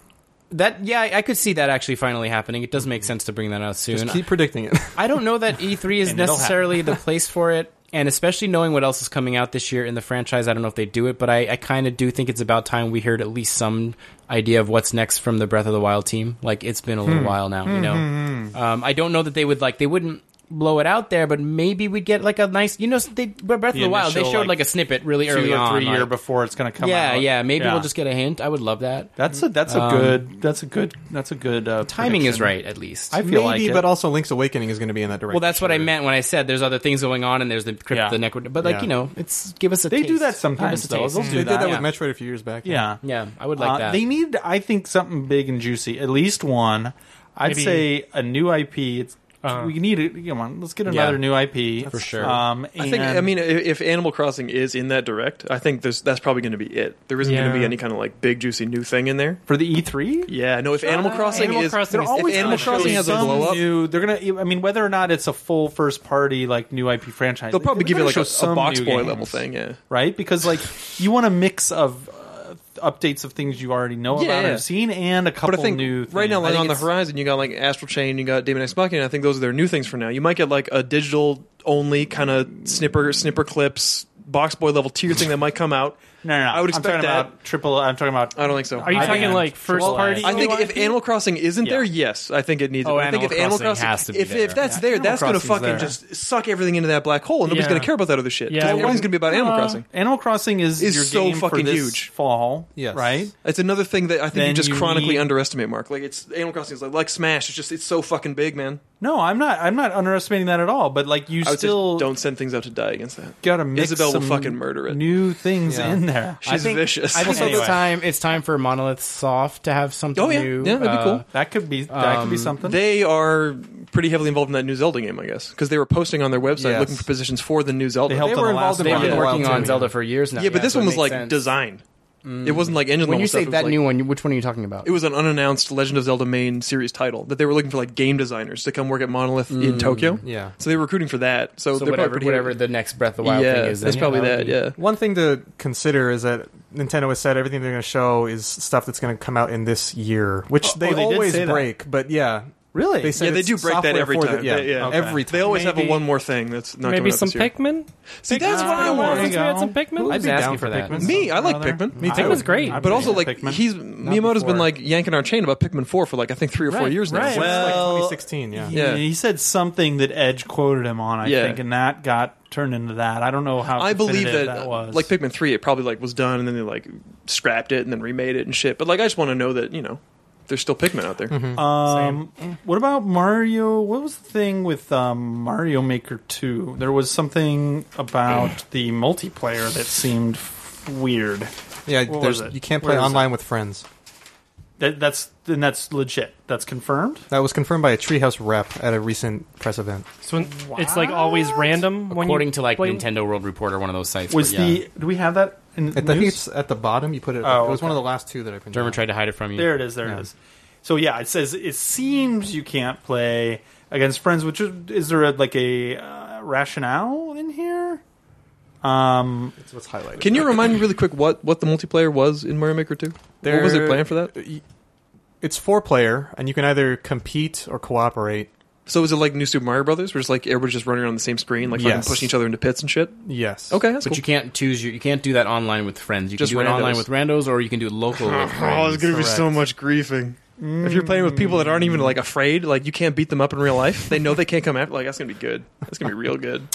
that. Yeah, I I could see that actually finally happening. It does make sense to bring that out soon. Just keep predicting it. I don't know that E3 *laughs* is And it'll necessarily the place for it, and especially knowing what else is coming out this year in the franchise, I don't know if they do it, but I, I kind of do think it's about time we heard at least some idea of what's next from the Breath of the Wild team. Like it's been a little Hmm. while now, you know. Um, I don't know that they would like they wouldn't blow it out there, but maybe we'd get like a nice, you know, they, Breath of The the Wild. They initial, showed like, like, a snippet really Two early or on, three year like- before it's gonna come yeah, out. yeah. Maybe Yeah. we'll just get a hint. I would love that. That's a that's a Um, good that's a good that's a good uh, Timing is prediction. right, at least. I feel Maybe, like it. but also Link's Awakening is going to be in that direction. well, that's what I sure. meant when I said there's other things going on and there's the crypt, Yeah. the necro. But like Yeah. you know, it's give us a. They do taste. that Give us sometimes, a though. taste. Mm-hmm. They'll They do did that Yeah. with Metroid a few years back. yeah. Yeah, I would like Uh, that. They need, I think, something big and juicy. At least one. I'd Maybe- say a new IP. It's Uh. Uh-huh. we need it. Come on, let's get another new IP For sure. Um, I think. and- I mean, i- if Animal Crossing is in that direct, I think there's that's probably going to be it. There isn't going Yeah. to be any kind of like big juicy new thing in there. for the E E3. Yeah, no. If Animal Crossing Animal is, Crossing They're is- always if Animal gonna Crossing show has a some blow up- new- they're gonna. I mean, whether or not it's a full first party like new IP franchise, they'll probably they're give gonna you like a, show a some box new boy games, level thing. Yeah. right? Because like you want a mix of uh, updates of things you already know Yeah, about yeah. or have seen, and a couple But I think new. right now, things. I like on think the it's- horizon, you got like Astral Chain, you got Demon X Machina. I think those are their new things for now. You might get like a digital only kind of snipper snipper clips box boy level tier thing that might come out. No, no, no. I would expect am talking that. about triple. I'm talking about. I don't think so. Are you I talking am. like first Well, party? I think UI? if Animal Crossing isn't Yeah. there, yes, I think it needs. Oh, it. I think Animal if Animal Crossing Crossing has to be if, if there. that's Yeah, there, Animal that's going to Crossing's fucking there. just suck everything into that black hole. and Nobody's Yeah. going to care about that other shit. Yeah, Yeah, I everything's wouldn't- going to be about Animal Uh, Crossing. Animal Crossing is, Is your so game for fucking this huge. fall. Yes. Right. It's another thing that I think Then you just you chronically need- underestimate, Mark. Like it's Animal Crossing is like, like Smash. It's just it's so fucking big, man. No, I'm not. I'm not underestimating that at all. But like, you I would still say don't send things out to die against that. gotta mix Isabel will some fucking murder it. New things Yeah. in there. She's vicious. I think Anyway. it's time. It's time for Monolith Soft to have something Oh, yeah. new. Uh, Yeah, that'd be cool. That could be. That could be something. Um, they are pretty heavily involved in that new Zelda game, I guess, because they were posting on their website Yes. looking for positions for the new Zelda. They helped They on were the last involved in They've one. been Breath of the working Wild on too, Zelda for years now. yeah, but this so it one was makes like sense. design. It wasn't like engine When level you stuff. say It was, that like- new one, you- which one are you talking about? It was an unannounced Legend of Zelda main series title that they were looking for like game designers to come work at Monolith in Tokyo. yeah. so they were recruiting for that. So, so they're whatever, probably pretty- whatever the next Breath of the Wild yeah, thing is. that's then, probably yeah, that. would be- yeah, One thing to consider is that Nintendo has said everything they're going to show is stuff that's going to come out in this year, which they, oh, they did always say that. break. But yeah, Really? they said Yeah, they it's do break that software every for the- time. yeah, They- yeah. every they time. always have Maybe- a one more thing that's not maybe coming out some this year. Pikmin. See, that's what I Pikmin. want. There you Pikmin had go. some Pikmin. I'd be Yeah. asking for that. Me, I like Another- Pikmin. Me I too. would- Pikmin's great. I'd But be into also, like Pikmin. he's Miyamoto's before. been like yanking our chain about Pikmin Four for like I think three or four Right, years now. right. So- Like Well, 2016, yeah. Yeah. He said something that Edge quoted him on, I Yeah. think, and that got turned into that. I don't know how. I believe definitive that, was like Pikmin Three, it probably like was done, and then they like scrapped it and then remade it and shit. But like, I just want to know that you know there's still Pikmin out there. Um, what about Mario? What was the thing with um, Mario Maker Two? There was something *clears throat* about the multiplayer that seemed f- weird. yeah, What there's, was it? you can't Where play is online with friends. That, that's and that's legit. That's confirmed. That was confirmed by a Treehouse rep at a recent press event. So it's like always random. When According you to like play- Nintendo World Report or one of those sites. Was but, yeah. the do we have that in At the the, I think news? it's at the bottom. You put it. Oh, it was okay. one of the last two that I printed. Dermot out. tried to hide it from you? There it is. There it is. So yeah, it says it seems you can't play against friends. Which is, is there a, like a uh, rationale in here? Um, That's what's highlighted. Can you remind me really quick what what the multiplayer was in Mario Maker Two? What was their There- plan for that? It's four player, and you can either compete or cooperate. So is it like New Super Mario Brothers, where it's like everybody's just running around the same screen, like Yes. fucking pushing each other into pits and shit? Yes. Okay, that's But cool. you can't choose your, you can't do that online with friends. You Just can do randos. it online with randos, or you can do it *laughs* local. with friends. Oh, gonna be so much griefing. If you're playing with people that aren't even like afraid, like you can't beat them up in real life. They know they can't come after. Like that's gonna be good. That's gonna be real good.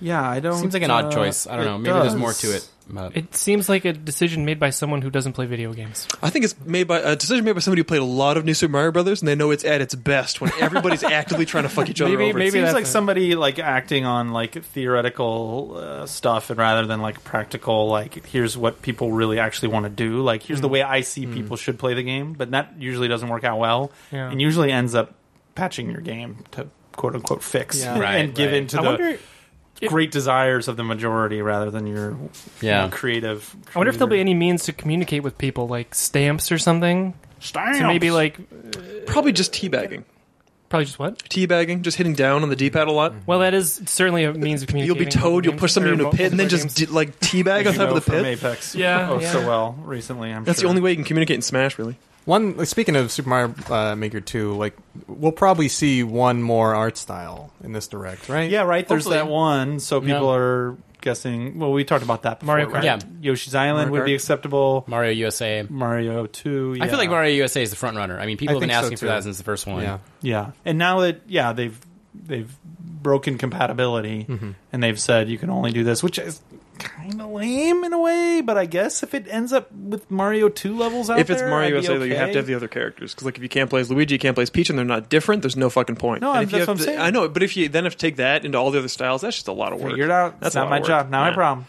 Yeah, I don't. Seems like an odd uh, choice. I don't it know. Maybe does. there's more to it. but- It seems like a decision made by someone who doesn't play video games. I think it's made by a decision made by somebody who played a lot of New Super Mario Brothers, and they know it's at its best when *laughs* everybody's actively trying to fuck each other Maybe- over. maybe- It's- seems that's like it. somebody like acting on like theoretical uh, stuff and rather than like practical like here's what people really actually want to do like here's Mm. the way i see people should play the game but that usually doesn't work out well Yeah. and usually ends up patching your game to quote unquote fix *laughs* Yeah. and Right, give right. in to I the wonder. great desires of the majority rather than your yeah. creative I wonder if there'll be creator. any means to communicate with people, like stamps or something. Stamps! So maybe like probably just teabagging, probably just what? teabagging, just hitting down on the D pad a lot. Well, that is certainly a means of You'll communicating. be towed. You'll push somebody Or into a pit and then multiplayer just games. di- like teabag on You top know of the from pit. apex Yeah, oh so yeah. well recently i'm That's sure. the only way you can communicate in Smash, really. One like, speaking of Super Mario uh, Maker Two, like we'll probably see one more art style in this direct, right? Yeah, right. There's Hopefully. that one. So people Yeah. are guessing. Well, we talked about that. Before, Mario Kart. right? Yeah. Yoshi's Island Mario would be Kart. acceptable. Mario USA. Mario Two. Yeah. I feel like Mario USA is the front runner. I mean, people I have been think so, asking for too. that since the first one. Yeah. Yeah, and now that yeah they've they've broken compatibility Mm-hmm. and they've said you can only do this, which is kind of lame in a way. But I guess if it ends up with Mario Two levels out If it's there, Mario I'd be USA, though, you have okay. to have the other characters because, like, if you can't play as Luigi, you can't play as Peach, and they're not different. There's no fucking point. No, And I'm- if you that's have what I'm to- saying. I know, but if you then have to take that into all the other styles, that's just a lot of work. Figure it out. That's That's a not lot my of job. work. Not Yeah. my problem.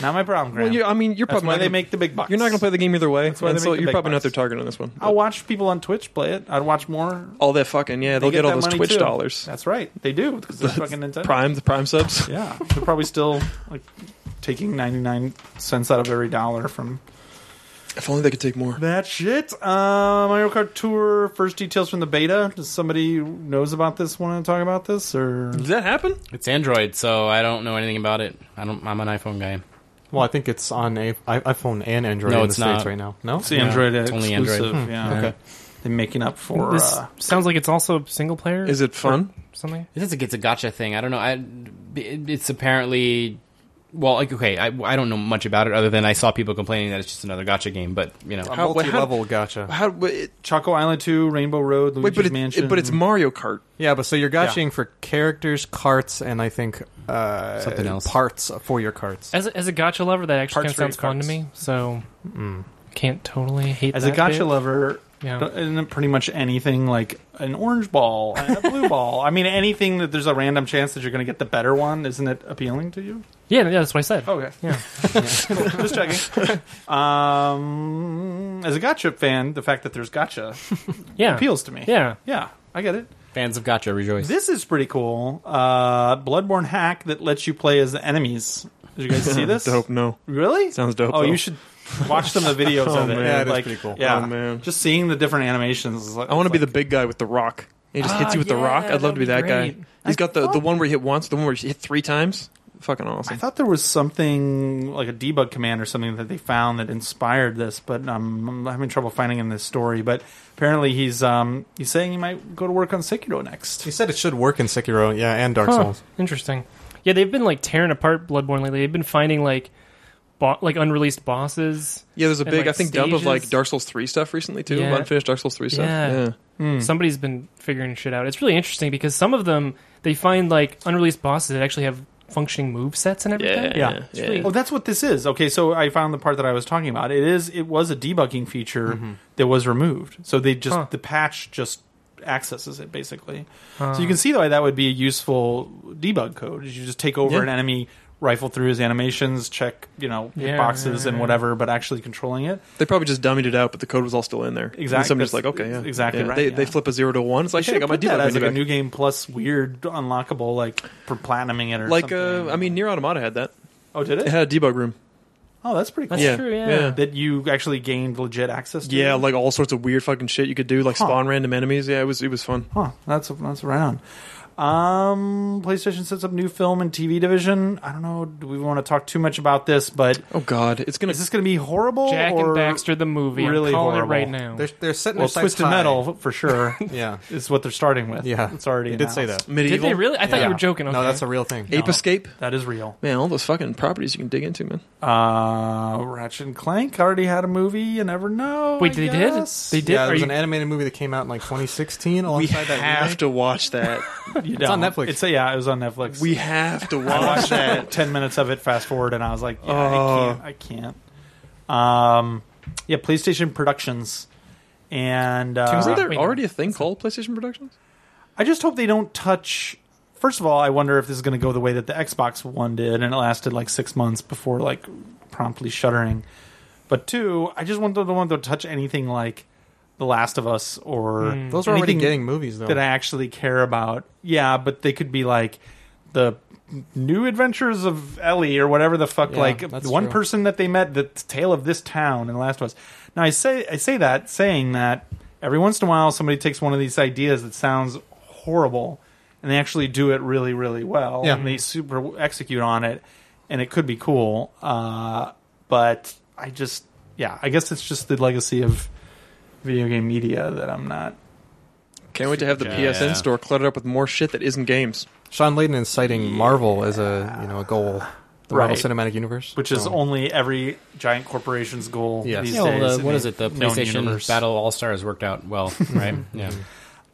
not my problem, Graham. Well, you, I mean, you're That's probably why not they gonna- make the big bucks. You're not going to play the game either way, why and they so make the you're big probably bucks. not their target on this one. I'll watch people on Twitch play it. I'd watch more. all that fucking yeah, they'll They get, all that those money, Twitch too. dollars. That's right. They do because *laughs* they're fucking Nintendo. Prime the Prime subs. Yeah, they're probably still like taking ninety nine cents out of every dollar from If only they could take more. that shit. Uh, Mario Kart Tour first details from the beta. Does somebody who knows about this want to talk about this or? Did that happen? It's Android, so I don't know anything about it. I don't. I'm an iPhone guy. Well, I think it's on a, I, iPhone and Android No, in it's the not. states right now. No, It's the Android it's only Android. exclusive. Hmm. Yeah, okay. they're making up for. This Uh, sounds like it's also single player. Is it fun? something? It is a, it's a gotcha thing. I don't know. I, it's apparently. Well, like okay, I, I don't know much about it other than I saw people complaining that it's just another gotcha game. But you know, a How- wait, how- multi-level gotcha. How? Wait, Choco Island Two, Rainbow Road, Luigi's wait but it's Mansion. it, but it's Mario Kart. Yeah, but so you're gotchaing for characters, carts, and I think uh, Something else. parts for your carts. As a, as a gotcha lover, that actually Parts kind of sounds for your fun to me. So Mm. can't totally hate as a that gotcha bit. lover. Yeah. Isn't it pretty much anything like an orange ball and *laughs* a blue ball? I mean, anything that there's a random chance that you're going to get the better one, isn't it appealing to you? Yeah, yeah, that's what I said. Oh, Okay. Yeah. *laughs* Just checking. Um, as a gotcha fan, the fact that there's gotcha yeah, appeals to me. Yeah, Yeah, I get it. fans of gotcha rejoice. This is pretty cool. Uh, Bloodborne hack that lets you play as the enemies. Did you guys *laughs* see this? Dope. No. Really? Sounds dope, Oh, though. you should watch some of *laughs* the videos Oh, of it. man. Yeah, it is like, pretty cool. Yeah, Oh, man. Just seeing the different animations. Is like, I want to be like, the big guy with the rock. He just hits Ah, you with the yeah, rock. I'd love to be that'd that be guy. great. He's got the, the one where you hit once, the one where you hit three times. Fucking awesome. I thought there was something like a debug command or something that they found that inspired this, but um, I'm having trouble finding in this story. But apparently, he's um, he's saying he might go to work on Sekiro next. You said it should work in Sekiro, yeah, and Dark Huh. Souls. Interesting. Yeah, they've been like tearing apart Bloodborne lately. They've been finding like bo- like unreleased bosses. Yeah, there's a And, big like, I think dump of like stages. Dark Souls three stuff recently too. Yeah. Unfinished Dark Souls three stuff. Yeah. Yeah. Hmm. Somebody's been figuring shit out. It's really interesting because some of them they find like unreleased bosses that actually have functioning move sets and everything. Yeah. Yeah. yeah. really- Oh, that's what this is. Okay, so I found the part that I was talking about. It is it was a debugging feature that was removed. So they just Mm-hmm. Huh. the patch just accesses it basically. So you can see why that would be a useful debug code. is You just take over Yeah. an enemy, rifle through his animations, check you know Yeah, boxes yeah, and yeah. whatever, but actually controlling it. They probably just dummied it out, but the code was all still in there. Exactly. Somebody's just like, That's okay, yeah, exactly Yeah. right, They, yeah. they flip a zero to one. It's like, They hey, I got my put that debug as menu like a back. new game plus weird unlockable like for platinuming it or Like, something. uh, I mean, Nier Automata had that. oh, did It it? had a debug room. Oh, that's pretty cool. That's yeah. true, yeah. That you actually gained legit access to. Yeah, it? like all sorts of weird fucking shit you could do, like Huh. spawn random enemies. Yeah, it was it was fun. Huh, that's that's right on. Um, PlayStation sets up new film and TV division. I don't know. Do we want to talk too much about this? But Oh God, it's gonna. is this going to be horrible? Jack or and Baxter the movie. really I'm calling horrible. it right now. They're, they're setting Well, their sights Twisted high. Metal for sure. Yeah, is what they're starting with. yeah. it's already. You did say announced. that. Did medieval. they really? I thought Yeah. you were joking. Okay. No, that's a real thing. Ape Escape. That is real. Man, all those fucking properties you can dig into, man. Uh, Ratchet and Clank already had a movie. You never know. Wait, I they did? guess. They did? Yeah, Are there was you- an animated movie that came out in like 2016 We alongside that. have remake. to watch that. You don't. on Netflix. It's a, yeah, it was on Netflix. *laughs* we have to Oh, I watch watched that. that ten minutes of it. Fast forward, and I was like, yeah, Oh. I can't. I can't. Um, yeah, PlayStation Productions, and uh, Isn't there Wait, already a thing called PlayStation Productions? I just hope they don't touch. First of all, I wonder if this is going to go the way that the Xbox One did, and it lasted like six months before like promptly shuttering. But two, I just want them, don't want them to touch anything like The Last of Us or Hmm. Those are already anything getting movies though. that I actually care about. Yeah, but they could be like the new adventures of Ellie or whatever the fuck. Yeah, like that's one true. person that they met, the tale of this town in The Last of Us. Now I say I say that saying that every once in a while somebody takes one of these ideas that sounds horrible and they actually do it really really well Yeah. and they super execute on it and it could be cool. Uh, but I just yeah, I guess it's just the legacy of video game media that I'm not Can't wait to have the PSN Yeah. store cluttered up with more shit that isn't games. Sean Layden is citing Marvel as a you know a goal, the Marvel Right. Cinematic Universe, which is So- only every giant corporation's goal Yes. these Yeah, days. well, uh, in what is it? The known PlayStation universe. Battle All Stars worked out well, right? yeah.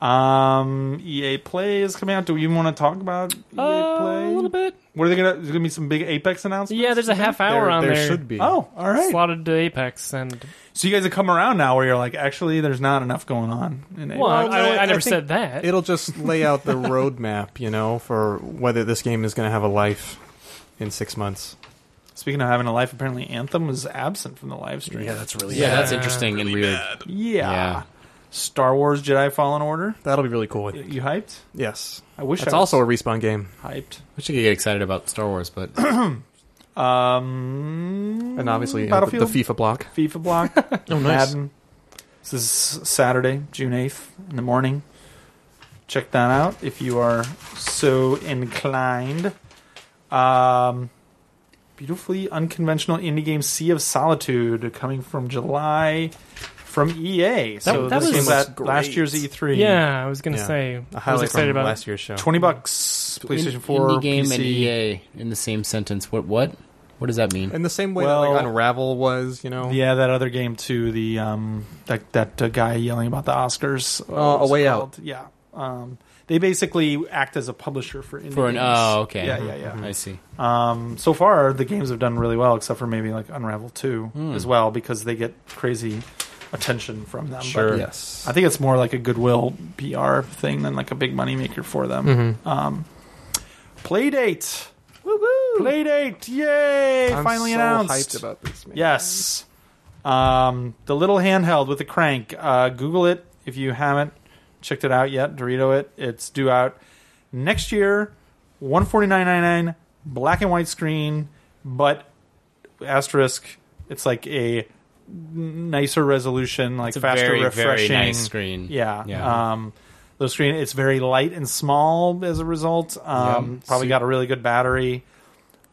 Um, EA Play is coming out. Do you want to talk about EA Uh, Play a little bit. What are they gonna? There's gonna be some big Apex announcements. Yeah, there's a half hour there, on there there. should be. Oh, all right. Slotted to Apex, and So you guys have come around now, where you're like, actually, there's not enough going on. In Apex. well, I, I, no, I never I think said that. It'll just lay out the roadmap, you know, for whether this game is going to have a life in six months. Speaking of having a life, apparently Anthem was absent from the live stream. Yeah, that's yeah, that's interesting and weird. yeah. Yeah. Star Wars Jedi Fallen Order. That'll be really cool. You hyped? Yes, I wish that's I was also a respawn game, hyped. I should get excited about Star Wars, *coughs* but Um, and obviously you know, the, the Battlefield, FIFA block. FIFA block. *laughs* Oh, Madden. This is Saturday, June 8th in the morning. Check that out if you are so inclined. Um, beautifully unconventional indie game Sea of Solitude coming from July from EA. so that this was- was at great. last year's E E3. yeah, I was gonna Yeah. say. A I was highlight excited from about it. last year's show. 20 bucks PlayStation 4 indie game PC. and E EA in the same sentence. What? What? What does that mean? in the same way that like Well- Unravel was, you know. Yeah, that other game too. The um, that that uh, guy yelling about the Oscars. uh, Oh, what was A Way it called? Yeah. Um, they basically act as a publisher for indie For an games. oh, okay. Mm-hmm. Yeah, yeah, yeah. I see. Um, so far, the games have done really well, except for maybe like Unravel Two Hmm. as well, because they get crazy attention from them. Sure. Yes. I think it's more like a goodwill PR thing than like a big moneymaker for them. Mm-hmm. Um, Playdate. Woo-hoo! Playdate. Yay! I'm Finally so announced. Hyped about this. Man. Yes. Um, the little handheld with the crank. Uh, Google it if you haven't checked it out yet. Dorito it. It's due out next year. One forty nine ninety nine. Black and white screen, but asterisk. It's like a nicer resolution, like It's a faster, very, refreshing. very nice screen. Yeah. Yeah. Um, the screen it's very light and small as a result. Um, Yep. Probably got a really good battery.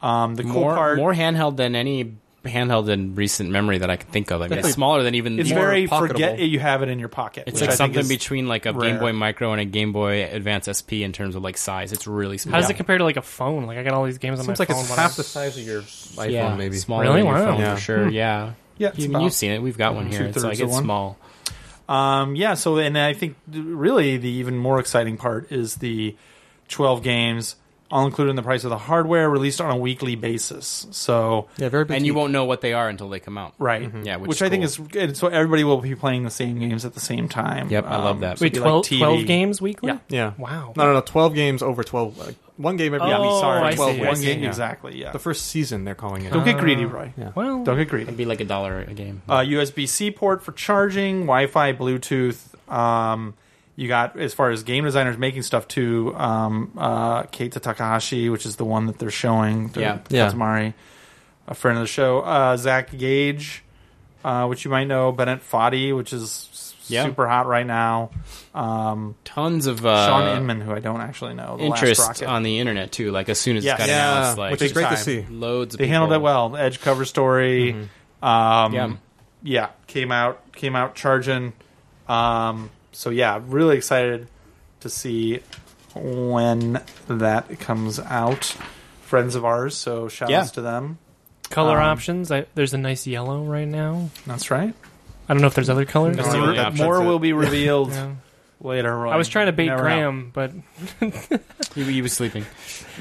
Um, the cool more part more handheld than any handheld in recent memory that I can think of. I mean, it's smaller than even. It's the- very pocketable. forget it, you have it in your pocket. which It's like I think something is- between like a rare. Game Boy Micro and a Game Boy Advance SP in terms of like size. It's really small. How does it compare to like a phone? Like I got all these games on Seems my like phone. it's but half I'm- the size of your iPhone, yeah, maybe. smaller Really? than your Wow. phone Yeah. for sure. Yeah, Hmm. yeah. it's You, about- have seen it. We've got one here. It's two-thirds like of it's one. small. um, yeah. So and I think th- really the even more exciting part is the twelve games, all included in the price of the hardware, released on a weekly basis. So Yeah, very big. And you won't know what they are until they come out. right, Yeah, which which, is I think cool. is good. So everybody will be playing the same games at the same time. Um, Yep, I love that. so it'd Wait, be like 12, TV. 12 games weekly? Yeah. Yeah. Wow. No, no, no. Twelve games over twelve. Like, one game every. Yeah. Yeah, Oh, sorry, I see, 12 I one see. game Yeah. exactly. Yeah, The first season they're calling it. don't get greedy, Roy. Yeah. Well, Don't get greedy. It'd be like a dollar a game. uh, USB C port for charging, Wi Fi, Bluetooth. Um, you got as far as game designers making stuff too. Um, uh, Keita Takahashi, which is the one that they're showing. To Yeah. Yeah. Katamari, a friend of the show. Uh, Zach Gage, uh, which you might know. Bennett Foddy, which is Yeah. super hot right now. Um, Tons of uh, Sean Inman, who I don't actually know, the last interest rocket. on the internet too. Like as soon as Yes. it's got Yeah, announced, like which is big great time. to see. loads. Of they handled people. it well. Edge cover story. Um, Mm-hmm. Yeah. yeah, came out came out charging. Um, so yeah, really excited to see when that comes out. Friends of ours, so shout Yeah. outs to them. Color Um, options. I, there's a nice yellow right now. That's right. I don't know if there's other colors. That's the only More, option. more will be *laughs* revealed Yeah. later. Roy. I was trying to bait Never know. Graham, but *laughs* He, he was sleeping.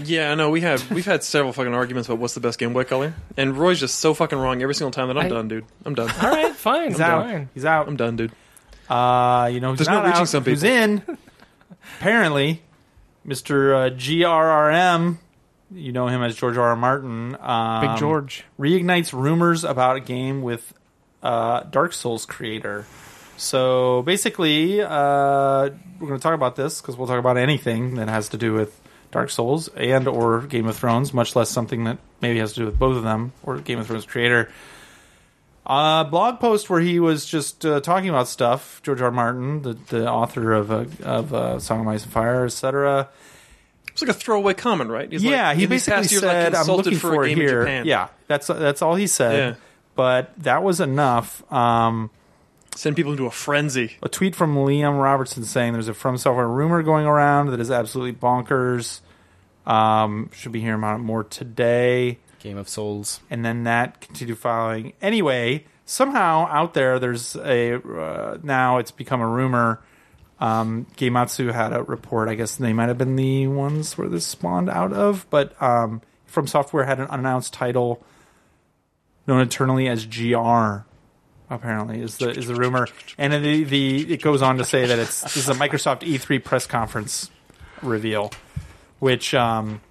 Yeah, no, we have we've had several fucking arguments about what's the best Game Boy color, and Roy's just so fucking wrong every single time that I'm I- done, dude. I'm done. *laughs* all right, fine, He's out. fine. He's out. I'm done, dude. Uh, you know, who's There's no not reaching out, some Who's in? Apparently, Mr. Uh, GRRM, you know him as George R. R. Martin. Um, Big George. reignites rumors about a game with uh, Dark Souls creator. So basically, uh, we're going to talk about this because we'll talk about anything that has to do with Dark Souls and or Game of Thrones, much less something that maybe has to do with both of them or Game of Thrones creator. Uh, blog post where he was just uh, talking about stuff. George R. R. Martin, the, the author of uh, of uh, Song of Ice and Fire, etc. It's like a throwaway comment, right? He's yeah, like, he in these basically past years, like, said, "I'm insulted looking for, a it game in here." Japan. Yeah, that's that's all he said. Yeah. But that was enough. Um, send people into a frenzy. a tweet from Liam Robertson saying there's a From Software rumor going around that is absolutely bonkers. Um, should be hearing about it more today. Game of Souls. And then that continued following. Anyway, somehow out there, there's a uh, now it's become a rumor. Um, Gamatsu had a report. I guess they might have been the ones where this spawned out of, but um, From Software had an unannounced title known internally as GR. Apparently, is the is the rumor, and then the, the it goes on to say that it's this is a Microsoft E3 press conference reveal, which um,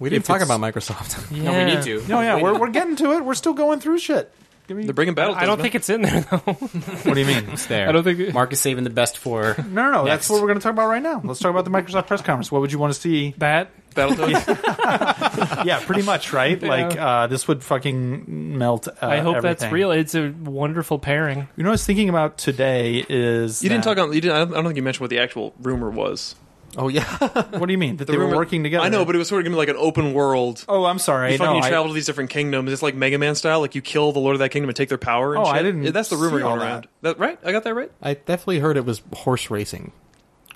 We didn't If talk it's- about Microsoft. Yeah. No, we need to. no, yeah, we're we're getting to it. We're still going through shit. Give me, They're bringing battle. I don't think it's in there though. what do you mean? It's there. I don't think- Mark is saving the best for. *laughs* No, no, no. Next. That's what we're going to talk about right now. Let's talk about the Microsoft press conference. What would you want to see? That Battletoads. Yeah, pretty much, *laughs* right? Like uh, this would fucking melt. Uh, I hope that's everything. real. It's a wonderful pairing. You know, what I was thinking about today is You didn't that- talk on. You didn't. I don't- I don't think you mentioned what the actual rumor was. Oh yeah, What do you mean that The they rumor- were working together? I know, but it was sort of gonna be like an open world. oh, I'm sorry. you fucking no, you I- travel to these different kingdoms. It's like Mega Man style. Like you kill the lord of that kingdom and take their power. And Oh, shit. I didn't Yeah, That's the rumor see all going around. That right? I got *laughs* that right. I definitely heard it was horse racing.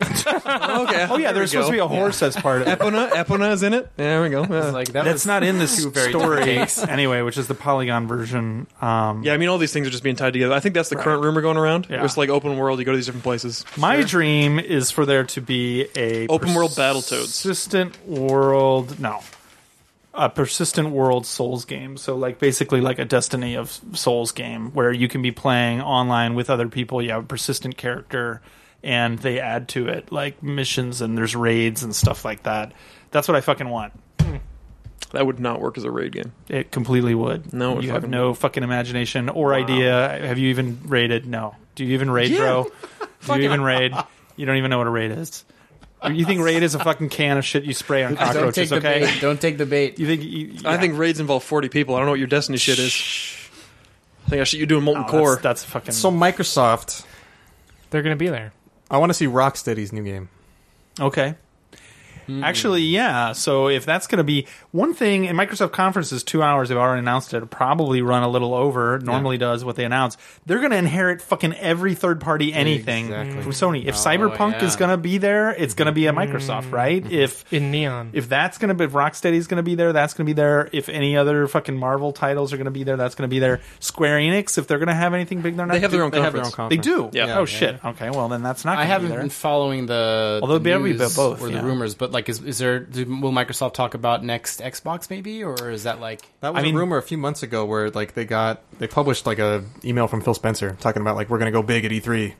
Okay. oh yeah, there's supposed to be a horse as part *laughs* of it. Epona. Epona is in it. There we go. Yeah. Like that That's was not in this two very story different anyway, which is the Polygon version. Um, Yeah, I mean, all these things are just being tied together. I think that's the current rumor going around. Yeah. It's like open world. You go to these different places. My dream is for there to be a Open world Battletoads. persistent world. No, a persistent world Souls game. So like basically like a Destiny of Souls game where you can be playing online with other people. You have a persistent character, and they add to it like missions and there's raids and stuff like that. That's what I fucking want. That would not work as a raid game. It completely would. No, it you have fucking no fucking imagination or idea. Have you even raided? No. Do you even raid, *laughs* bro? Do you even raid? You don't even know what a raid is. You think raid is a fucking can of shit you spray on Don't take cockroaches? the Okay. bait. Don't take the bait. You think? You, I think raids involve forty people. I don't know what your Destiny shit is. I think I should you doing molten Oh, core. That's, that's fucking. So Microsoft, They're gonna be there. I want to see Rocksteady's new game. Okay. Hmm. Actually, yeah. So if that's going to be one thing, and Microsoft conference is two hours, they've already announced it. it'll Probably run a little over. Normally does what they announce. They're going to inherit fucking every third party anything Exactly. from Sony. If Cyberpunk Oh, yeah. Mm-hmm. is going to be there, it's going to be at Microsoft, right? If In neon. if that's going to be if Rocksteady's going to be there, that's going to be there. If any other fucking Marvel titles are going to be there, that's going to be there. Square Enix, if they're going to have anything big, they're not. they have their own. They have their own conference. They conference. do. Yeah. oh Yeah. shit. Okay. Well, then that's not. I gonna haven't be there. been foowing the Although the maybe news both, or yeah. the rumors, but like, is, is there do, will Microsoft talk about next Xbox maybe, or is that like That was I mean- a rumor a few months ago where like they got they published like a email from Phil Spencer talking about like we're gonna go big at E3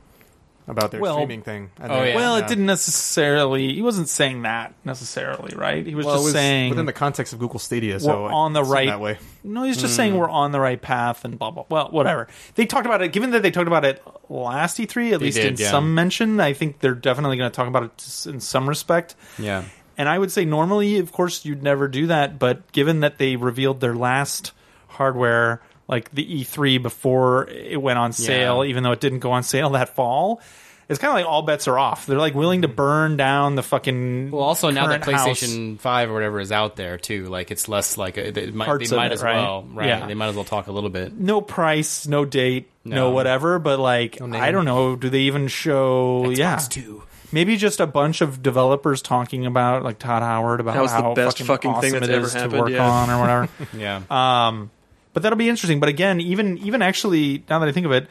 about their Well- streaming thing. And Oh, then- yeah. Well, Yeah. it didn't necessarily. He wasn't saying that necessarily, right? He was Well, it just was saying within the context of Google Stadia, we're so I- on the it's seen right that way. Hmm. No, he's just saying we're on the right path and blah blah. Well, whatever. They talked about it. Given that they talked about it last E3, at least did, in yeah. some mention, I think they're definitely going to talk about it s- in some respect. yeah? And I would say normally, of course, you'd never do that, but given that they revealed their last hardware like the E3 before it went on sale, even though it didn't go on sale that fall. It's kind of like all bets are off. They're like willing to burn down the fucking. Well, also now that current house. PlayStation Five or whatever is out there too, like it's less like a, they might, Parts they of might it, as right? well, right? Yeah. They might as well talk a little bit. no price, no date, no, No. whatever. But like, name. I don't know. Do they even show? yeah, Two. maybe just a bunch of developers talking about like Todd Howard about That was the how best fucking awesome thing that's it ever is to happened, work yeah. on or *laughs* whatever. *laughs* Yeah. Um, but that'll be interesting. But again, even even actually, now that I think of it,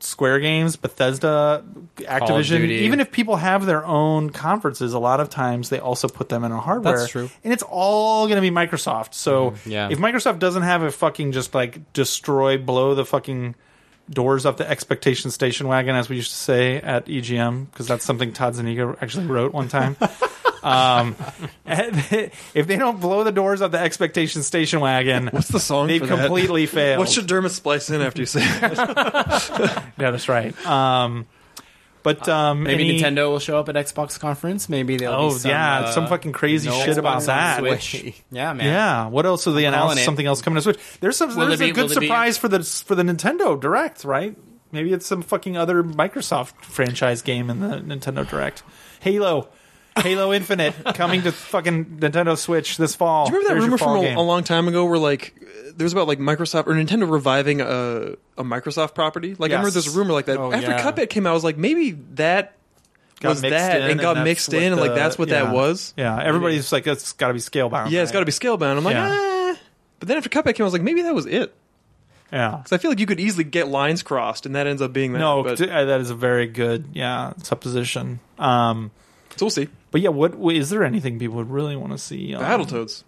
Square Games, Bethesda, Activision, Duty. even if people have their own conferences, a lot of times they also put them in a hardware. That's true. And it's all going to be Microsoft. So yeah. if Microsoft doesn't have a fucking just like destroy, blow the fucking doors off the expectation station wagon, as we used to say at E EGM, because that's something Todd Zaniga actually wrote one time. um, *laughs* if they don't blow the doors off the expectation station wagon, What's the song? They've for that? *laughs* completely failed. What should Dermot splice in after you say? that? yeah, that's right. Uh, Um, but um, Maybe any- Nintendo will show up at Xbox conference. Maybe they'll. Oh be some, yeah, uh, some fucking crazy no shit Xbox about on that. Switch. *laughs* Yeah, man. Yeah. What else? So they announced calling it. something else coming to Switch. There's some. Will there's there a be- good will there be- surprise for the for the Nintendo Direct, right? Maybe it's some fucking other Microsoft franchise game in the Nintendo Direct. Halo, *laughs* Halo Infinite coming to fucking Nintendo Switch this fall. Do you remember that There's your rumor fall from game. a, a long time ago where like uh, there was about like Microsoft or Nintendo reviving a, a Microsoft property? Like I remember Yes. there's a rumor like that. Oh, After yeah. Cuphead came out, I was like, maybe that Got was mixed that in, and, got that's mixed what in, and like the- that's what yeah. that was. Yeah, everybody's like, it's got to be scale bound. Yeah, it's got to be scale bound. I'm like, Yeah. ah. But then after Cuphead came, I was like, maybe that was it. Yeah, Because I feel like you could easily get lines crossed, and that ends up being that. No, but, t- uh, that is a very good yeah supposition. Um, so we'll see. but yeah, what wh- is there anything people would really want to see? Um, Battletoads.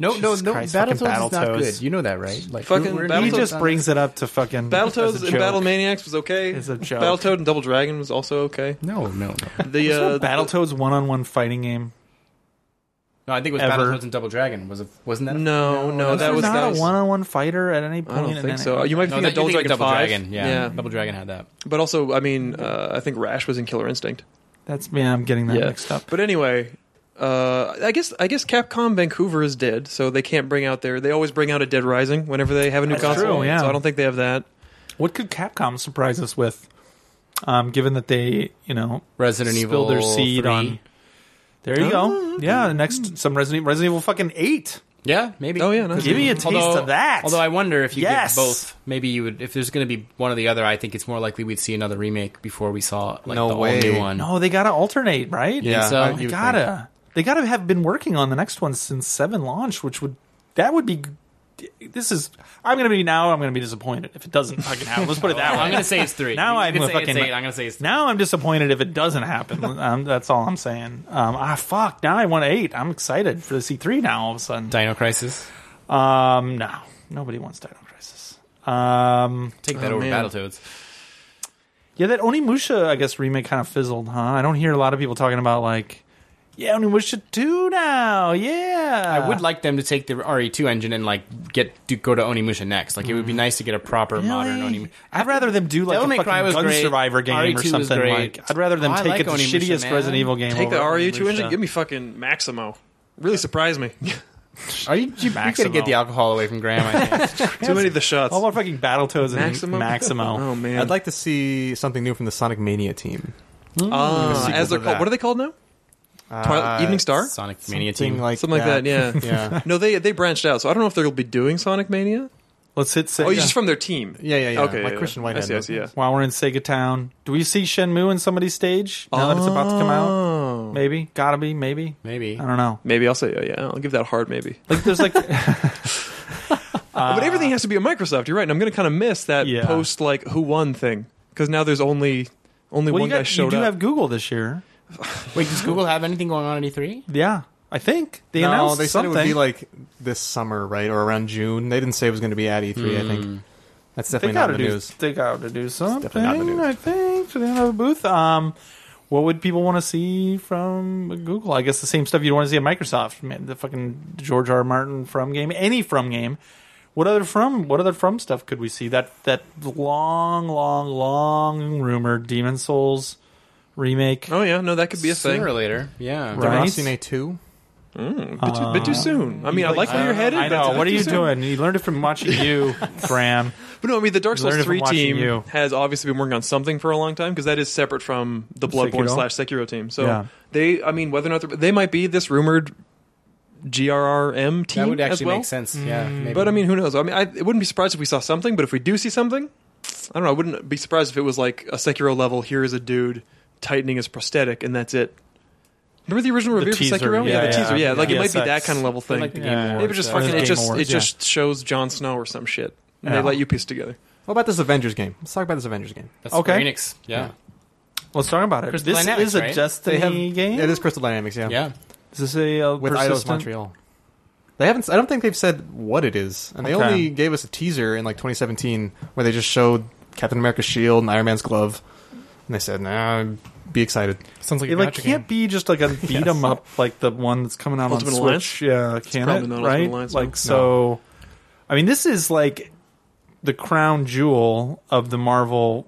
No, Jesus no, no. Battletoads, Christ, fucking is not Battletoads. good. You know that, right? Like Fucking He Battletoads- just *laughs* brings it up to fucking as Battletoads a and joke. Battle Maniacs was okay. It's a joke. Battletoad and Double Dragon was also okay. No, no, no. The Is there uh, a Battletoads one on one fighting game. No, I think it was Ever. Battletoads and Double Dragon. Was it? Wasn't that? No, no, Is there that was that not was- a one on one fighter at any point. I don't in think any- so. Uh, You might be No, thinking that, of Double you think Dragon Double 5. Dragon. Yeah. Yeah. Double Dragon had that. But also, I mean, uh, I think Rash was in Killer Instinct. That's man, I'm getting that Yeah. mixed up. But anyway, uh, I guess I guess Capcom Vancouver is dead, so they can't bring out their. They always bring out a Dead Rising whenever they have a new That's console. true, yeah. So I don't think they have that. What could Capcom surprise us with? Um, given that they, you know, Resident spilled Evil. their seed 3. on. There you Uh, go. Yeah, next some Resident Resident Evil fucking eight. Yeah, maybe. Oh, yeah, no. Give me a taste Although- of that. Although I wonder if you Yes. get both, maybe you would. If there's going to be one or the other, I think it's more likely we'd see another remake before we saw like No the way. all new one. No, they gotta alternate, right? uh, You think Yeah, so? I- You they would gotta. They gotta have been working on the next one since Seven launched, which would that would be. This is. I'm gonna be now. I'm gonna be disappointed if it doesn't fucking happen. Let's put it that *laughs* I'm way. gonna say it's *laughs* three. Now You I'm can a say it's fucking- eight. I'm gonna say it's three. Now I'm disappointed if it doesn't *laughs* happen. um, that's all I'm saying. Um, ah, fuck. Now I want eight. I'm excited for the C3 now. All of a sudden. Dino Crisis. Um, no, nobody wants Dino Crisis. Um, Take that Oh, over man. Battletoads. Yeah, that Onimusha, I guess, remake kind of fizzled, huh? I don't hear a lot of people talking about like, yeah, Onimusha two now. Yeah, I would like them to take the RE2 engine and like get do, go to Onimusha next. Like it would be Mm. nice to get a proper modern Onimusha. I'd rather them do like Devil May a Cry fucking was gun great. survivor game RE2 or was something. great. Like, I'd rather them Oh, I take like it the Onimusha, shittiest man. Resident Evil game. Take the over E RE2 engine. Onimusha. Give me fucking Maximo. Really surprise me. *laughs* Are you, you, you Maximo. gonna Get the alcohol away from Graham. I *laughs* think. Too many of the shots. All our fucking Battletoads and *laughs* Maximo. Maximo. *laughs* Oh man. I'd like to see something new from the Sonic Mania team. Ah, sequel as they're to called. that. What are they called now? Uh, Twilight, Evening Star. Sonic Mania something team. like Something like that. Yeah. *laughs* yeah. No, they they branched out, so I don't know if they'll be doing Sonic Mania. Let's hit. Sega. Oh, you're just from their team. Yeah, yeah, yeah. Okay, Like yeah. Christian I Whitehead see, I see, yeah. does. While we're in Sega Town, do we see Shenmue in somebody's stage now that it's about to come out? Oh. Maybe, gotta be, maybe. Maybe. I don't know. Maybe I'll say yeah, yeah. I'll give that a hard maybe. Like, there's like, but everything has to be at Microsoft. You're right. And I'm going to kind of miss that Ah. Yeah. post like who won thing because now there's only only well, you, one guy got, you showed do up. have Google this year. Wait, does Google have anything going on at E E3? Yeah, I think they no, announced they said something. it would be like this summer, right, or around June. They didn't say it was going to be at E3. I think that's they definitely not gotta in the do. news. They gotta do something. definitely not in the news. I think for the end of the booth. Um, what would people want to see from Google? I guess the same stuff you'd want to see at Microsoft. Man, the fucking George R. R. Martin from game, any from game. What other from what other from stuff could we see? That that long, long, long rumored Demon Souls remake. Oh yeah, no, that could be a Sooner thing. or later. Yeah. Right. Deracine two. Bit too, bit too soon. I mean, I like where you're headed. I but it's a Uh, know. bit What are too you soon. doing? You learned it from watching you, *laughs* Fran. But no, I mean the Dark Souls Learned it from three watching team you. has obviously been working on something for a long time because that is separate from the Bloodborne Sekiro? slash Sekiro team. So Yeah. they, I mean, whether or not they're- they might be this rumored GRRM team That would as actually well. make sense. Yeah. Mm. Maybe. But I mean, who knows? I mean, I, it wouldn't be surprised if we saw something. But if we do see something, I don't know. I wouldn't be surprised if it was like a Sekiro level. Here is a dude tightening his prosthetic, and that's it. Remember the original review teaser, for Sekiro? yeah, the yeah, teaser. Yeah, like it yeah. might be that Yes. kind of level thing. like the Game Yeah. Awards, Maybe just uh, fucking Game it just Awards, it yeah. just shows Jon Snow or some shit. And Yeah. They let you piece together. What about this Avengers game? Let's talk about this Avengers game. That's Square Okay. Enix. Yeah. Let's talk about it. Crystal this Dynamics, is a right? Destiny game. It is Crystal Dynamics, yeah. yeah, Is this a uh, With Idos persistent- Montreal. They haven't. I don't think they've said what it is, and they Okay. only gave us a teaser in like 2017 where they just showed Captain America's shield and Iron Man's glove, and they said, "Nah, be excited." Sounds like a It like gotcha can't game. be just like *laughs* a beat 'em up like the one that's coming out Ultimate on Switch. Yeah, can it? probably not Ultimate right? Alliance, no. like so. I mean, this is like the crown jewel of the Marvel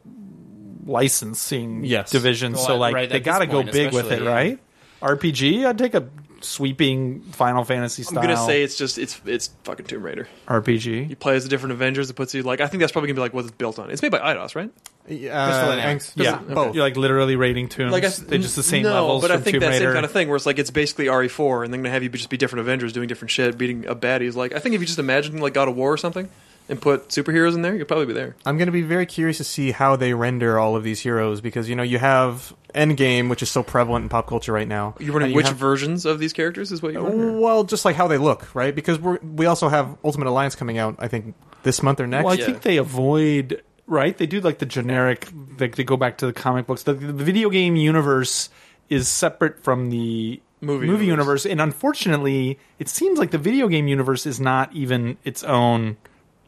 licensing Yes. division. Well, so like right, they at this got to go point big with it, especially, yeah. right? RPG. I'd take a sweeping Final Fantasy I'm style gonna say it's just it's it's fucking Tomb Raider. RPG. You play as the different Avengers. It puts you like I think that's probably gonna be like what it's built on. It's made by IDOS, right? Yeah, Dynamics. Yeah, both. You're like literally rating tombs. Like I, They're just the same no, levels but from I think Tomb that Raider. same kind of thing where it's like it's basically RE4, and they're gonna have you just be different Avengers doing different shit, beating a baddies. Like I think if you just imagine like God of War or something, and put superheroes in there, you'll probably be there. I'm going to be very curious to see how they render all of these heroes because you know you have Endgame, which is so prevalent in pop culture right now. You're running And you which have- versions of these characters is what you Oh. want. Well, just like how they look, right? Because we are we also have Ultimate Alliance coming out. I think this month or next. Well, I Yeah. think they avoid right. They do like the generic. Like they go back to the comic books. The, the video game universe is separate from the Movie universe. and unfortunately, it seems like the video game universe is not even its own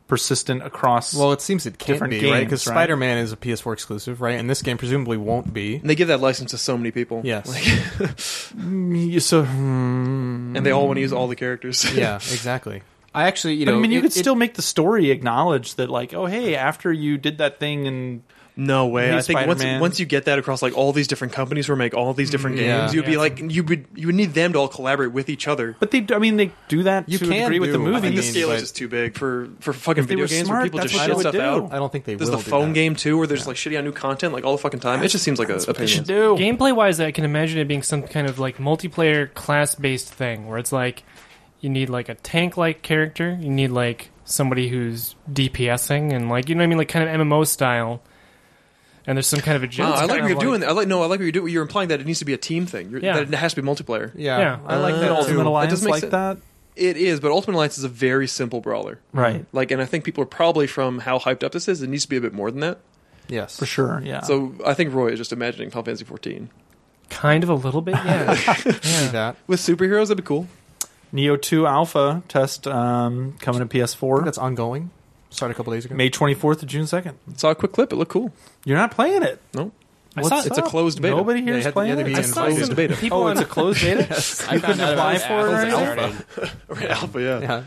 persistent across. Well, it seems it can't Different be, games, right? Because right? Spider Man is a PS4 exclusive, right? And this game presumably won't be. And they give that license to so many people. Yes. Like, you- so hmm. and they all want to use all the characters. *laughs* *laughs* yeah, exactly. I actually, you But, know, I mean, you it- could it- still make the story acknowledge that, like, oh, hey, after you did that thing, and No way. New I think once, Spider-Man. Mm, once you get that across like all these different companies who make all these different Yeah. games, you'd be Yeah. like you would you would need them to all collaborate with each other. but they, I mean, they do that You to can agree with the do- I movies. I think the mean, scale but- is just too big for for fucking they video were games smart, where people that's just what shit they stuff would out. do. I don't think they There's will. the do phone that. game too, where there's like shitty on new content like all the fucking time. It just seems like a, a pain. They in should the do. ass. Gameplay wise, I can imagine it being some kind of like multiplayer class based thing where it's like you need like a tank like character, you need like somebody who's DPSing and like you know what I mean, like kind of MMO style. And there's some kind of a No, Ah, I kind like of what you're doing. I like no, I like what you're doing. You're implying that it needs to be a team thing. You're, Yeah. That it has to be multiplayer. Yeah, Yeah. I like that that. Ultimate too. Alliance does make like sense. that, It is, but Ultimate Alliance is a very simple brawler. right? Like, and I think people are probably from how hyped up this is. It needs to be a bit more than that. Yes, For sure, yeah. So I think Roy is just imagining Final Fantasy 14 Kind of a little bit, yeah. See that. with superheroes. That'd be cool. Neo 2 Alpha test um, coming to PS4. That's ongoing. Started a couple days ago. May 24th to June 2nd. Saw a quick clip. It looked cool. You're not playing it. No, What's saw- it's a up? closed beta. Nobody Yeah, here you is had to- you playing had to be it. in- I saw Closed some- beta. People Oh, on, it's a closed *laughs* beta. I found couldn't out apply about for it or Apple's anything? already. Alpha, yeah. yeah,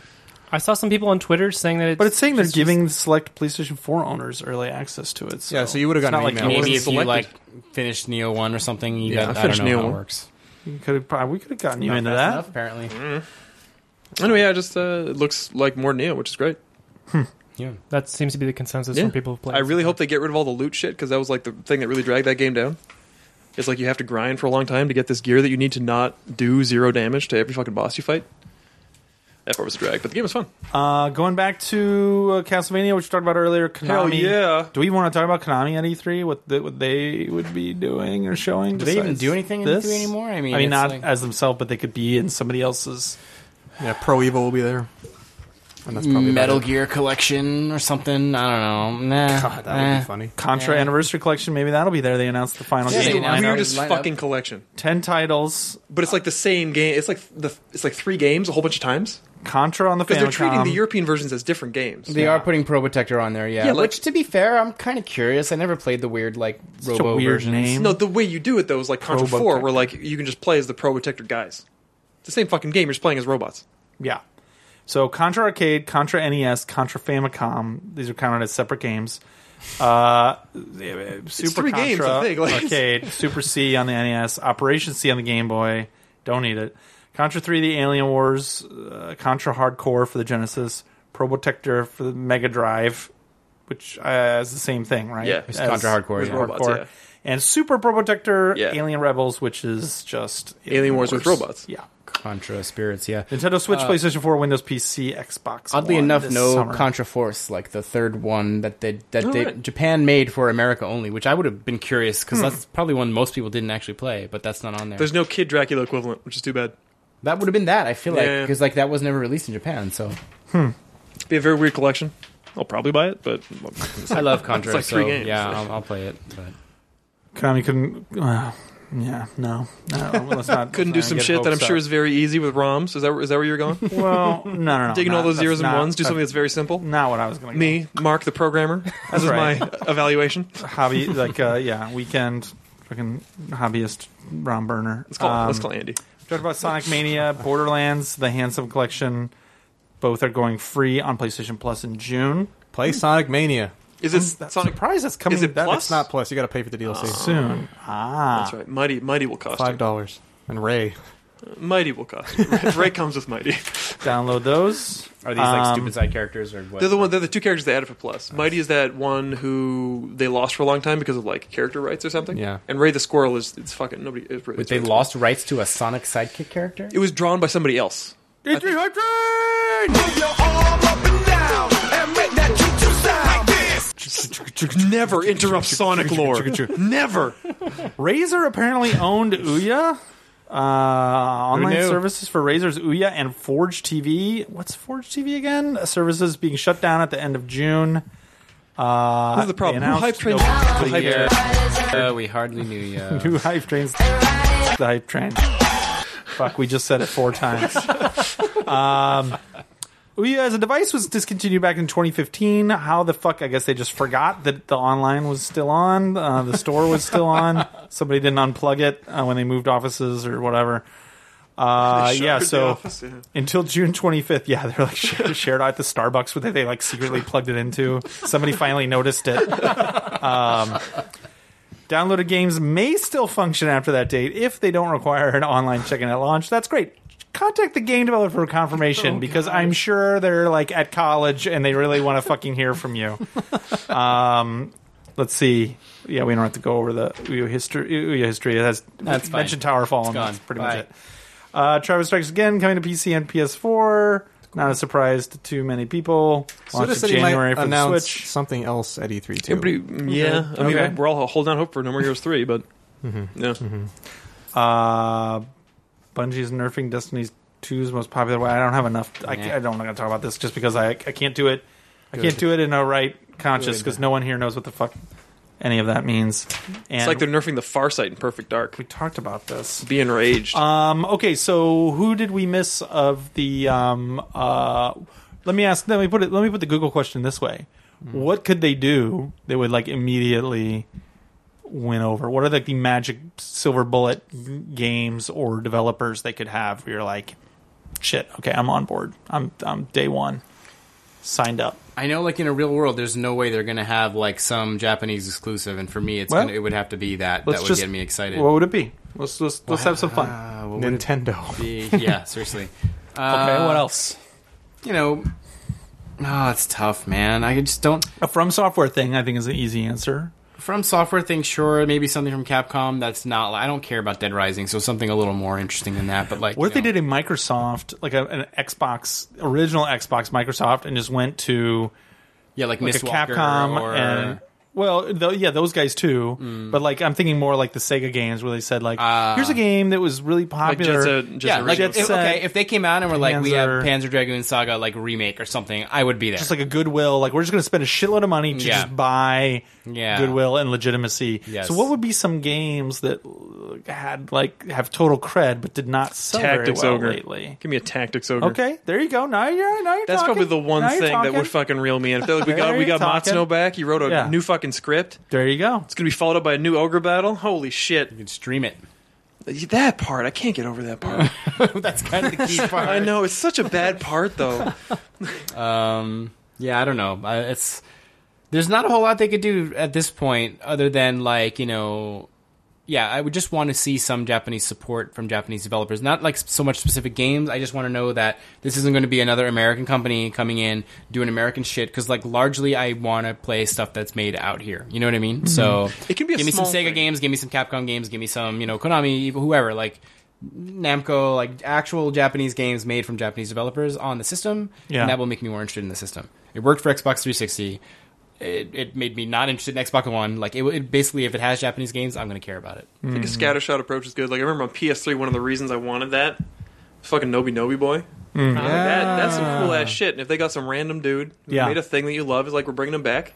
I saw some people on Twitter saying that it's But it's saying they're just- giving select PlayStation 4 owners early access to it. So yeah. So you would have it's gotten not an like email. you Maybe wasn't if you selected. like finished Neo one or something, you Yeah, got. I I, finished don't know Neo how it 1. works. Mm, you could have, we could have gotten you Not into fast that. enough, apparently. Anyway, yeah, just uh, it looks like more Neo, which is great. Yeah. That seems to be the consensus Yeah. from people who play. I really hope they get rid of all the loot shit because that was like the thing that really dragged that game down. It's like you have to grind for a long time to get this gear that you need to not do zero damage to every fucking boss you fight. That part was a drag, but the game was fun. Uh, going back to uh, Castlevania, which we talked about earlier, Konami. Hell yeah. Do we want to talk about Konami at E3? What, the, what they would be doing or showing? Do they even besides do anything in this? E3 anymore? I mean, I mean, it's not like- as themselves, but they could be in somebody else's. Yeah, Pro Evil will be there. And that's probably about Metal it. Gear Collection or something. I don't know. Nah. God, that would nah. be funny. Contra Yeah. Anniversary Collection. Maybe that'll be there. They announced the final Yeah, It's they the game announced lineup. weirdest lineup. fucking collection, Ten titles. but it's like the same game. It's like the it's like three games a whole bunch of times Contra on the because Famicom. they're treating the European versions as different games. They are putting Pro Protector on there, yeah. Yeah, like- Which, to be fair, I'm kind of curious. I never played the weird, like, Such a robo weird versions. name. No, the way you do it though is like Contra Pro Four, where like you can just play as the Pro Protector guys. It's the same fucking game. You're just playing as robots. Yeah. So Contra Arcade, Contra NES, Contra Famicom. These are counted as separate games. Uh, Super Contra three games, I think, like- E Arcade, Super C on the NES, Operation C on the Game Boy. Don't need it. Contra 3, the Alien Wars, uh, Contra Hardcore for the Genesis, Probotector for the Mega Drive, which uh, is the same thing, right? Yeah. It's As- Contra Hardcore, with yeah. robots, yeah. And Super Probotector, Yeah. Alien Rebels, which is just Alien Wars with robots. Yeah. Contra spirits, yeah. Nintendo Switch, Uh, PlayStation 4, Windows PC, Xbox. Oddly One enough, this no summer. Contra Force, like the third one that they that they right. Japan made for America only, which Which I would have been curious because that's probably one most people didn't actually play, but that's not on there. Hmm. There's no Kid Dracula equivalent, which is too bad. that would have been that. I feel like Yeah. because like that was never released in Japan, so Be a very weird collection. I'll probably buy it, but I love Contra, It's like three so games. yeah, I'll, I'll play it. But. Konami couldn't. Uh, yeah, no. no let's not, *laughs* couldn't do let's not some get shit that I'm hopes sure up. is very easy with ROMs. Is that is that where you're going? Well, *laughs* no, no, *laughs* no. Taking not- all those that's zeros and not- ones, do something that's *laughs* very simple. Not what I was going to Me, Mark *laughs* the programmer. This is right. my *laughs* evaluation. hobby like uh, yeah weekend fucking hobbyist rom burner Let's call Um, let's call Andy. talked about sonic *laughs* mania borderlands the handsome collection both are going free on playstation plus in june Play Sonic Mania. Is it that's Sonic? surprised that's coming is it that- plus? that's It's not plus. You got to pay for the DLC. soon ah That's right. Mighty Mighty will cost Five dollars. And Ray. you. Mighty will cost you. Ray comes *laughs* with Mighty. download those Are these like Um, stupid side characters or what? They're the one. They're the two characters they added for Plus. Mighty is that one who they lost for a long time because of like character rights or something. Yeah. And Ray the Squirrel is it's fucking nobody. It's, it's, But they lost rights to a Sonic sidekick character. It was drawn by somebody else. Move your arm up and down and make that choo-choo sound. Like this. Never interrupt Sonic lore. Never. razor apparently *laughs* owned ouya uh, online knew? services for Razor's Ouya and Forge TV. What's Forge TV again? Uh, Services being shut down at the end of June. Uh, That's the problem. they Who announced hype trains- no- Who *laughs* hype Yeah. Ride Uh, we hardly knew you. Two hype trains. it, The hype train. Fuck, we just said it four times. um, Ouya as a device was discontinued back in 2015. How the fuck? I guess they just forgot that the online was still on, uh, the store was still on. Somebody didn't unplug it uh, when they moved offices or whatever. Uh, They yeah, shuttered so the office, yeah. until June 25th, yeah, they're like *laughs* shared, shared out at the Starbucks, what they, they like secretly plugged it into. Somebody finally noticed it. Downloaded games may still function after that date if they don't require an online check-in at launch. That's great. Contact the game developer for Oh, confirmation because I'm sure they're like at college and they really want to fucking hear from *laughs* you. Um, let's see. Yeah, we don't have to go over the Ouya history. Ouya history. It has That's fine. mentioned Tower Fall. and gone. That's pretty Bye. much it. Uh, Travis Strikes Again coming to PC and PS4. Not a surprise to too many people. Launched in January for the announce Switch. something else at E3 too. Everybody, mm, yeah. I mean, Okay. we're all holding out hope for No More Heroes three, but yeah. Uh, Bungie's nerfing Destiny's 2's most popular way. I don't have enough. I, Yeah. I don't. I'm not gonna talk about this just because I I can't do it. I can't do it in a right conscious because no one here knows what the fuck any of that means. And It's like they're nerfing the Far Sight in Perfect Dark. we talked about this. Be enraged. Um. Okay. So who did we miss of the um uh? Let me ask. Let me put it. Let me put the Google question this way: What could they do that would like immediately win over? What are like the magic silver bullet games or developers they could have? Where you're like, shit. Okay, I'm on board. I'm I'm day one. Signed up. *laughs* I know, like in a real world, there's no way they're gonna have like some Japanese exclusive, and for me, it's Well, gonna, it would have to be that that let's would just- get me excited. What would it be? Let's let's let's have some fun. Uh, what would it Nintendo. be? *laughs* yeah, seriously. okay. Uh, What else? You know, oh, it's tough, man. I just don't. A From Software thing, I think, is an easy answer. From software thing, sure, maybe something from Capcom. That's not. I don't care about Dead Rising, so something a little more interesting than that. But like, What you if they know. did a Microsoft, like a, an Xbox, original Xbox Microsoft, and just went to Yeah, like, like Miss a Walker Capcom or and well, th- yeah, those guys too. Hmm. But like, I'm thinking more like the Sega games where they said like, Ah. "Here's a game that was really like Jet popular." Set, Jet yeah, Set like Radio. Jet if, Set, okay, if they came out and were like, we have Panzer- Panzer Dragoon Saga like remake or something, I would be there. just like a goodwill, like we're just going to spend a shitload of money to Yeah. just buy Yeah. goodwill and legitimacy. Yes. So, what would be some games that uh, had like have total cred but did not sell Tactics very well Ogre. lately? Give me a Tactics Ogre. Okay, there you go. Now you're now you're That's talking. probably the one Now you're thing that talking. would fucking reel me in. If *laughs* they're like, we got There we you're got talking. Matsuno back. He wrote a Yeah. new fucking script. There you go. It's gonna be followed up by a new ogre battle. Holy shit! you could stream it. *laughs* That part I can't get over. *laughs* That part. That's kind of the key part. I know it's such a bad part though. Um, yeah, I don't know. I- It's there's not a whole lot they could do at this point, other than like you know, yeah, I would just want to see some Japanese support from Japanese developers. Not like so much specific games. I just want to know that this isn't going to be another American company coming in doing American shit. Because like largely, I want to play stuff that's made out here. You know what I mean? So Mm-hmm. It can be a give me some small Sega thing. games, give me some Capcom games, give me some you know Konami, whoever. Like Namco, like actual Japanese games made from Japanese developers on the system, Yeah. and that will make me more interested in the system. It worked for Xbox 360. It, it made me not interested in Xbox One. Like it, it basically, if it has Japanese games, I'm going to care about it. I think a Mm-hmm. scattershot approach is good. Like I remember on PS3, one of the reasons I wanted that was fucking Nobi Nobi Boy. Mm-hmm. Like, that, that's some cool ass shit. And if they got some random dude who Yeah. made a thing that you love, is like we're bringing him back.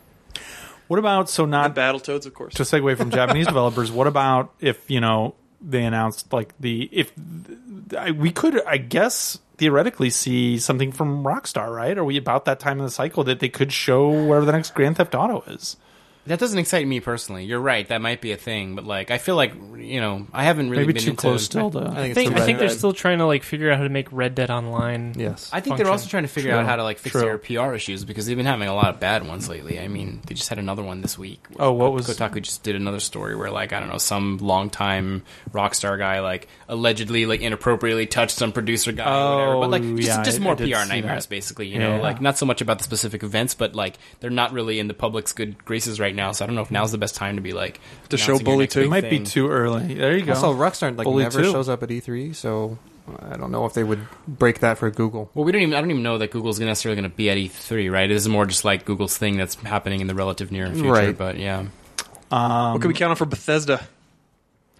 What about so And not Battletoads, of course. to segue *laughs* from Japanese developers? What about if you know they announced like the if I, we could I guess theoretically see something from Rockstar, right? Are we about that time in the cycle that they could show wherever the next Grand Theft Auto is? That doesn't excite me personally. You're right. That might be a thing, but like I feel like you know I haven't really Maybe been too into- close still to. I think, I think, it's I a think they're red. still trying to like figure out how to make Red Dead Online. yes. I think function. they're also trying to figure True. out how to like fix True. their PR issues because they've been having a lot of bad ones lately. I mean, they just had another one this week. Oh, what was- Kotaku just did another story where like I don't know some longtime Rockstar guy like allegedly like inappropriately touched some producer guy. or whatever. but Oh, like just, yeah, just I- more I did PR see nightmares that. basically. You Yeah. know, like not so much about the specific events, but like they're not really in the public's good graces right now. So I don't know if now's the best time to be like To show announcing your Bully next too. It big might be thing. too early. There you go. Also, Rockstar like Bully never two. shows up at E3, so uh, I don't know if they would break that for Google. Well, we don't even. I don't even know that Google's gonna necessarily going to be at E3, right? This is more just like Google's thing that's happening in the relative near future. Right. But yeah, what can we count on for Bethesda?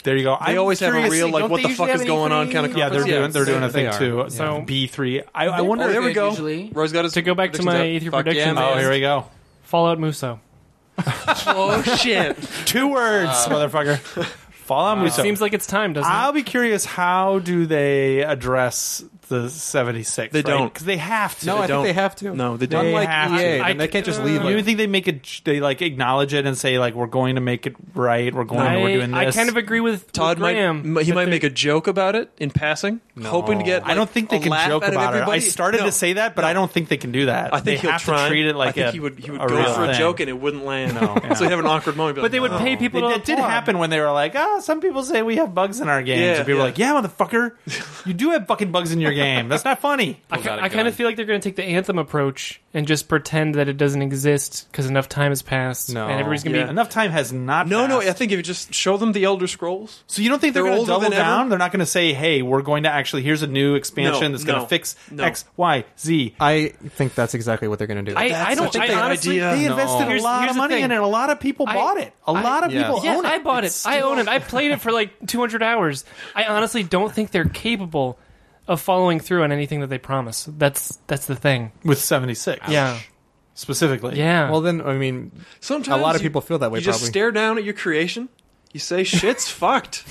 there you go. They I'm always have a curious- real like don't what they the usually fuck is have going on anything? kind of Yeah, they're conference. doing they're doing a They thing too. are. So- B three. I, I wonder. Oh, there we go. Usually- Roy's got his To go back to predictions my up. E3 Fuck predictions. Yeah, Oh, man. here we go. Fallout Muso. *laughs* oh shit! Two words, Uh, motherfucker. *laughs* Fallout Muso. Seems like it's time, doesn't I'll be curious. How do they address the seventy six? They don't. because they have to. No, I don't. think they have to. No, they They don't. Unlike have EA, to. then I they c- can't just leave. you like, even think they make it? They like acknowledge it and say like, "We're going to make it right. We're it? going. I, to, we're doing I this." kind of agree with Todd with Graham. might he that might they- make a joke about it in passing, hoping to get. Oh, I don't like, think they a can laugh joke out of about it. I everybody. started No. to say that, but I don't think they can do that. I think they he'll have try. to treat it like I think a, he would he would a go real for a thing. joke and it wouldn't land. yeah. *laughs* So he'd have an awkward moment. But But they would pay Oh. people. It, to it did applaud. happen when they were like, oh, some people say we have bugs in our games. Yeah, and people yeah. were like, yeah, motherfucker, you do have fucking bugs in your game. That's not *laughs* funny. I, Pulled out a kind gun. of feel like they're going to take the Anthem approach and just pretend that it doesn't exist because enough time has passed No. and everybody's going to Yeah. be. Enough time has not No, no. passed. I think if you just show them the Elder Scrolls, So you don't think they're, They're going to older double than ever? down? They're not going to say, hey, we're going to actually, here's a new expansion No, that's going to no, fix no. X, Y, Z. I think that's exactly what they're going to do. I, I That's don't. such a I big honestly, idea. They No. invested Here's- a lot here's of the money thing. in it, and a lot of people I- bought it. A I- lot of Yeah. people Yes, own it. I bought it. It's I still- own it. I played it for like 200 hours. I honestly don't think they're capable of following through on anything that they promise. That's that's the thing. With 76. Yeah. Specifically. Yeah. well, then I mean, sometimes a lot of you- people feel that way. You just probably. stare down at your creation. You *laughs* say shit's fucked.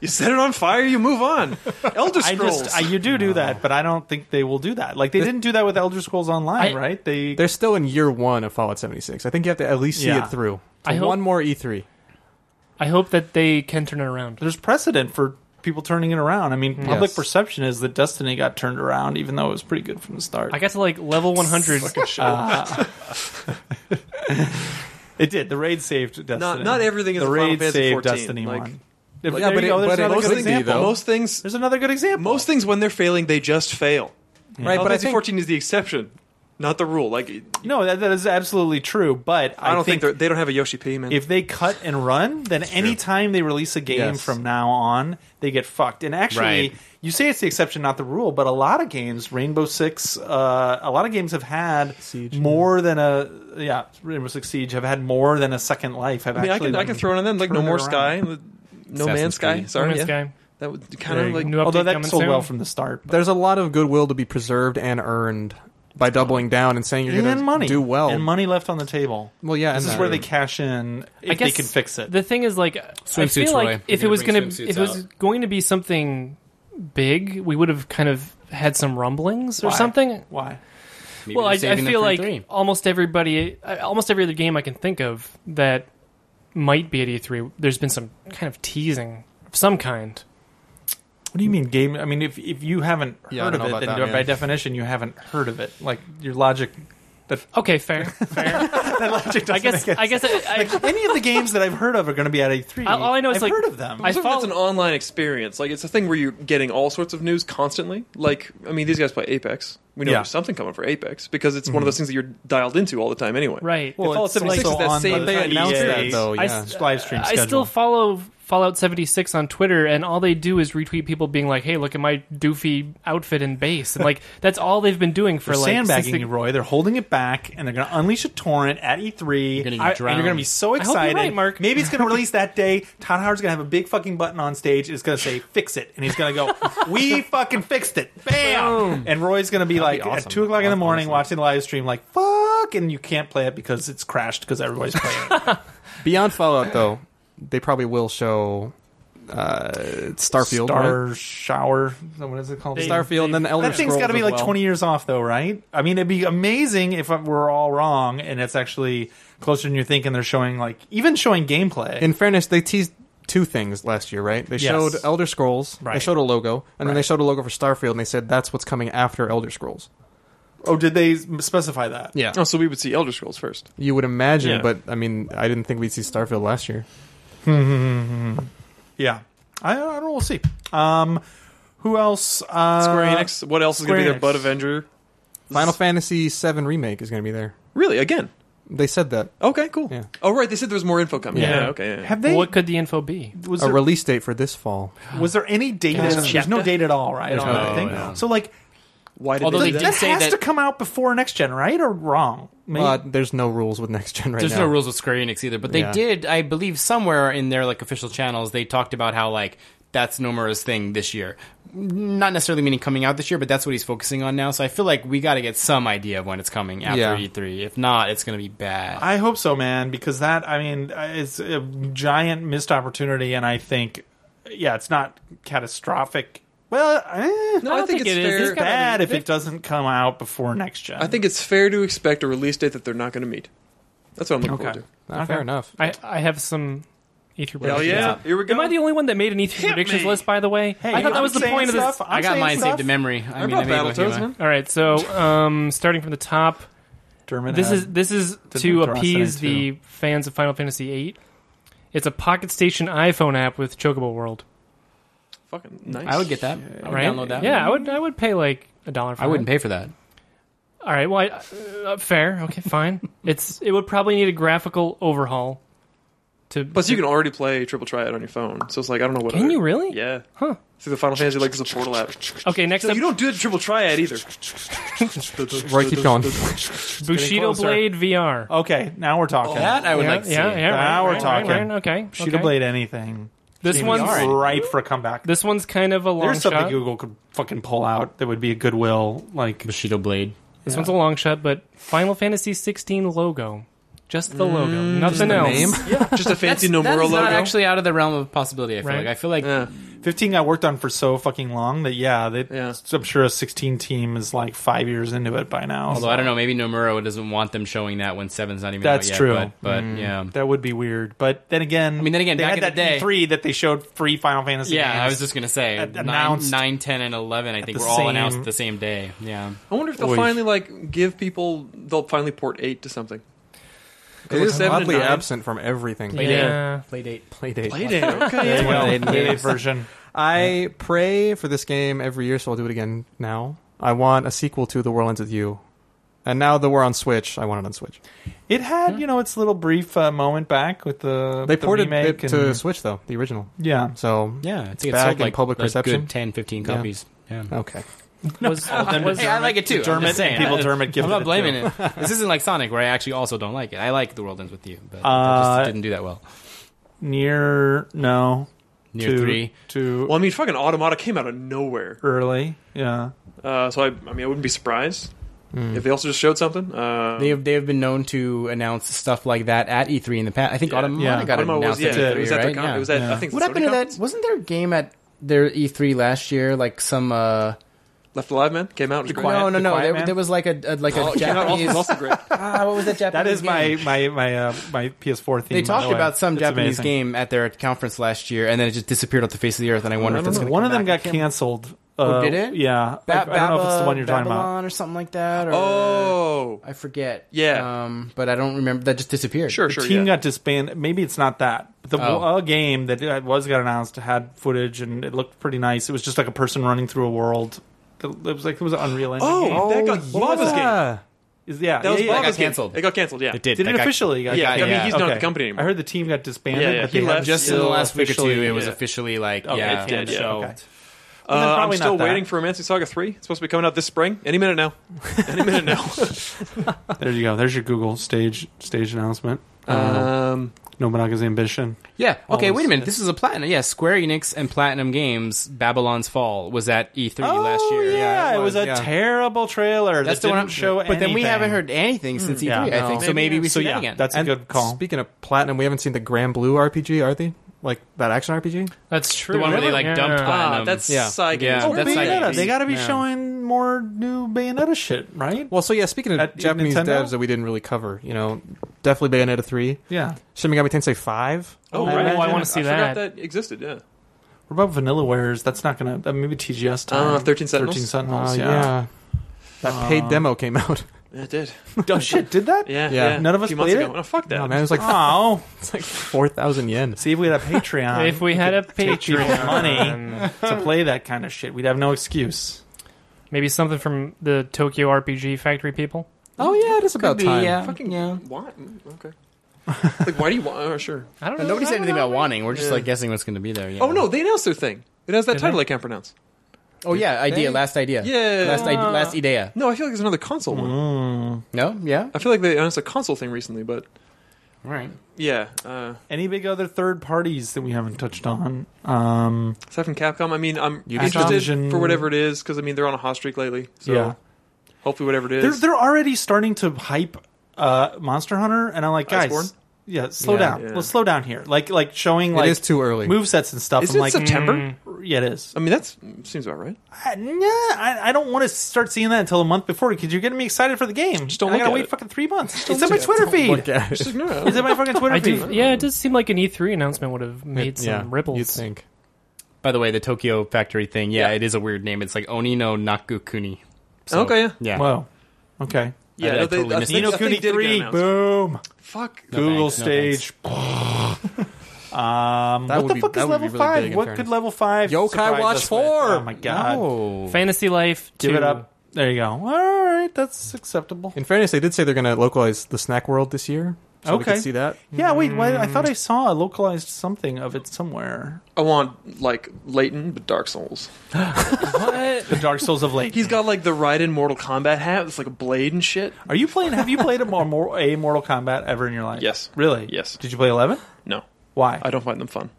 You set it on fire. You *laughs* move on. Elder I Scrolls. just I, you do do that, but I don't think they will do that. Like they didn't do that with Elder Scrolls Online, I- right? They They're still in year one of Fallout 76. I think you have to at least see Yeah. it through. I To hope- one more E E3. I hope that they can turn it around. there's precedent for people turning it around. I Mm-hmm. mean, public Yes. perception is that Destiny got turned around, even though it was pretty good from the start. I got to like level Uh, 100. it did. The raid saved Destiny. Not- not everything is the a Final raid Fantasy saved 14, Destiny like- one. If- yeah, there but you it- go. There's but it another most good could be, things, example. though. most things, There's another good example. most things when they're failing, they just fail. Right, Final but I Fantasy think- 14 is the exception, not the rule. Like I no, that, that is absolutely true. But I, don't think, they're- they don't have a Yoshi P man. if they cut and run, then any time they release a game Yes. from now on, they get fucked. And actually, Right. you say it's the exception, not the rule, but a lot of games, Rainbow Six, uh, a lot of games have had Siege, more than a yeah, Rainbow Six Siege have had more than a Second Life. Have I mean, I actually can I done- can throw it in then like No turn it More around. Sky, No Man's Assassin's Sky. Creed. Sorry, No Man's yeah. Sky. That would kind of like New update although that coming sold soon. well from the start. But There's a lot of goodwill to be preserved and earned by doubling down and saying you're going and to money do well. and money left on the table. Well, yeah, This and is that. where they cash in if I guess they can fix it. The thing is, like, I Swimsuits, feel like Roy. if You're it was gonna going bring to, swimsuits if it was going to be something big, we would have kind of had some rumblings or Why? something. Why? Maybe well, they're I, I saving them feel for E like E3. almost everybody, uh, almost every other game I can think of that might be at E3, there's been some kind of teasing of some kind. What do you mean game? I mean, if if you haven't heard Yeah, I of don't know it, about then that, by man. definition you haven't heard of it. Like your logic *laughs* That, *laughs* Okay, fair, fair. that logic doesn't I guess, make I guess, *laughs* I, I, any of the games that I've heard of are going to be out of E3. All- all I know is, I've like, heard of them. I I follow- that's an online experience. Like it's a thing where you're getting all sorts of news constantly. Like I mean, these guys play Apex. We know Yeah. there's something coming for Apex because it's one of those things that you're dialed into all the time anyway. right. Well, Fallout it's 76 is also that on same- the they announced EA that though. I Yeah, s- live stream I schedule. still follow Fallout 76 on Twitter, and all they do is retweet people being like, "Hey, look at my doofy outfit and base," and like *laughs* that's all they've been doing for They're like since sandbagging the- you, Roy. They're holding it back, and they're going to unleash a torrent at E3. You're gonna get I- and drowned. you're going to be so hope you're excited, right, Mark. Maybe it's going to release that day. Todd Howard's going to have a big fucking button on stage. It's going to say "Fix it," and he's going to go, "We fucking fixed it!" Bam. And Roy's going to be like be awesome, at two o'clock in the morning honestly. watching the live stream, like "Fuck!" And you can't play it because it's crashed because everybody's playing. it. Beyond Fallout though, they probably will show uh, *laughs* Starfield, Star right? shower. What is it called? They- Star Starfield, and then Elder that thing's got to be like 20 years off though right i mean it'd be amazing if we're all wrong and it's actually closer than you're thinking they're showing like even showing gameplay In fairness, they teased two things last year, right? They Yes. showed Elder Scrolls, they Right. showed a logo, and then they Right. showed a logo for Starfield, and they said that's what's coming after Elder Scrolls. oh did they specify that Yeah, Oh, so we would see Elder Scrolls first. you would imagine, Yeah. but I mean, I didn't think we'd see Starfield last year. yeah i, I don't know we'll see um who else uh Square Enix. What else is going to Square be their Bud Enix. Avenger? Final Fantasy VII remake is going to be there. Really? Again? They said that Okay, cool. Yeah. Oh, right. They said there was more info coming. Yeah. Yeah. okay. yeah. have they what could the info be? was a there, release date for this fall. was there any date there's no date at all right on that thing so like Why did Although they they do did that say has that- to come out before next gen right or wrong Maybe- But there's no rules with next gen right There's now. no rules with Square Enix either, but they Yeah. did, I believe, somewhere in their like official channels, they talked about how like that's Nomura's thing this year. Not necessarily meaning coming out this year, but that's what he's focusing on now. So I feel like we got to get some idea of when it's coming after Yeah. E3. If not, it's going to be bad. I hope so, man, because that I mean it's a giant missed opportunity, and I think yeah, it's not catastrophic. Well, eh, No, I, don't think think, it's it is. fair. It's it's bad if it doesn't come out before next gen. I think it's fair to expect a release date that they're not going to meet. That's what I'm looking Okay. forward Ah, Fair enough. I, I have some E E3 to. Hell predictions. yeah! Here we go. Am I the only one that made an E3 predictions list? By the way, I thought that I'm was the saying point of stuff, this. I'm I got saying mine stuff. saved to memory. I, I mean, I brought made Battletoads, Bohemia. man. All right, so um, starting from the top, Dermot this had- is this is Didn't to Thrust appease in it, the fans of Final Fantasy VIII. It's a Pocket Station iPhone app with Chocobo World. Fucking nice. I would get that. I would right? download that. Yeah, I would. I would pay like a dollar. for I wouldn't that. pay for that. All right. Well, I, uh, fair. Okay, fine. *laughs* it's it would probably need a graphical overhaul. To Plus, you can already play Triple Triad on your phone, so it's like I don't know what. Can other- you really? Yeah. Huh. Through the Final Fantasy, like there's a portal app. Okay. Next So up, you don't do the Triple Triad either. Roy, keep going. *laughs* Bushido closer. Blade VR. okay. Now we're talking. That I would yeah, like to yeah, see. yeah. Right, Now we're right, talking. Right, right, okay. Shoot okay. a blade anything. This Seems one's ripe for a comeback. this one's kind of a long There's something shot. Google could fucking pull out that would be a goodwill like Bushido Blade. This one's a long shot, but Final Fantasy 16 logo, just the logo, nothing else. *laughs* *laughs* Just a fancy Nomura That's logo. not actually out of the realm of possibility. I feel Right. like I feel like yeah. 15 got worked on for so fucking long that yeah, they, Yeah. I'm sure a 16 team is like five years into it by now. Although I don't know, maybe Nomura doesn't want them showing that when Seven's not even That's out yet. true. But, but yeah. That would be weird. But then again, I mean, then again, they had back in that E the day- three that they showed free Final Fantasy. Yeah, games. I was just gonna say At- nine, announced. nine, ten, and eleven. I think the were all same- announced the same day. Yeah, I wonder if they'll Oy. finally like give people. They'll finally port eight to something. It is seven and oddly nine. absent from everything. Yeah. playdate. Playdate. There *laughs* Okay. you go. Playdate version. I pray for this game every year, so I'll do it again now. I want a sequel to The World Ends with You, and now that we're on Switch, I want it on Switch. It had you know its little brief uh, moment back with the They the ported it remake and, to Switch though, the original. yeah. So Yeah, I think back sold in public a perception. Good 10, 15 Yeah. copies. Yeah. okay, *laughs* Was, was- Hey, I like it too. I'm Dermot just saying. people I- Dermot gifted I'm not it blaming to. it. *laughs* This isn't like Sonic, where I actually also don't like it. I like The World Ends with You, but it Uh, just didn't do that well. near no Near too, three, too Well, I mean, fucking Automata came out of nowhere. early. Yeah, Uh, so I, I mean, I wouldn't be surprised if they also just showed something. Uh, they have they have been known to announce stuff like that at E3 in the past. I think Automata Yeah. got Automo was announced yeah, at E3, it was at right? the con- Yeah. it was at, Yeah. I think What the happened Sony to that? conference. Wasn't there a game at their E3 last year? Like some. uh Left Alive Man came out. It was great. No, Quiet- no, The no. Quiet There, Man? there was like a, a like a Oh, it came out also, Japanese. it's also great. ah, what was that Japanese? *laughs* that is my game? my my uh, my PS4 theme. They by talked the way. about some It's Japanese amazing. game at their conference last year, and then it just disappeared off the face of the earth. And I wonder I if don't that's know. going to One of them got canceled Oh, Uh, did it? Yeah. I, I Ba- don't know if it's the Baba- one you're talking about. Babylon or something like that. Or Oh, I forget. Yeah. um, but I don't remember. That just disappeared. sure, The sure. team yeah. got disbanded. Maybe it's not that. But the Oh. a game that was got announced had footage and it looked pretty nice. It was just like a person running through a world. It was like it was an Unreal Engine. game. oh, that got Lava's game. yeah. Is- yeah, That was yeah, yeah. Lava's game. canceled. It got canceled. Yeah, It did. Did that it got- officially? got Yeah, I mean, canceled? he's not at the company anymore. I heard the team got disbanded. Yeah, yeah, but he they left. haven't Just in the still last week or two, officially- it was yeah. officially like Okay, yeah, it did, yeah, shelved. okay. Uh, then I'm probably still not that. waiting for Romancing Saga three. It's supposed to be coming out this spring. Any minute now. Any minute now. *laughs* There you go. There's your Google stage stage announcement. Uh, um, Nobunaga's ambition. Yeah. Okay. Always, wait a minute. This is a platinum. Yeah. Square Enix and Platinum Games. Babylon's Fall was at E3 last year. Oh, yeah, it it was, was, a yeah. terrible trailer. That's That's the that one didn't I'm- show. But then we anything. Hmm, haven't heard anything since E3. E Yeah. I think So maybe we So see yeah, that again. that's a And good call. Speaking of platinum, we haven't seen the Grand Blue RPG, are they? Like that action RPG? That's true. the one where they like Yeah. dumped ah, Platinum. that's Yeah. Saiga. Yeah. oh, that's like- Bayonetta. they got to be Yeah. showing more new Bayonetta shit, right? Well, so yeah, speaking of At Japanese Nintendo? devs that we didn't really cover, you know, definitely Bayonetta 3, Yeah. Shin Megami Tensei 5. I Oh, right. imagine- I wanna see I forgot that. that existed. Yeah. What about Vanilla Wares? That's not gonna. Uh, maybe TGS time. Uh, 13 Sentinels? 13 Uh, Sentinels. yeah. yeah. That Uh, paid demo came *laughs* out. It did. *laughs* Oh shit! Did that? Yeah, Yeah. yeah. None of us a few months played ago. it? No, fuck that. Oh, man, it was like *laughs* Oh, it's like 4,000 yen. see if we had a Patreon. Uh, If we had a people's Patreon *laughs* money. to play that kind of shit, we'd have no excuse. *laughs* maybe something from the Tokyo RPG Factory people. Oh yeah, it is about be, time. yeah. Fucking yeah. Why? Mm, *laughs* Okay. like, why do you want? Oh, sure. I don't know. But nobody I said don't anything know. about wanting. We're just Yeah. like guessing what's going to be there. Yeah. Oh no, they announced their thing. It has that Did title they? I can't pronounce. Oh yeah. Idea. They- Last idea. Yeah. Last idea. Last idea. No, I feel like there's another console Mm-hmm. one. No. Yeah. I feel like they announced a console thing recently, but All right. yeah. Uh, Any big other third parties that we haven't touched on? Um, aside from Capcom, I mean, I'm Ubisoft. interested Activision. for whatever it is because I mean they're on a hot streak lately. So Yeah. hopefully, whatever it they're is. they're already starting to hype uh, Monster Hunter, and I'm like, guys, Iceborne? yeah, slow Yeah. down. Yeah. Let's slow down here. Like like showing like it is too early. move sets and stuff. Is I'm it like, mm. September? yeah, it is. I mean, that seems about right. I, nah, I, I don't want to start seeing that until a month before because you're getting me excited for the game. Just don't I look gotta at wait it. fucking three months. it's on my Twitter feed. Look at it. Just ignore it. Is it my fucking Twitter I feed? do. Yeah, it does seem like an E3 announcement would have made some yeah, ripples. You'd think. By the way, the Tokyo Factory thing. Yeah, it is a weird name. It's like Onino Nakukuni. So, Okay, yeah. Yeah. Whoa. Okay. Yeah, I no, they, totally I missed think- it. I think they did get three. announced. Boom. Fuck. Google thanks, no stage. *laughs* um, That what would the be- fuck that is would level be really big five? in What fairness. could level five? Yokai surprise Watch us with? 4. Oh my god! Oh. Fantasy Life. Give 2. it up. There you go. All right, that's acceptable. In fairness, they did say they're going to localize the snack world this year. So we Okay. could see that. Yeah, wait. Why, I thought I saw a localized something of it somewhere. I want like Leighton, but Dark Souls. The Dark Souls of *laughs* late. He's got like the Raiden Mortal Kombat hat. It's like a blade and shit. Are you playing? Have you played a, more, more, a Mortal Kombat ever in your life? Yes. Really? Yes. Did you play Eleven? No, Why? I don't find them fun.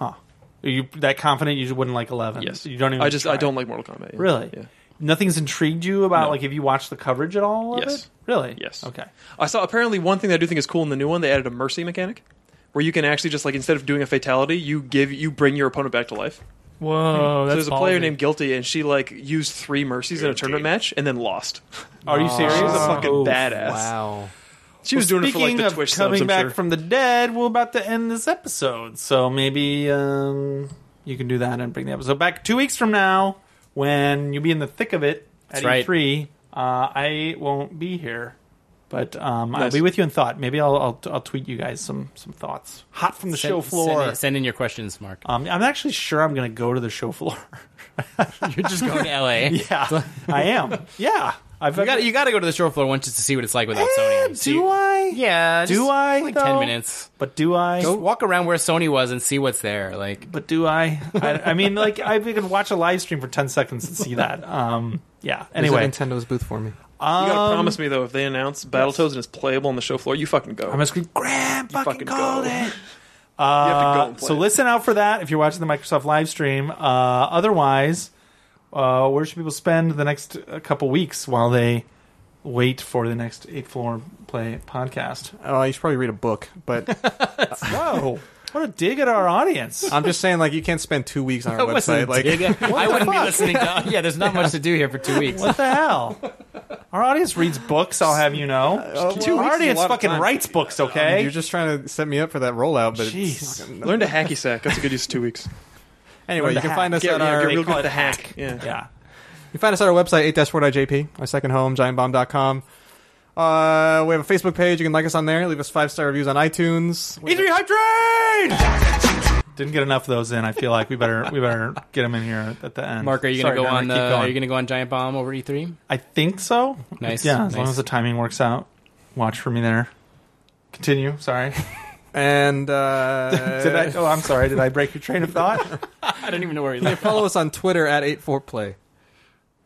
Are you that confident you wouldn't like Eleven? Yes, You don't even. I just I try? don't like Mortal Kombat. yeah. Really? Yeah. Nothing's intrigued you about No. like if you watched the coverage at all? Of Yes. It? Really? Yes. Okay. I saw apparently one thing that I do think is cool in the new one. They added a mercy mechanic, where you can actually just like instead of doing a fatality, you give you bring your opponent back to life. Whoa, that's so there's a ballsy. player named Guilty, and she like used three mercies in a tournament match and then lost. Are you serious? She's a fucking Oh, badass. Wow. She was Well, doing it for like speaking the of Twitch coming subs, I'm back sure. from the dead, we're about to end this episode, so maybe um, you can do that and bring the episode back two weeks from now when you'll be in the thick of it at That's right. E3. Uh, I won't be here, but um, I'll Nice. be with you in thought. Maybe I'll, I'll I'll tweet you guys some some thoughts hot from the show floor. Send, send in your questions, Mark. um, I'm actually sure I'm going to go to the show floor. You're just going to *laughs* LA. yeah, *laughs* I am. Yeah, I've You got you got to go to the show floor once just to see what it's like without Eh, Sony. See- do I? Yeah. Do just I, Like though? ten minutes. But do I? Just walk around where Sony was and see what's there. Like but do I? I, I mean, like I could watch a live stream for ten seconds and see that. Um, yeah. Anyway, Nintendo's booth for me. you um, gotta promise me though, if they announce Battletoads and it's playable on the show floor, you fucking go. I'm gonna scream, Graham fucking, fucking called go." it. you have to go Uh, and play so it. listen out for that if you're watching the Microsoft live stream. Uh, otherwise, uh, where should people spend the next uh, couple weeks while they wait for the next Eighth Floor Play podcast? Oh, you should probably read a book, but *laughs* Whoa. What a dig at our *laughs* audience! I'm just saying, like, you can't spend two weeks *laughs* *laughs* on our That wasn't website. Like, dig. I wouldn't be fuck? listening to. Yeah, there's not much to do here for two weeks. What the hell? Our audience reads books. I'll have you know. well, our that's a audience lot of fucking time. writes books. Okay, you're just trying to set me up for that rollout, but it's Jeez. *laughs* Learn to hacky sack. That's a good use of two weeks. Anyway, you can find us at Get, yeah, our get real you good at the hack. Yeah. Yeah. can find us at our website 8 4.jp, our second home, giantbomb.com. Uh, we have a Facebook page. You can like us on there. Leave us five star reviews on iTunes. We- E3 Hype Train! *laughs* Didn't get enough of those in. I feel like we better we better get them in here at the end. Mark, are you Sorry, gonna go Darren, on? keep The, are going. you gonna go on Giant Bomb over E E3? I think so. Nice, Yeah, as nice. long as the timing works out. Watch for me there. Continue. *laughs* Sorry. *laughs* And uh, Did I? Oh, I'm sorry. Did I break your train of thought? *laughs* I don't even know where he you can follow us on Twitter at 84play.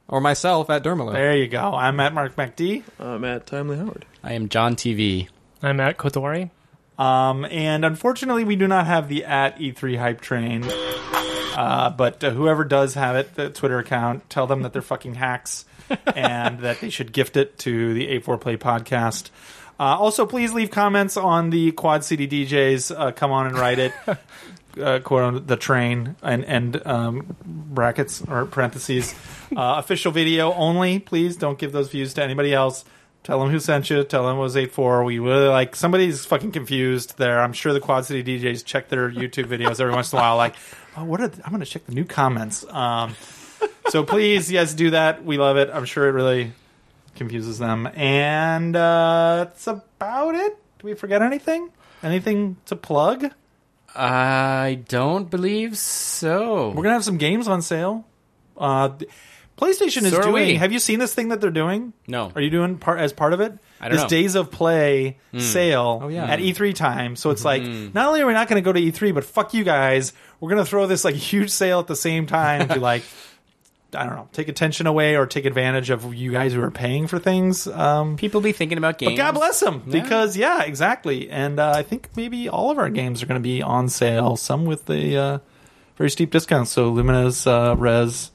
Or myself at Dermalo. There you go. I'm at Mark McD. I'm at Oh, Timely Howard. *laughs* I am John TV. I'm at Kotori. Um, and unfortunately, we do not have the at E3 hype train. Uh, but uh, whoever does have it, the Twitter account, tell them that they're fucking hacks and that they should gift it to the A4 Play podcast. Uh, also, please leave comments on the Quad City DJs. Uh, come on and write it. Uh, quote on the train and and um, brackets or parentheses. Uh, official video only. Please don't give those views to anybody else. Tell them who sent you. Tell them it was eight four. We really like somebody's fucking confused there. I'm sure the Quad City DJs check their YouTube videos every once in a while. Like, oh, what? Are th- I'm going to check the new comments. Um, so please, yes, do that. We love it. I'm sure it really confuses them. And uh, that's about it. Do we forget anything? Anything to plug? I don't believe so. We're gonna have some games on sale. Uh, th- PlayStation is So are doing. we. Have you seen this thing that they're doing? No. Are you doing part as part of it? I don't this know. Hmm. Days of Play sale Oh, yeah. at E3 time. So it's like not only are we not going to go to E3, but fuck you guys. We're going to throw this like huge sale at the same time to like *laughs* I don't know, take attention away or take advantage of you guys who are paying for things. Um, People be thinking about games. but God bless them Yeah. because yeah, exactly. And uh, I think maybe all of our games are going to be on sale. Some with the uh, very steep discounts. So Lumina's uh, Res,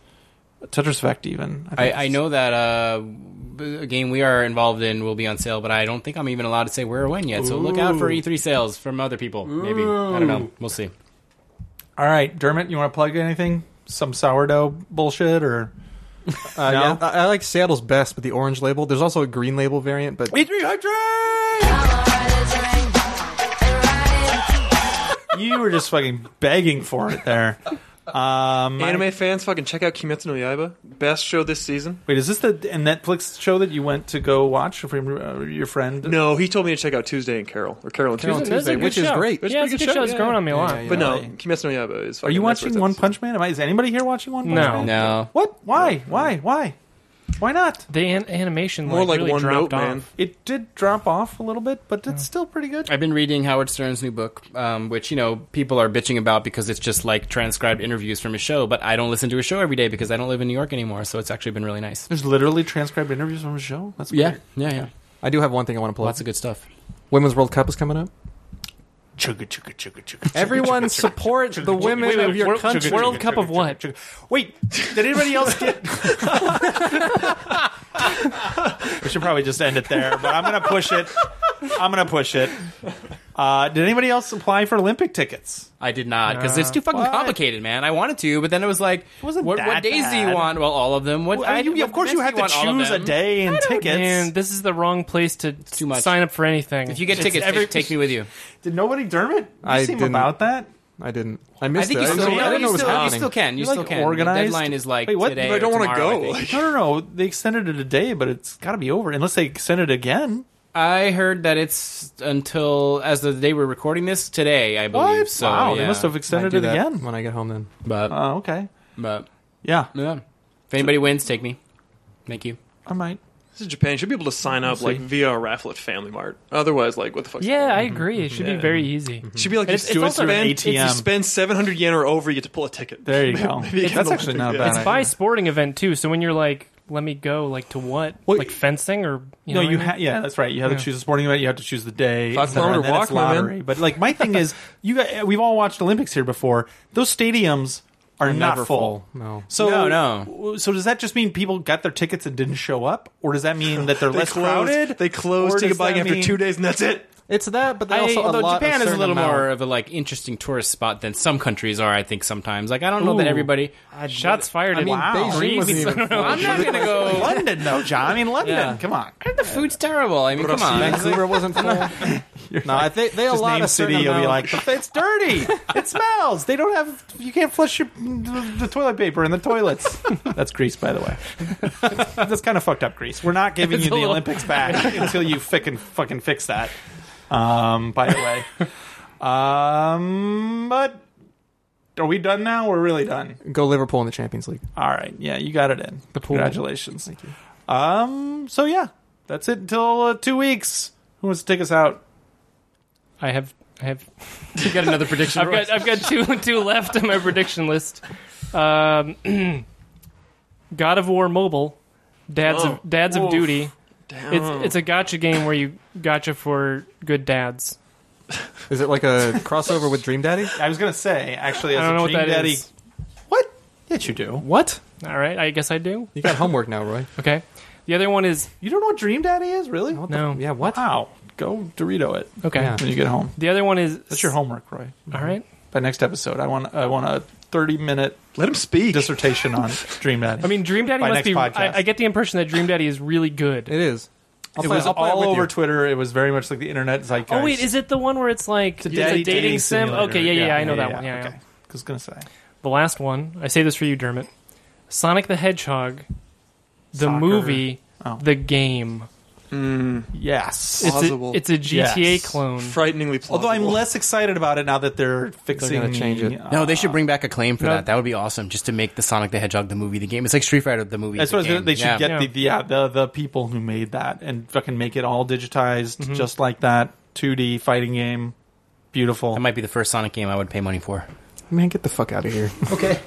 Tetris Effect, even. I, think I it's- know that uh, b- a game we are involved in will be on sale, but I don't think I'm even allowed to say where or when yet. So look out for E3 sales from other people. Maybe I don't know. We'll see. All right, Dermot, you want to plug anything? Some sourdough *laughs* bullshit or Uh, No? yeah, I, I like Seattle's best with the orange label. There's also a green label variant, but E3 Hype Train. you were just fucking begging for it there. Um, Anime fans, fucking check out Kimetsu no Yaiba. Best show this season. wait, is this the Netflix show that you went to go watch from uh, your friend? No, he told me to check out Tuesday and Carol or Carol and Carol Tuesday. and Tuesday, which is great. Yeah, it's a good show. It's growing on me a lot. But no, Kimetsu no Yaiba is. Are you fucking- watching that's where One it's at. Punch Man? Am I, is anybody here watching One Punch No. Man? No, What? Why? Why? Why? Why not? The an- animation More like, like really One dropped Note off. Man. It did drop off a little bit, but it's still pretty good. I've been reading Howard Stern's new book, um, which you know people are bitching about because it's just like transcribed interviews from his show. But I don't listen to his show every day because I don't live in New York anymore. So it's actually been really nice. There's literally transcribed interviews from the show. That's Yeah, yeah, yeah. I do have one thing I want to plug. Lots of good stuff. Women's World Cup is coming up. Chugga chugga chugga chugga. Everyone support the women Wait, wait, of your World, country. World Cup of what? Wait, did anybody else *laughs* get? we should probably just end it there, but I'm gonna push it. I'm gonna push it. Uh, did anybody else apply for Olympic tickets? I did not because it's too fucking Uh, what? complicated, man. I wanted to, but then it was like, wasn't what, that what days do you bad. want? Well, all of them. What? Well, I- you- what of course, you have events to do want all of choose a them? day and tickets. Man, this is the wrong place to too much. sign up for anything. If you get It's tickets, every- take, take me with you. Did nobody Dermot? You I seem didn't. about that. I didn't. I I missed think it. you I still, didn't know, I didn't know you it was still, you happening. still can. You You're, still like, can. organized? The deadline is like Wait, what? today. But I don't want wanna to go. I, think. Like- No, no, no. They extended it a day, but it's got to be over unless they extend it again. I heard that it's until as of the day we're recording this today. I believe. What? So, wow, they yeah. must have I extended do it that again. when I get home. Then But, Oh, okay. but Yeah, yeah. If anybody wins, take me. Thank you. I might. This is Japan. You should be able to sign up like via a raffle at Family Mart. Otherwise, like what the fuck? yeah, I agree. It should Yeah. Mm-hmm. be very easy. Should be like It's- you it's spend- also an If you ATM. spend 700 yen or over, you get to pull a ticket. There you go. *laughs* Maybe you can That's look actually not a at bad. it. It's by sporting event too. So when you're like, let me go, like to what? Well, like fencing or you no, know you what I ha- yeah, that's right. You have Yeah. to choose a sporting event. You have to choose the day. Five et cetera, kilometer and then walk, it's my man. lottery. But like my thing is, you got, we've all watched Olympics here before. Those stadiums are not never full. full. No. So No, no. w- So does that just mean people got their tickets and didn't show up, or does that mean that they're They less closed, crowded? They Or closed does ticket buying that after mean- two days, and that's it. It's that, but they I, also a although lot, Japan is a certain little amount- more of a like interesting tourist spot than some countries are, I think sometimes. Like I don't know that Ooh. everybody. Shots fired. I mean, at Beijing Greece. wasn't even *laughs* I don't know. full. I'm not gonna go. London, though, John. I mean, London. Yeah. Come on. the food's terrible. I mean, come on. *laughs* *laughs* Vancouver wasn't full. no, I think they a Just lot name of city. You'll be like, it's *laughs* dirty. It smells. They don't have. You can't flush your, the, the toilet paper in the *laughs* toilets. That's Greece, by the way. That's kind of fucked up, Greece. We're not giving you the little- Olympics back *laughs* until you fucking fucking fix that. Um, by the way, um, but are we done now? We're really done. go Liverpool in the *laughs* Champions League. All right. Yeah, you got it in. The pool. Congratulations. Thank you. Um. So yeah, that's it until uh, two weeks. Who wants to take us out? I have. I have. You got another prediction? I've got. I've got two *laughs* two left on my prediction list. Um, *clears throat* God of War Mobile, Dads Oh. of Dads Oof. of Duty. Damn. It's it's a gotcha game where you gotcha for good dads. Is it like a crossover with Dream Daddy? I was gonna say actually, I as don't know a what Dream that is. Daddy What? Yes, you do. What? All right, I guess I do. You got homework now, Roy. Okay. The other one is You don't know what Dream Daddy is, really? no. Yeah, what? Wow. Go Dorito it Okay. Yeah. when you get home. The other one is That's your homework, Roy. All right. By next episode, I want I want a thirty minute Let him speak. dissertation on Dream Daddy. I mean, Dream Daddy By must next be. podcast. I, I get the impression that Dream Daddy is really good. It is. I'll it play- was I'll play it all with over you. Twitter. It was very much like the internet zeitgeist. Oh wait, is it the one where it's like it's a, daddy dating sim? simulator. Okay, yeah, yeah, I know that one. Yeah, okay. yeah. I was gonna say The last one. I say this for you, Dermot. Sonic the Hedgehog, the Soccer. movie, Oh. the game. yes. It's a, Plausible. it's a GTA Yes. clone. frighteningly plausible. Although I'm less excited about it now that they're fixing. gonna change it. uh, No, they should bring back a claim for No. that. That would be awesome. Just to make the Sonic the Hedgehog the movie, the game. It's like Street Fighter the movie. That's the what I was gonna- game. they should Yeah. get the Yeah. the, yeah, the the people who made that and fucking make it all digitized just like that 2D fighting game. Beautiful. That might be the first Sonic game I would pay money for. Man, get the fuck out of here. Okay.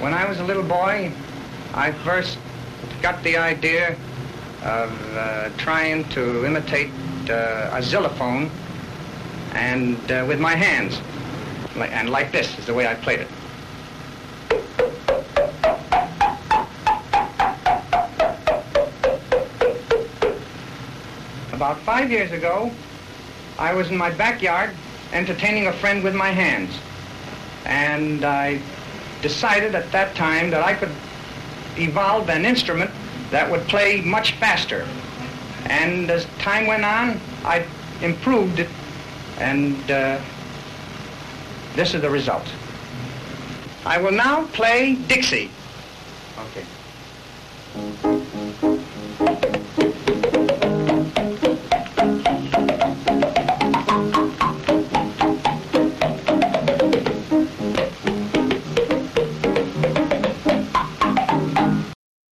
When I was a little boy, I first got the idea of uh, trying to imitate uh, a xylophone and uh, with my hands. Li- And like this is the way I played it. About five years ago, I was in my backyard entertaining a friend with my hands. And I decided at that time that I could evolve an instrument that would play much faster. And as time went on, I improved it, and uh, this is the result. I will now play Dixie. Okay.